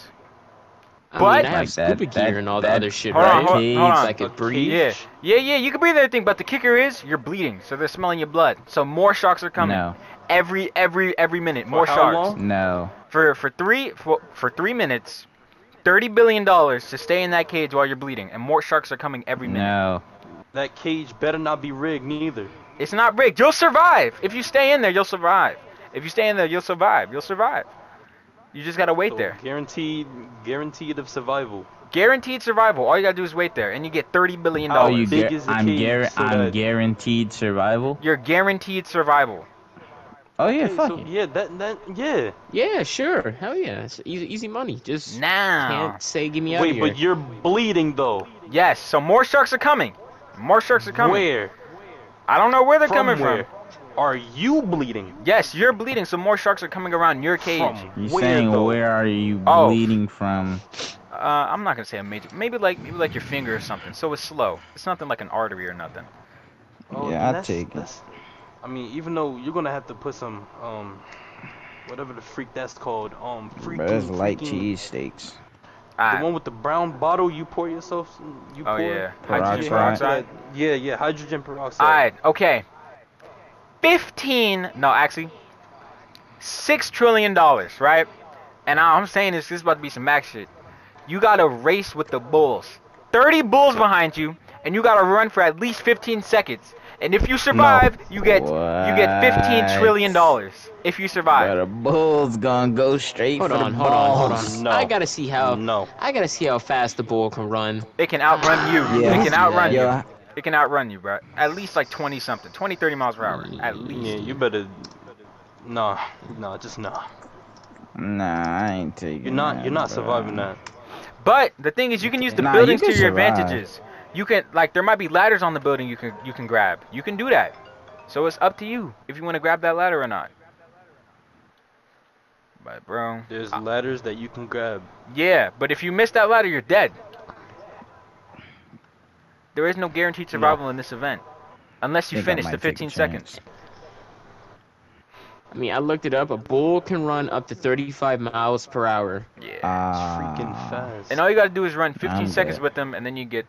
[SPEAKER 4] I
[SPEAKER 1] But-
[SPEAKER 4] mean, I
[SPEAKER 2] Like
[SPEAKER 4] have
[SPEAKER 2] that-
[SPEAKER 4] scuba
[SPEAKER 2] that-
[SPEAKER 4] gear and all the
[SPEAKER 2] that-
[SPEAKER 4] other shit,
[SPEAKER 1] Hold on,
[SPEAKER 4] right?
[SPEAKER 1] hold- hold
[SPEAKER 4] It's
[SPEAKER 1] on.
[SPEAKER 4] like
[SPEAKER 3] A
[SPEAKER 4] it breathes.
[SPEAKER 1] Yeah,
[SPEAKER 3] Each-
[SPEAKER 1] yeah, yeah. You can breathe everything, but the kicker is you're bleeding, so they're smelling your blood. So more sharks are coming
[SPEAKER 2] No,
[SPEAKER 1] every every every minute. More
[SPEAKER 3] how
[SPEAKER 1] sharks.
[SPEAKER 3] long?
[SPEAKER 2] no.
[SPEAKER 1] for for three for, for three minutes, thirty billion dollars to stay in that cage while you're bleeding, and more sharks are coming every minute.
[SPEAKER 2] No.
[SPEAKER 3] that cage better not be rigged neither.
[SPEAKER 1] It's not rigged. You'll survive if you stay in there. You'll survive if you stay in there. You'll survive. You'll survive. You just gotta wait
[SPEAKER 3] So
[SPEAKER 1] there.
[SPEAKER 3] Guaranteed, guaranteed of survival.
[SPEAKER 1] Guaranteed survival. All you gotta do is wait there, and you get thirty billion
[SPEAKER 3] Oh,
[SPEAKER 2] Oh,
[SPEAKER 1] dollars.
[SPEAKER 2] you
[SPEAKER 3] big
[SPEAKER 2] gu-
[SPEAKER 3] is the
[SPEAKER 2] I'm
[SPEAKER 3] cage,
[SPEAKER 2] guar-
[SPEAKER 3] so
[SPEAKER 2] I'm
[SPEAKER 3] that-
[SPEAKER 2] guaranteed survival.
[SPEAKER 1] You're guaranteed survival.
[SPEAKER 2] Oh yeah,
[SPEAKER 3] Okay,
[SPEAKER 2] fuck
[SPEAKER 3] so
[SPEAKER 2] it.
[SPEAKER 3] yeah, that that yeah.
[SPEAKER 4] Yeah, sure. Hell yeah. It's easy, easy money. Just
[SPEAKER 1] Now.
[SPEAKER 4] can't say, get me out
[SPEAKER 3] Wait,
[SPEAKER 4] of here.
[SPEAKER 3] but you're bleeding though.
[SPEAKER 1] Yes. So more sharks are coming More sharks are coming.
[SPEAKER 3] Where?
[SPEAKER 1] I don't know where they're
[SPEAKER 3] From
[SPEAKER 1] coming
[SPEAKER 3] where?
[SPEAKER 1] from.
[SPEAKER 3] Are you bleeding?
[SPEAKER 1] Yes, you're bleeding, so more sharks are coming around your cage.
[SPEAKER 3] From
[SPEAKER 2] You're
[SPEAKER 3] where,
[SPEAKER 2] saying
[SPEAKER 3] though?
[SPEAKER 2] where are you
[SPEAKER 1] Oh.
[SPEAKER 2] bleeding from?
[SPEAKER 1] Uh, I'm not gonna say a major. Maybe like maybe like your finger or something. So it's slow. It's nothing like an artery or nothing. Oh,
[SPEAKER 2] Yeah,
[SPEAKER 3] then
[SPEAKER 2] I'd
[SPEAKER 3] that's-
[SPEAKER 2] take it.
[SPEAKER 3] that's- I mean, even though you're gonna have to put some um, whatever the freak that's called, um, freaking,
[SPEAKER 2] Bro, it's light
[SPEAKER 3] freaking-
[SPEAKER 2] cheese steaks.
[SPEAKER 3] The
[SPEAKER 1] Ah,
[SPEAKER 3] one with the brown bottle you pour yourself. You
[SPEAKER 1] Oh,
[SPEAKER 3] pour,
[SPEAKER 1] yeah.
[SPEAKER 2] Hydrogen
[SPEAKER 3] Yeah,
[SPEAKER 2] peroxide.
[SPEAKER 3] Yeah, yeah, hydrogen peroxide.
[SPEAKER 1] all right, okay. Fifteen. No, actually, six trillion dollars, right? And I- I'm saying this. This is about to be some max shit. You gotta race with the bulls. Thirty bulls behind you, and you gotta run for at least fifteen seconds. And if you survive, you get you get fifteen trillion dollars. If you survive.
[SPEAKER 2] But the bull's gonna go straight
[SPEAKER 4] Hold
[SPEAKER 2] for
[SPEAKER 4] on,
[SPEAKER 2] the
[SPEAKER 4] hold on, hold
[SPEAKER 2] balls.
[SPEAKER 4] on.
[SPEAKER 3] No.
[SPEAKER 4] I gotta see how
[SPEAKER 3] No.
[SPEAKER 4] I gotta see how fast the bull can run.
[SPEAKER 1] They can outrun you.
[SPEAKER 2] Yeah.
[SPEAKER 1] They can outrun
[SPEAKER 2] Yo,
[SPEAKER 1] you. They can outrun you, bro. At least like 20 something, 20, 30 miles per hour, at
[SPEAKER 2] Mm,
[SPEAKER 1] least.
[SPEAKER 3] Yeah, you better. Nah, nah, just nah.
[SPEAKER 2] Nah, I ain't taking
[SPEAKER 3] You're not,
[SPEAKER 2] that,
[SPEAKER 3] you're not
[SPEAKER 2] bro.
[SPEAKER 3] surviving that.
[SPEAKER 1] But the thing is, you can use the
[SPEAKER 2] Nah, you
[SPEAKER 1] buildings
[SPEAKER 2] can
[SPEAKER 1] to your
[SPEAKER 2] survive.
[SPEAKER 1] advantages. You can like there might be ladders on the building you can you can grab. You can do that. So it's up to you if you want to grab that ladder or not. But bro,
[SPEAKER 3] There's
[SPEAKER 1] I-
[SPEAKER 3] ladders that you can grab.
[SPEAKER 1] yeah. But if you miss that ladder, you're dead. There is no guaranteed survival in this event, unless you
[SPEAKER 2] Think I
[SPEAKER 1] finish
[SPEAKER 2] might
[SPEAKER 1] the
[SPEAKER 2] take a
[SPEAKER 1] 15
[SPEAKER 2] chance.
[SPEAKER 1] seconds.
[SPEAKER 4] I mean, I looked it up. A bull can run up to 35 miles per hour.
[SPEAKER 1] Yeah.
[SPEAKER 3] It's
[SPEAKER 2] Ah.
[SPEAKER 3] freaking fast.
[SPEAKER 1] And all you gotta do is run 15
[SPEAKER 2] I'm
[SPEAKER 1] seconds
[SPEAKER 2] good.
[SPEAKER 1] with them, and then you get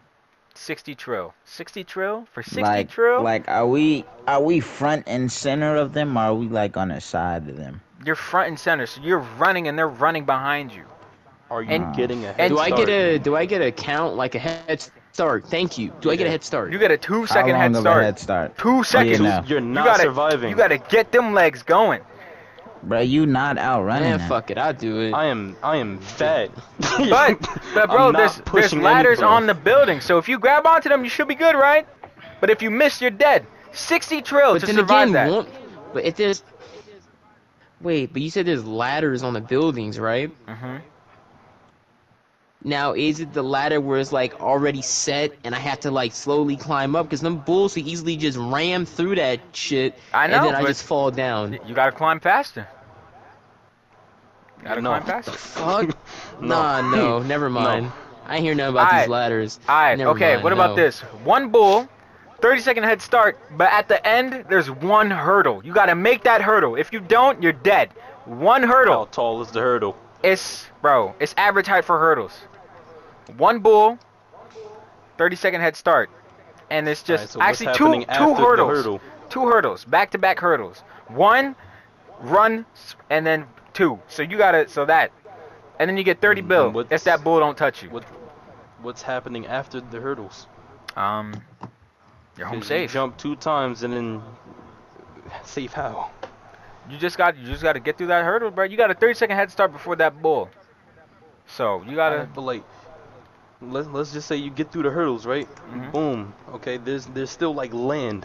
[SPEAKER 1] 60 trill. 60 trill for 60
[SPEAKER 2] like,
[SPEAKER 1] trill.
[SPEAKER 2] like, are we are we front and center of them, or are we like on the side of them?
[SPEAKER 1] You're front and center, so you're running, and they're running behind you.
[SPEAKER 3] Are you
[SPEAKER 2] and-
[SPEAKER 3] getting a head
[SPEAKER 1] and-
[SPEAKER 4] Do I
[SPEAKER 3] start?
[SPEAKER 4] get a do I get a count like a head start? Thank you. Do I get a head start?
[SPEAKER 1] You get a two
[SPEAKER 2] How
[SPEAKER 1] second
[SPEAKER 2] long
[SPEAKER 1] head
[SPEAKER 2] of
[SPEAKER 1] start.
[SPEAKER 2] a head start,
[SPEAKER 1] Two seconds.
[SPEAKER 2] you know.
[SPEAKER 3] You're not
[SPEAKER 1] gotta,
[SPEAKER 3] surviving.
[SPEAKER 1] You gotta get them legs
[SPEAKER 3] (laughs)
[SPEAKER 1] going.
[SPEAKER 2] bro? You not outrunning
[SPEAKER 4] Man,
[SPEAKER 2] them.
[SPEAKER 4] fuck it, I'll do it.
[SPEAKER 3] I am, I am fat.
[SPEAKER 1] (laughs) But, but bro,
[SPEAKER 3] I'm not
[SPEAKER 1] there's, there's
[SPEAKER 3] pushing
[SPEAKER 1] ladders
[SPEAKER 3] anybody.
[SPEAKER 1] on the building, so if you grab onto them, you should be good, right? But if you miss, you're dead. 60 trill
[SPEAKER 4] but
[SPEAKER 1] to
[SPEAKER 4] then
[SPEAKER 1] survive
[SPEAKER 4] again,
[SPEAKER 1] that.
[SPEAKER 4] won't, but if there's wait, but you said there's ladders on the buildings, right?
[SPEAKER 1] Mhm.
[SPEAKER 4] Now, is it the ladder where it's like already set and I have to like slowly climb up? Because them bulls could easily just ram through that shit
[SPEAKER 1] I know,
[SPEAKER 4] and then I
[SPEAKER 1] but-
[SPEAKER 4] just fall down.
[SPEAKER 1] You gotta climb faster. You gotta
[SPEAKER 3] No.
[SPEAKER 1] climb faster. (laughs)
[SPEAKER 4] (laughs) Fuck?
[SPEAKER 3] No.
[SPEAKER 4] Nah, no, never mind. I hear nothing about
[SPEAKER 1] Alright.
[SPEAKER 4] these ladders.
[SPEAKER 1] Alright,
[SPEAKER 4] Never
[SPEAKER 1] okay,
[SPEAKER 4] mind,
[SPEAKER 1] what about
[SPEAKER 4] no.
[SPEAKER 1] this? One bull, 30 second head start, but at the end, there's one hurdle. You gotta make that hurdle. If you don't, you're dead. One
[SPEAKER 3] How
[SPEAKER 1] hurdle.
[SPEAKER 3] tall is the hurdle?
[SPEAKER 1] It's, bro, it's average height for hurdles. One bull, 30 second head start. And it's
[SPEAKER 3] Alright,
[SPEAKER 1] just
[SPEAKER 3] so what's
[SPEAKER 1] actually
[SPEAKER 3] happening
[SPEAKER 1] two, two
[SPEAKER 3] after the
[SPEAKER 1] hurdles.
[SPEAKER 3] hurdle?
[SPEAKER 1] Two hurdles, back to back hurdles. One, run, s- and then two. So you gotta, so that. And then you get 30
[SPEAKER 3] Mm, and
[SPEAKER 1] bill
[SPEAKER 3] what's-
[SPEAKER 1] if that bull don't touch you.
[SPEAKER 3] What, what's happening after the hurdles?
[SPEAKER 1] Um, you're home
[SPEAKER 3] 'Cause you
[SPEAKER 1] safe.
[SPEAKER 3] Jump two times and then safe how?
[SPEAKER 1] You just got you just got to get through that hurdle, bro. You got a 30 second head start before that bull. So you gotta.
[SPEAKER 3] Alright, but like, let's let's just say you get through the hurdles, right?
[SPEAKER 1] Mhm.
[SPEAKER 3] Boom. Okay, there's there's still like land.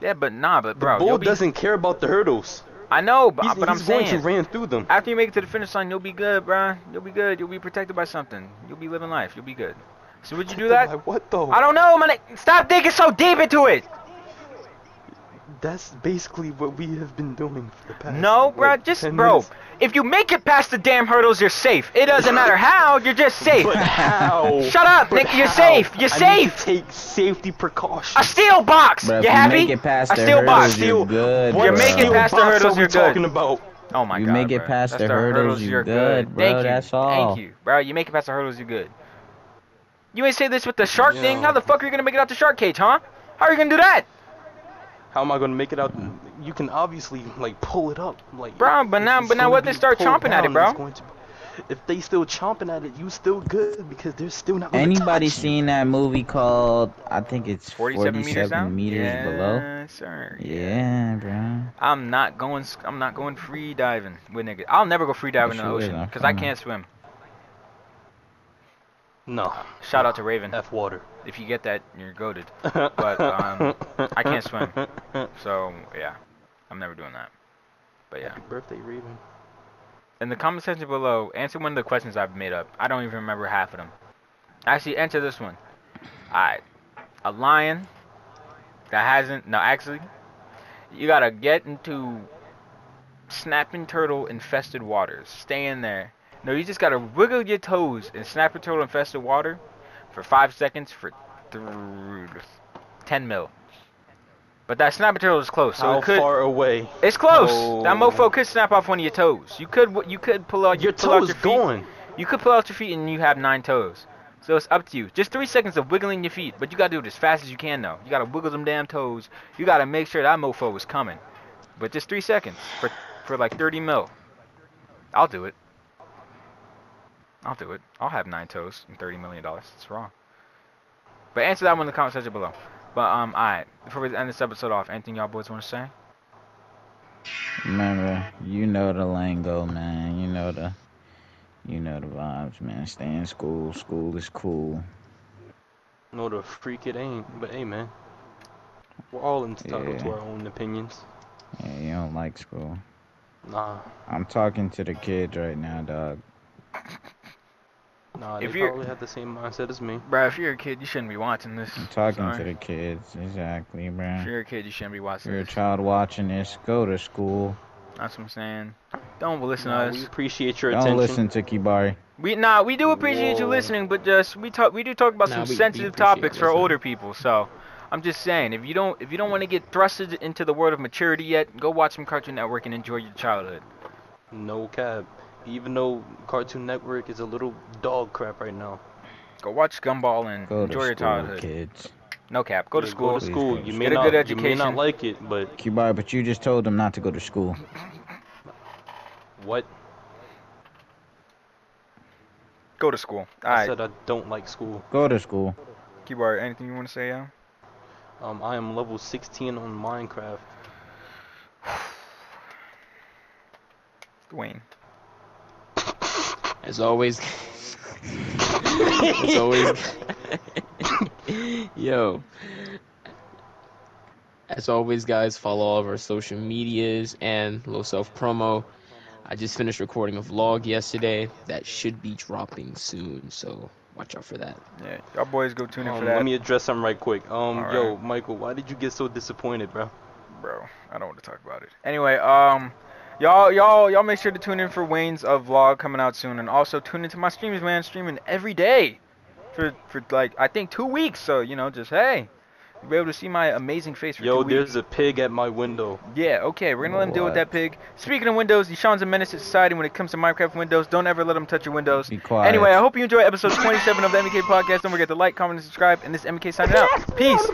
[SPEAKER 1] Yeah, but nah, but
[SPEAKER 3] The
[SPEAKER 1] bro,
[SPEAKER 3] bull
[SPEAKER 1] you'll be,
[SPEAKER 3] doesn't care about the hurdles.
[SPEAKER 1] I know, but,
[SPEAKER 3] He's,
[SPEAKER 1] but I'm
[SPEAKER 3] he's going
[SPEAKER 1] saying
[SPEAKER 3] to ran through them.
[SPEAKER 1] after you make it to the finish line, you'll be good, bro. You'll be good. You'll be protected by something. You'll be living life. You'll be good. So would you do that?
[SPEAKER 3] Like, what though?
[SPEAKER 1] I don't know, man. Stop digging so deep into it.
[SPEAKER 3] That's basically what we have been doing for the past.
[SPEAKER 1] No,
[SPEAKER 3] what,
[SPEAKER 1] bro, just
[SPEAKER 3] 10
[SPEAKER 1] bro.
[SPEAKER 3] minutes?
[SPEAKER 1] If you make it past the damn hurdles, you're safe. It doesn't matter how. You're just safe.
[SPEAKER 2] (laughs)
[SPEAKER 3] But how?
[SPEAKER 1] Shut up,
[SPEAKER 3] But
[SPEAKER 1] Nick. You're
[SPEAKER 3] how?
[SPEAKER 1] safe. You're
[SPEAKER 3] I need to
[SPEAKER 1] safe.
[SPEAKER 3] take safety
[SPEAKER 1] A
[SPEAKER 3] precautions.
[SPEAKER 1] steel box.
[SPEAKER 2] Bro, if
[SPEAKER 1] you
[SPEAKER 2] you
[SPEAKER 1] happy?
[SPEAKER 2] make it past
[SPEAKER 1] a
[SPEAKER 2] the
[SPEAKER 1] steel box.
[SPEAKER 2] hurdles, you're good.
[SPEAKER 1] You're
[SPEAKER 2] bro.
[SPEAKER 1] making
[SPEAKER 3] steel
[SPEAKER 1] past the
[SPEAKER 3] box
[SPEAKER 1] hurdles,
[SPEAKER 3] Are we
[SPEAKER 1] you're good.
[SPEAKER 3] talking about?
[SPEAKER 1] Oh my
[SPEAKER 2] You
[SPEAKER 1] god.
[SPEAKER 2] make it
[SPEAKER 1] bruh.
[SPEAKER 2] past
[SPEAKER 1] That's
[SPEAKER 2] the hurdles, you're good, bro.
[SPEAKER 1] Thank you.
[SPEAKER 2] That's all.
[SPEAKER 1] Thank you, bro. You make it past the hurdles, you're good. You ain't say this with the shark thing.
[SPEAKER 3] Yeah.
[SPEAKER 1] How the fuck are you gonna make it out the shark cage, huh? How are you gonna do that,
[SPEAKER 3] How am I gonna make it out? You can obviously like pull it up, like.
[SPEAKER 1] bro? But
[SPEAKER 3] if
[SPEAKER 1] now,
[SPEAKER 3] it's
[SPEAKER 1] but now
[SPEAKER 3] gonna
[SPEAKER 1] what? They
[SPEAKER 3] be
[SPEAKER 1] start
[SPEAKER 3] pulled
[SPEAKER 1] chomping at it,
[SPEAKER 3] down,
[SPEAKER 1] bro.
[SPEAKER 3] it's going to be- If they still chomping at it, you still good because they're still not. gonna
[SPEAKER 2] Anybody
[SPEAKER 3] touch you.
[SPEAKER 2] seen that movie called? I think it's
[SPEAKER 1] 47
[SPEAKER 2] 47,
[SPEAKER 1] meters down. yes,
[SPEAKER 2] below.
[SPEAKER 1] sir.
[SPEAKER 2] Yeah, bro.
[SPEAKER 1] I'm not going. s- I'm not going free diving with niggas. I'll never go free diving in
[SPEAKER 2] Yes,
[SPEAKER 1] the
[SPEAKER 2] you will,
[SPEAKER 1] ocean
[SPEAKER 2] though.
[SPEAKER 1] because I
[SPEAKER 2] Come on.
[SPEAKER 1] can't swim.
[SPEAKER 3] No.
[SPEAKER 1] Shout out to Raven.
[SPEAKER 3] F (laughs) water.
[SPEAKER 1] If you get that, you're goaded. But, um, I can't swim. So yeah, I'm never doing that. But yeah.
[SPEAKER 3] Happy birthday, Raven.
[SPEAKER 1] in the comment section below, answer one of the questions I've made up. I don't even remember half of them. Actually, answer this one. Alright. a lion that hasn't no actually you gotta get into snapping turtle infested waters. Stay in there. No, you just gotta wiggle your toes in snapping turtle infested water for five seconds for th- ten mil. But that snapping turtle is close, so
[SPEAKER 3] How
[SPEAKER 1] it could.
[SPEAKER 3] far away?
[SPEAKER 1] It's close.
[SPEAKER 3] Oh.
[SPEAKER 1] That mofo could snap off one of your toes. You could you could pull out
[SPEAKER 3] Your
[SPEAKER 1] pull
[SPEAKER 3] toe
[SPEAKER 1] out
[SPEAKER 3] is
[SPEAKER 1] your feet.
[SPEAKER 3] going.
[SPEAKER 1] You could pull out your feet and you have nine toes. So it's up to you. Just three seconds of wiggling your feet, but you gotta do it as fast as you can though. You gotta wiggle them damn toes. You gotta make sure that mofo is coming. But just three seconds for for like thirty mil. I'll do it. I'll do it. I'll have nine toes and thirty million dollars. It's wrong. But answer that one in the comment section below. But um, alright. Before we end this episode off, anything y'all boys want to say?
[SPEAKER 2] Remember, you know the lingo, man. You know the, you know the vibes, man. Stay in school. School is cool.
[SPEAKER 3] No, the freak it ain't. But hey, man, we're all entitled to
[SPEAKER 2] Yeah.
[SPEAKER 3] our own opinions.
[SPEAKER 2] Yeah, you don't like school.
[SPEAKER 3] Nah,
[SPEAKER 2] I'm talking to the kids right now, dog.
[SPEAKER 3] nah,
[SPEAKER 1] If
[SPEAKER 3] they
[SPEAKER 1] you're-
[SPEAKER 3] probably have the same mindset as me.
[SPEAKER 1] Bro, if you're a kid, you shouldn't be watching this.
[SPEAKER 2] I'm talking
[SPEAKER 1] Sorry.
[SPEAKER 2] to the kids. Exactly,
[SPEAKER 1] If
[SPEAKER 2] bruh.
[SPEAKER 1] you're a kid, you shouldn't be
[SPEAKER 2] If
[SPEAKER 1] watching
[SPEAKER 2] you're a
[SPEAKER 1] this.
[SPEAKER 2] child watching this, go to school.
[SPEAKER 1] That's what I'm saying. Don't listen
[SPEAKER 3] Nah,
[SPEAKER 1] to
[SPEAKER 3] we
[SPEAKER 1] us.
[SPEAKER 3] appreciate your
[SPEAKER 2] Don't
[SPEAKER 3] attention.
[SPEAKER 2] listen to Kibari.
[SPEAKER 1] We nah, we do appreciate you
[SPEAKER 3] Whoa.
[SPEAKER 1] listening, but just we talk, we do talk about
[SPEAKER 4] Nah,
[SPEAKER 1] some
[SPEAKER 4] we- we
[SPEAKER 1] sensitive
[SPEAKER 4] appreciate
[SPEAKER 1] topics for
[SPEAKER 4] listening.
[SPEAKER 1] older people. So, I'm just saying, if you don't if you don't want to get thrusted into the world of maturity yet, go watch some Cartoon Network and enjoy your childhood.
[SPEAKER 3] No cap. Even though Cartoon Network is a little dog crap right now.
[SPEAKER 1] Go watch Gumball and
[SPEAKER 2] Go
[SPEAKER 1] enjoy your
[SPEAKER 2] to school,
[SPEAKER 1] childhood.
[SPEAKER 2] kids.
[SPEAKER 1] No cap. Go to
[SPEAKER 3] Yeah,
[SPEAKER 1] school.
[SPEAKER 3] Go to
[SPEAKER 2] Please
[SPEAKER 3] school.
[SPEAKER 2] go to
[SPEAKER 3] You
[SPEAKER 2] school.
[SPEAKER 3] may,
[SPEAKER 1] Get a
[SPEAKER 3] not,
[SPEAKER 1] good
[SPEAKER 3] you may not
[SPEAKER 1] education.
[SPEAKER 3] like it, but
[SPEAKER 2] Kibari, but you just told them not to go to school.
[SPEAKER 3] what?
[SPEAKER 1] Go to school. All
[SPEAKER 3] I
[SPEAKER 1] right.
[SPEAKER 3] said I don't like school.
[SPEAKER 2] Go to school.
[SPEAKER 1] Keyboard, anything you want to say, yo?
[SPEAKER 3] Um, I am level 16 on Minecraft.
[SPEAKER 1] Dwayne.
[SPEAKER 4] As always. (laughs)
[SPEAKER 3] (laughs)
[SPEAKER 4] as always. (laughs) Yo. As always, guys, follow all of our social medias and low self promo. I just finished recording a vlog yesterday that should be dropping soon, so watch out for that.
[SPEAKER 1] Yeah. Y'all boys go tune in
[SPEAKER 3] Um,
[SPEAKER 1] for that.
[SPEAKER 3] let me address something right quick. Um,
[SPEAKER 1] All
[SPEAKER 3] yo, Michael, why did you get so disappointed, bro?
[SPEAKER 1] bro. I don't want to talk about it. Anyway, um, y'all, y'all, y'all make sure to tune in for Wayne's uh, vlog coming out soon, and also tune into my streams, man. Streaming every day for for like I think two weeks. So you know, just hey, you'll be able to see my amazing face for
[SPEAKER 3] Yo,
[SPEAKER 1] two weeks.
[SPEAKER 3] there's a pig at my window.
[SPEAKER 1] Yeah, okay, we're gonna let him deal with
[SPEAKER 2] What?
[SPEAKER 1] that pig. Speaking of windows, Deshaun's a menace to society when it comes to Minecraft windows. Don't ever let him touch your windows.
[SPEAKER 2] Be quiet.
[SPEAKER 1] Anyway, I hope you enjoy episode 27 of the MK podcast. Don't forget to like, comment, and subscribe. And this is MK signing out. Peace.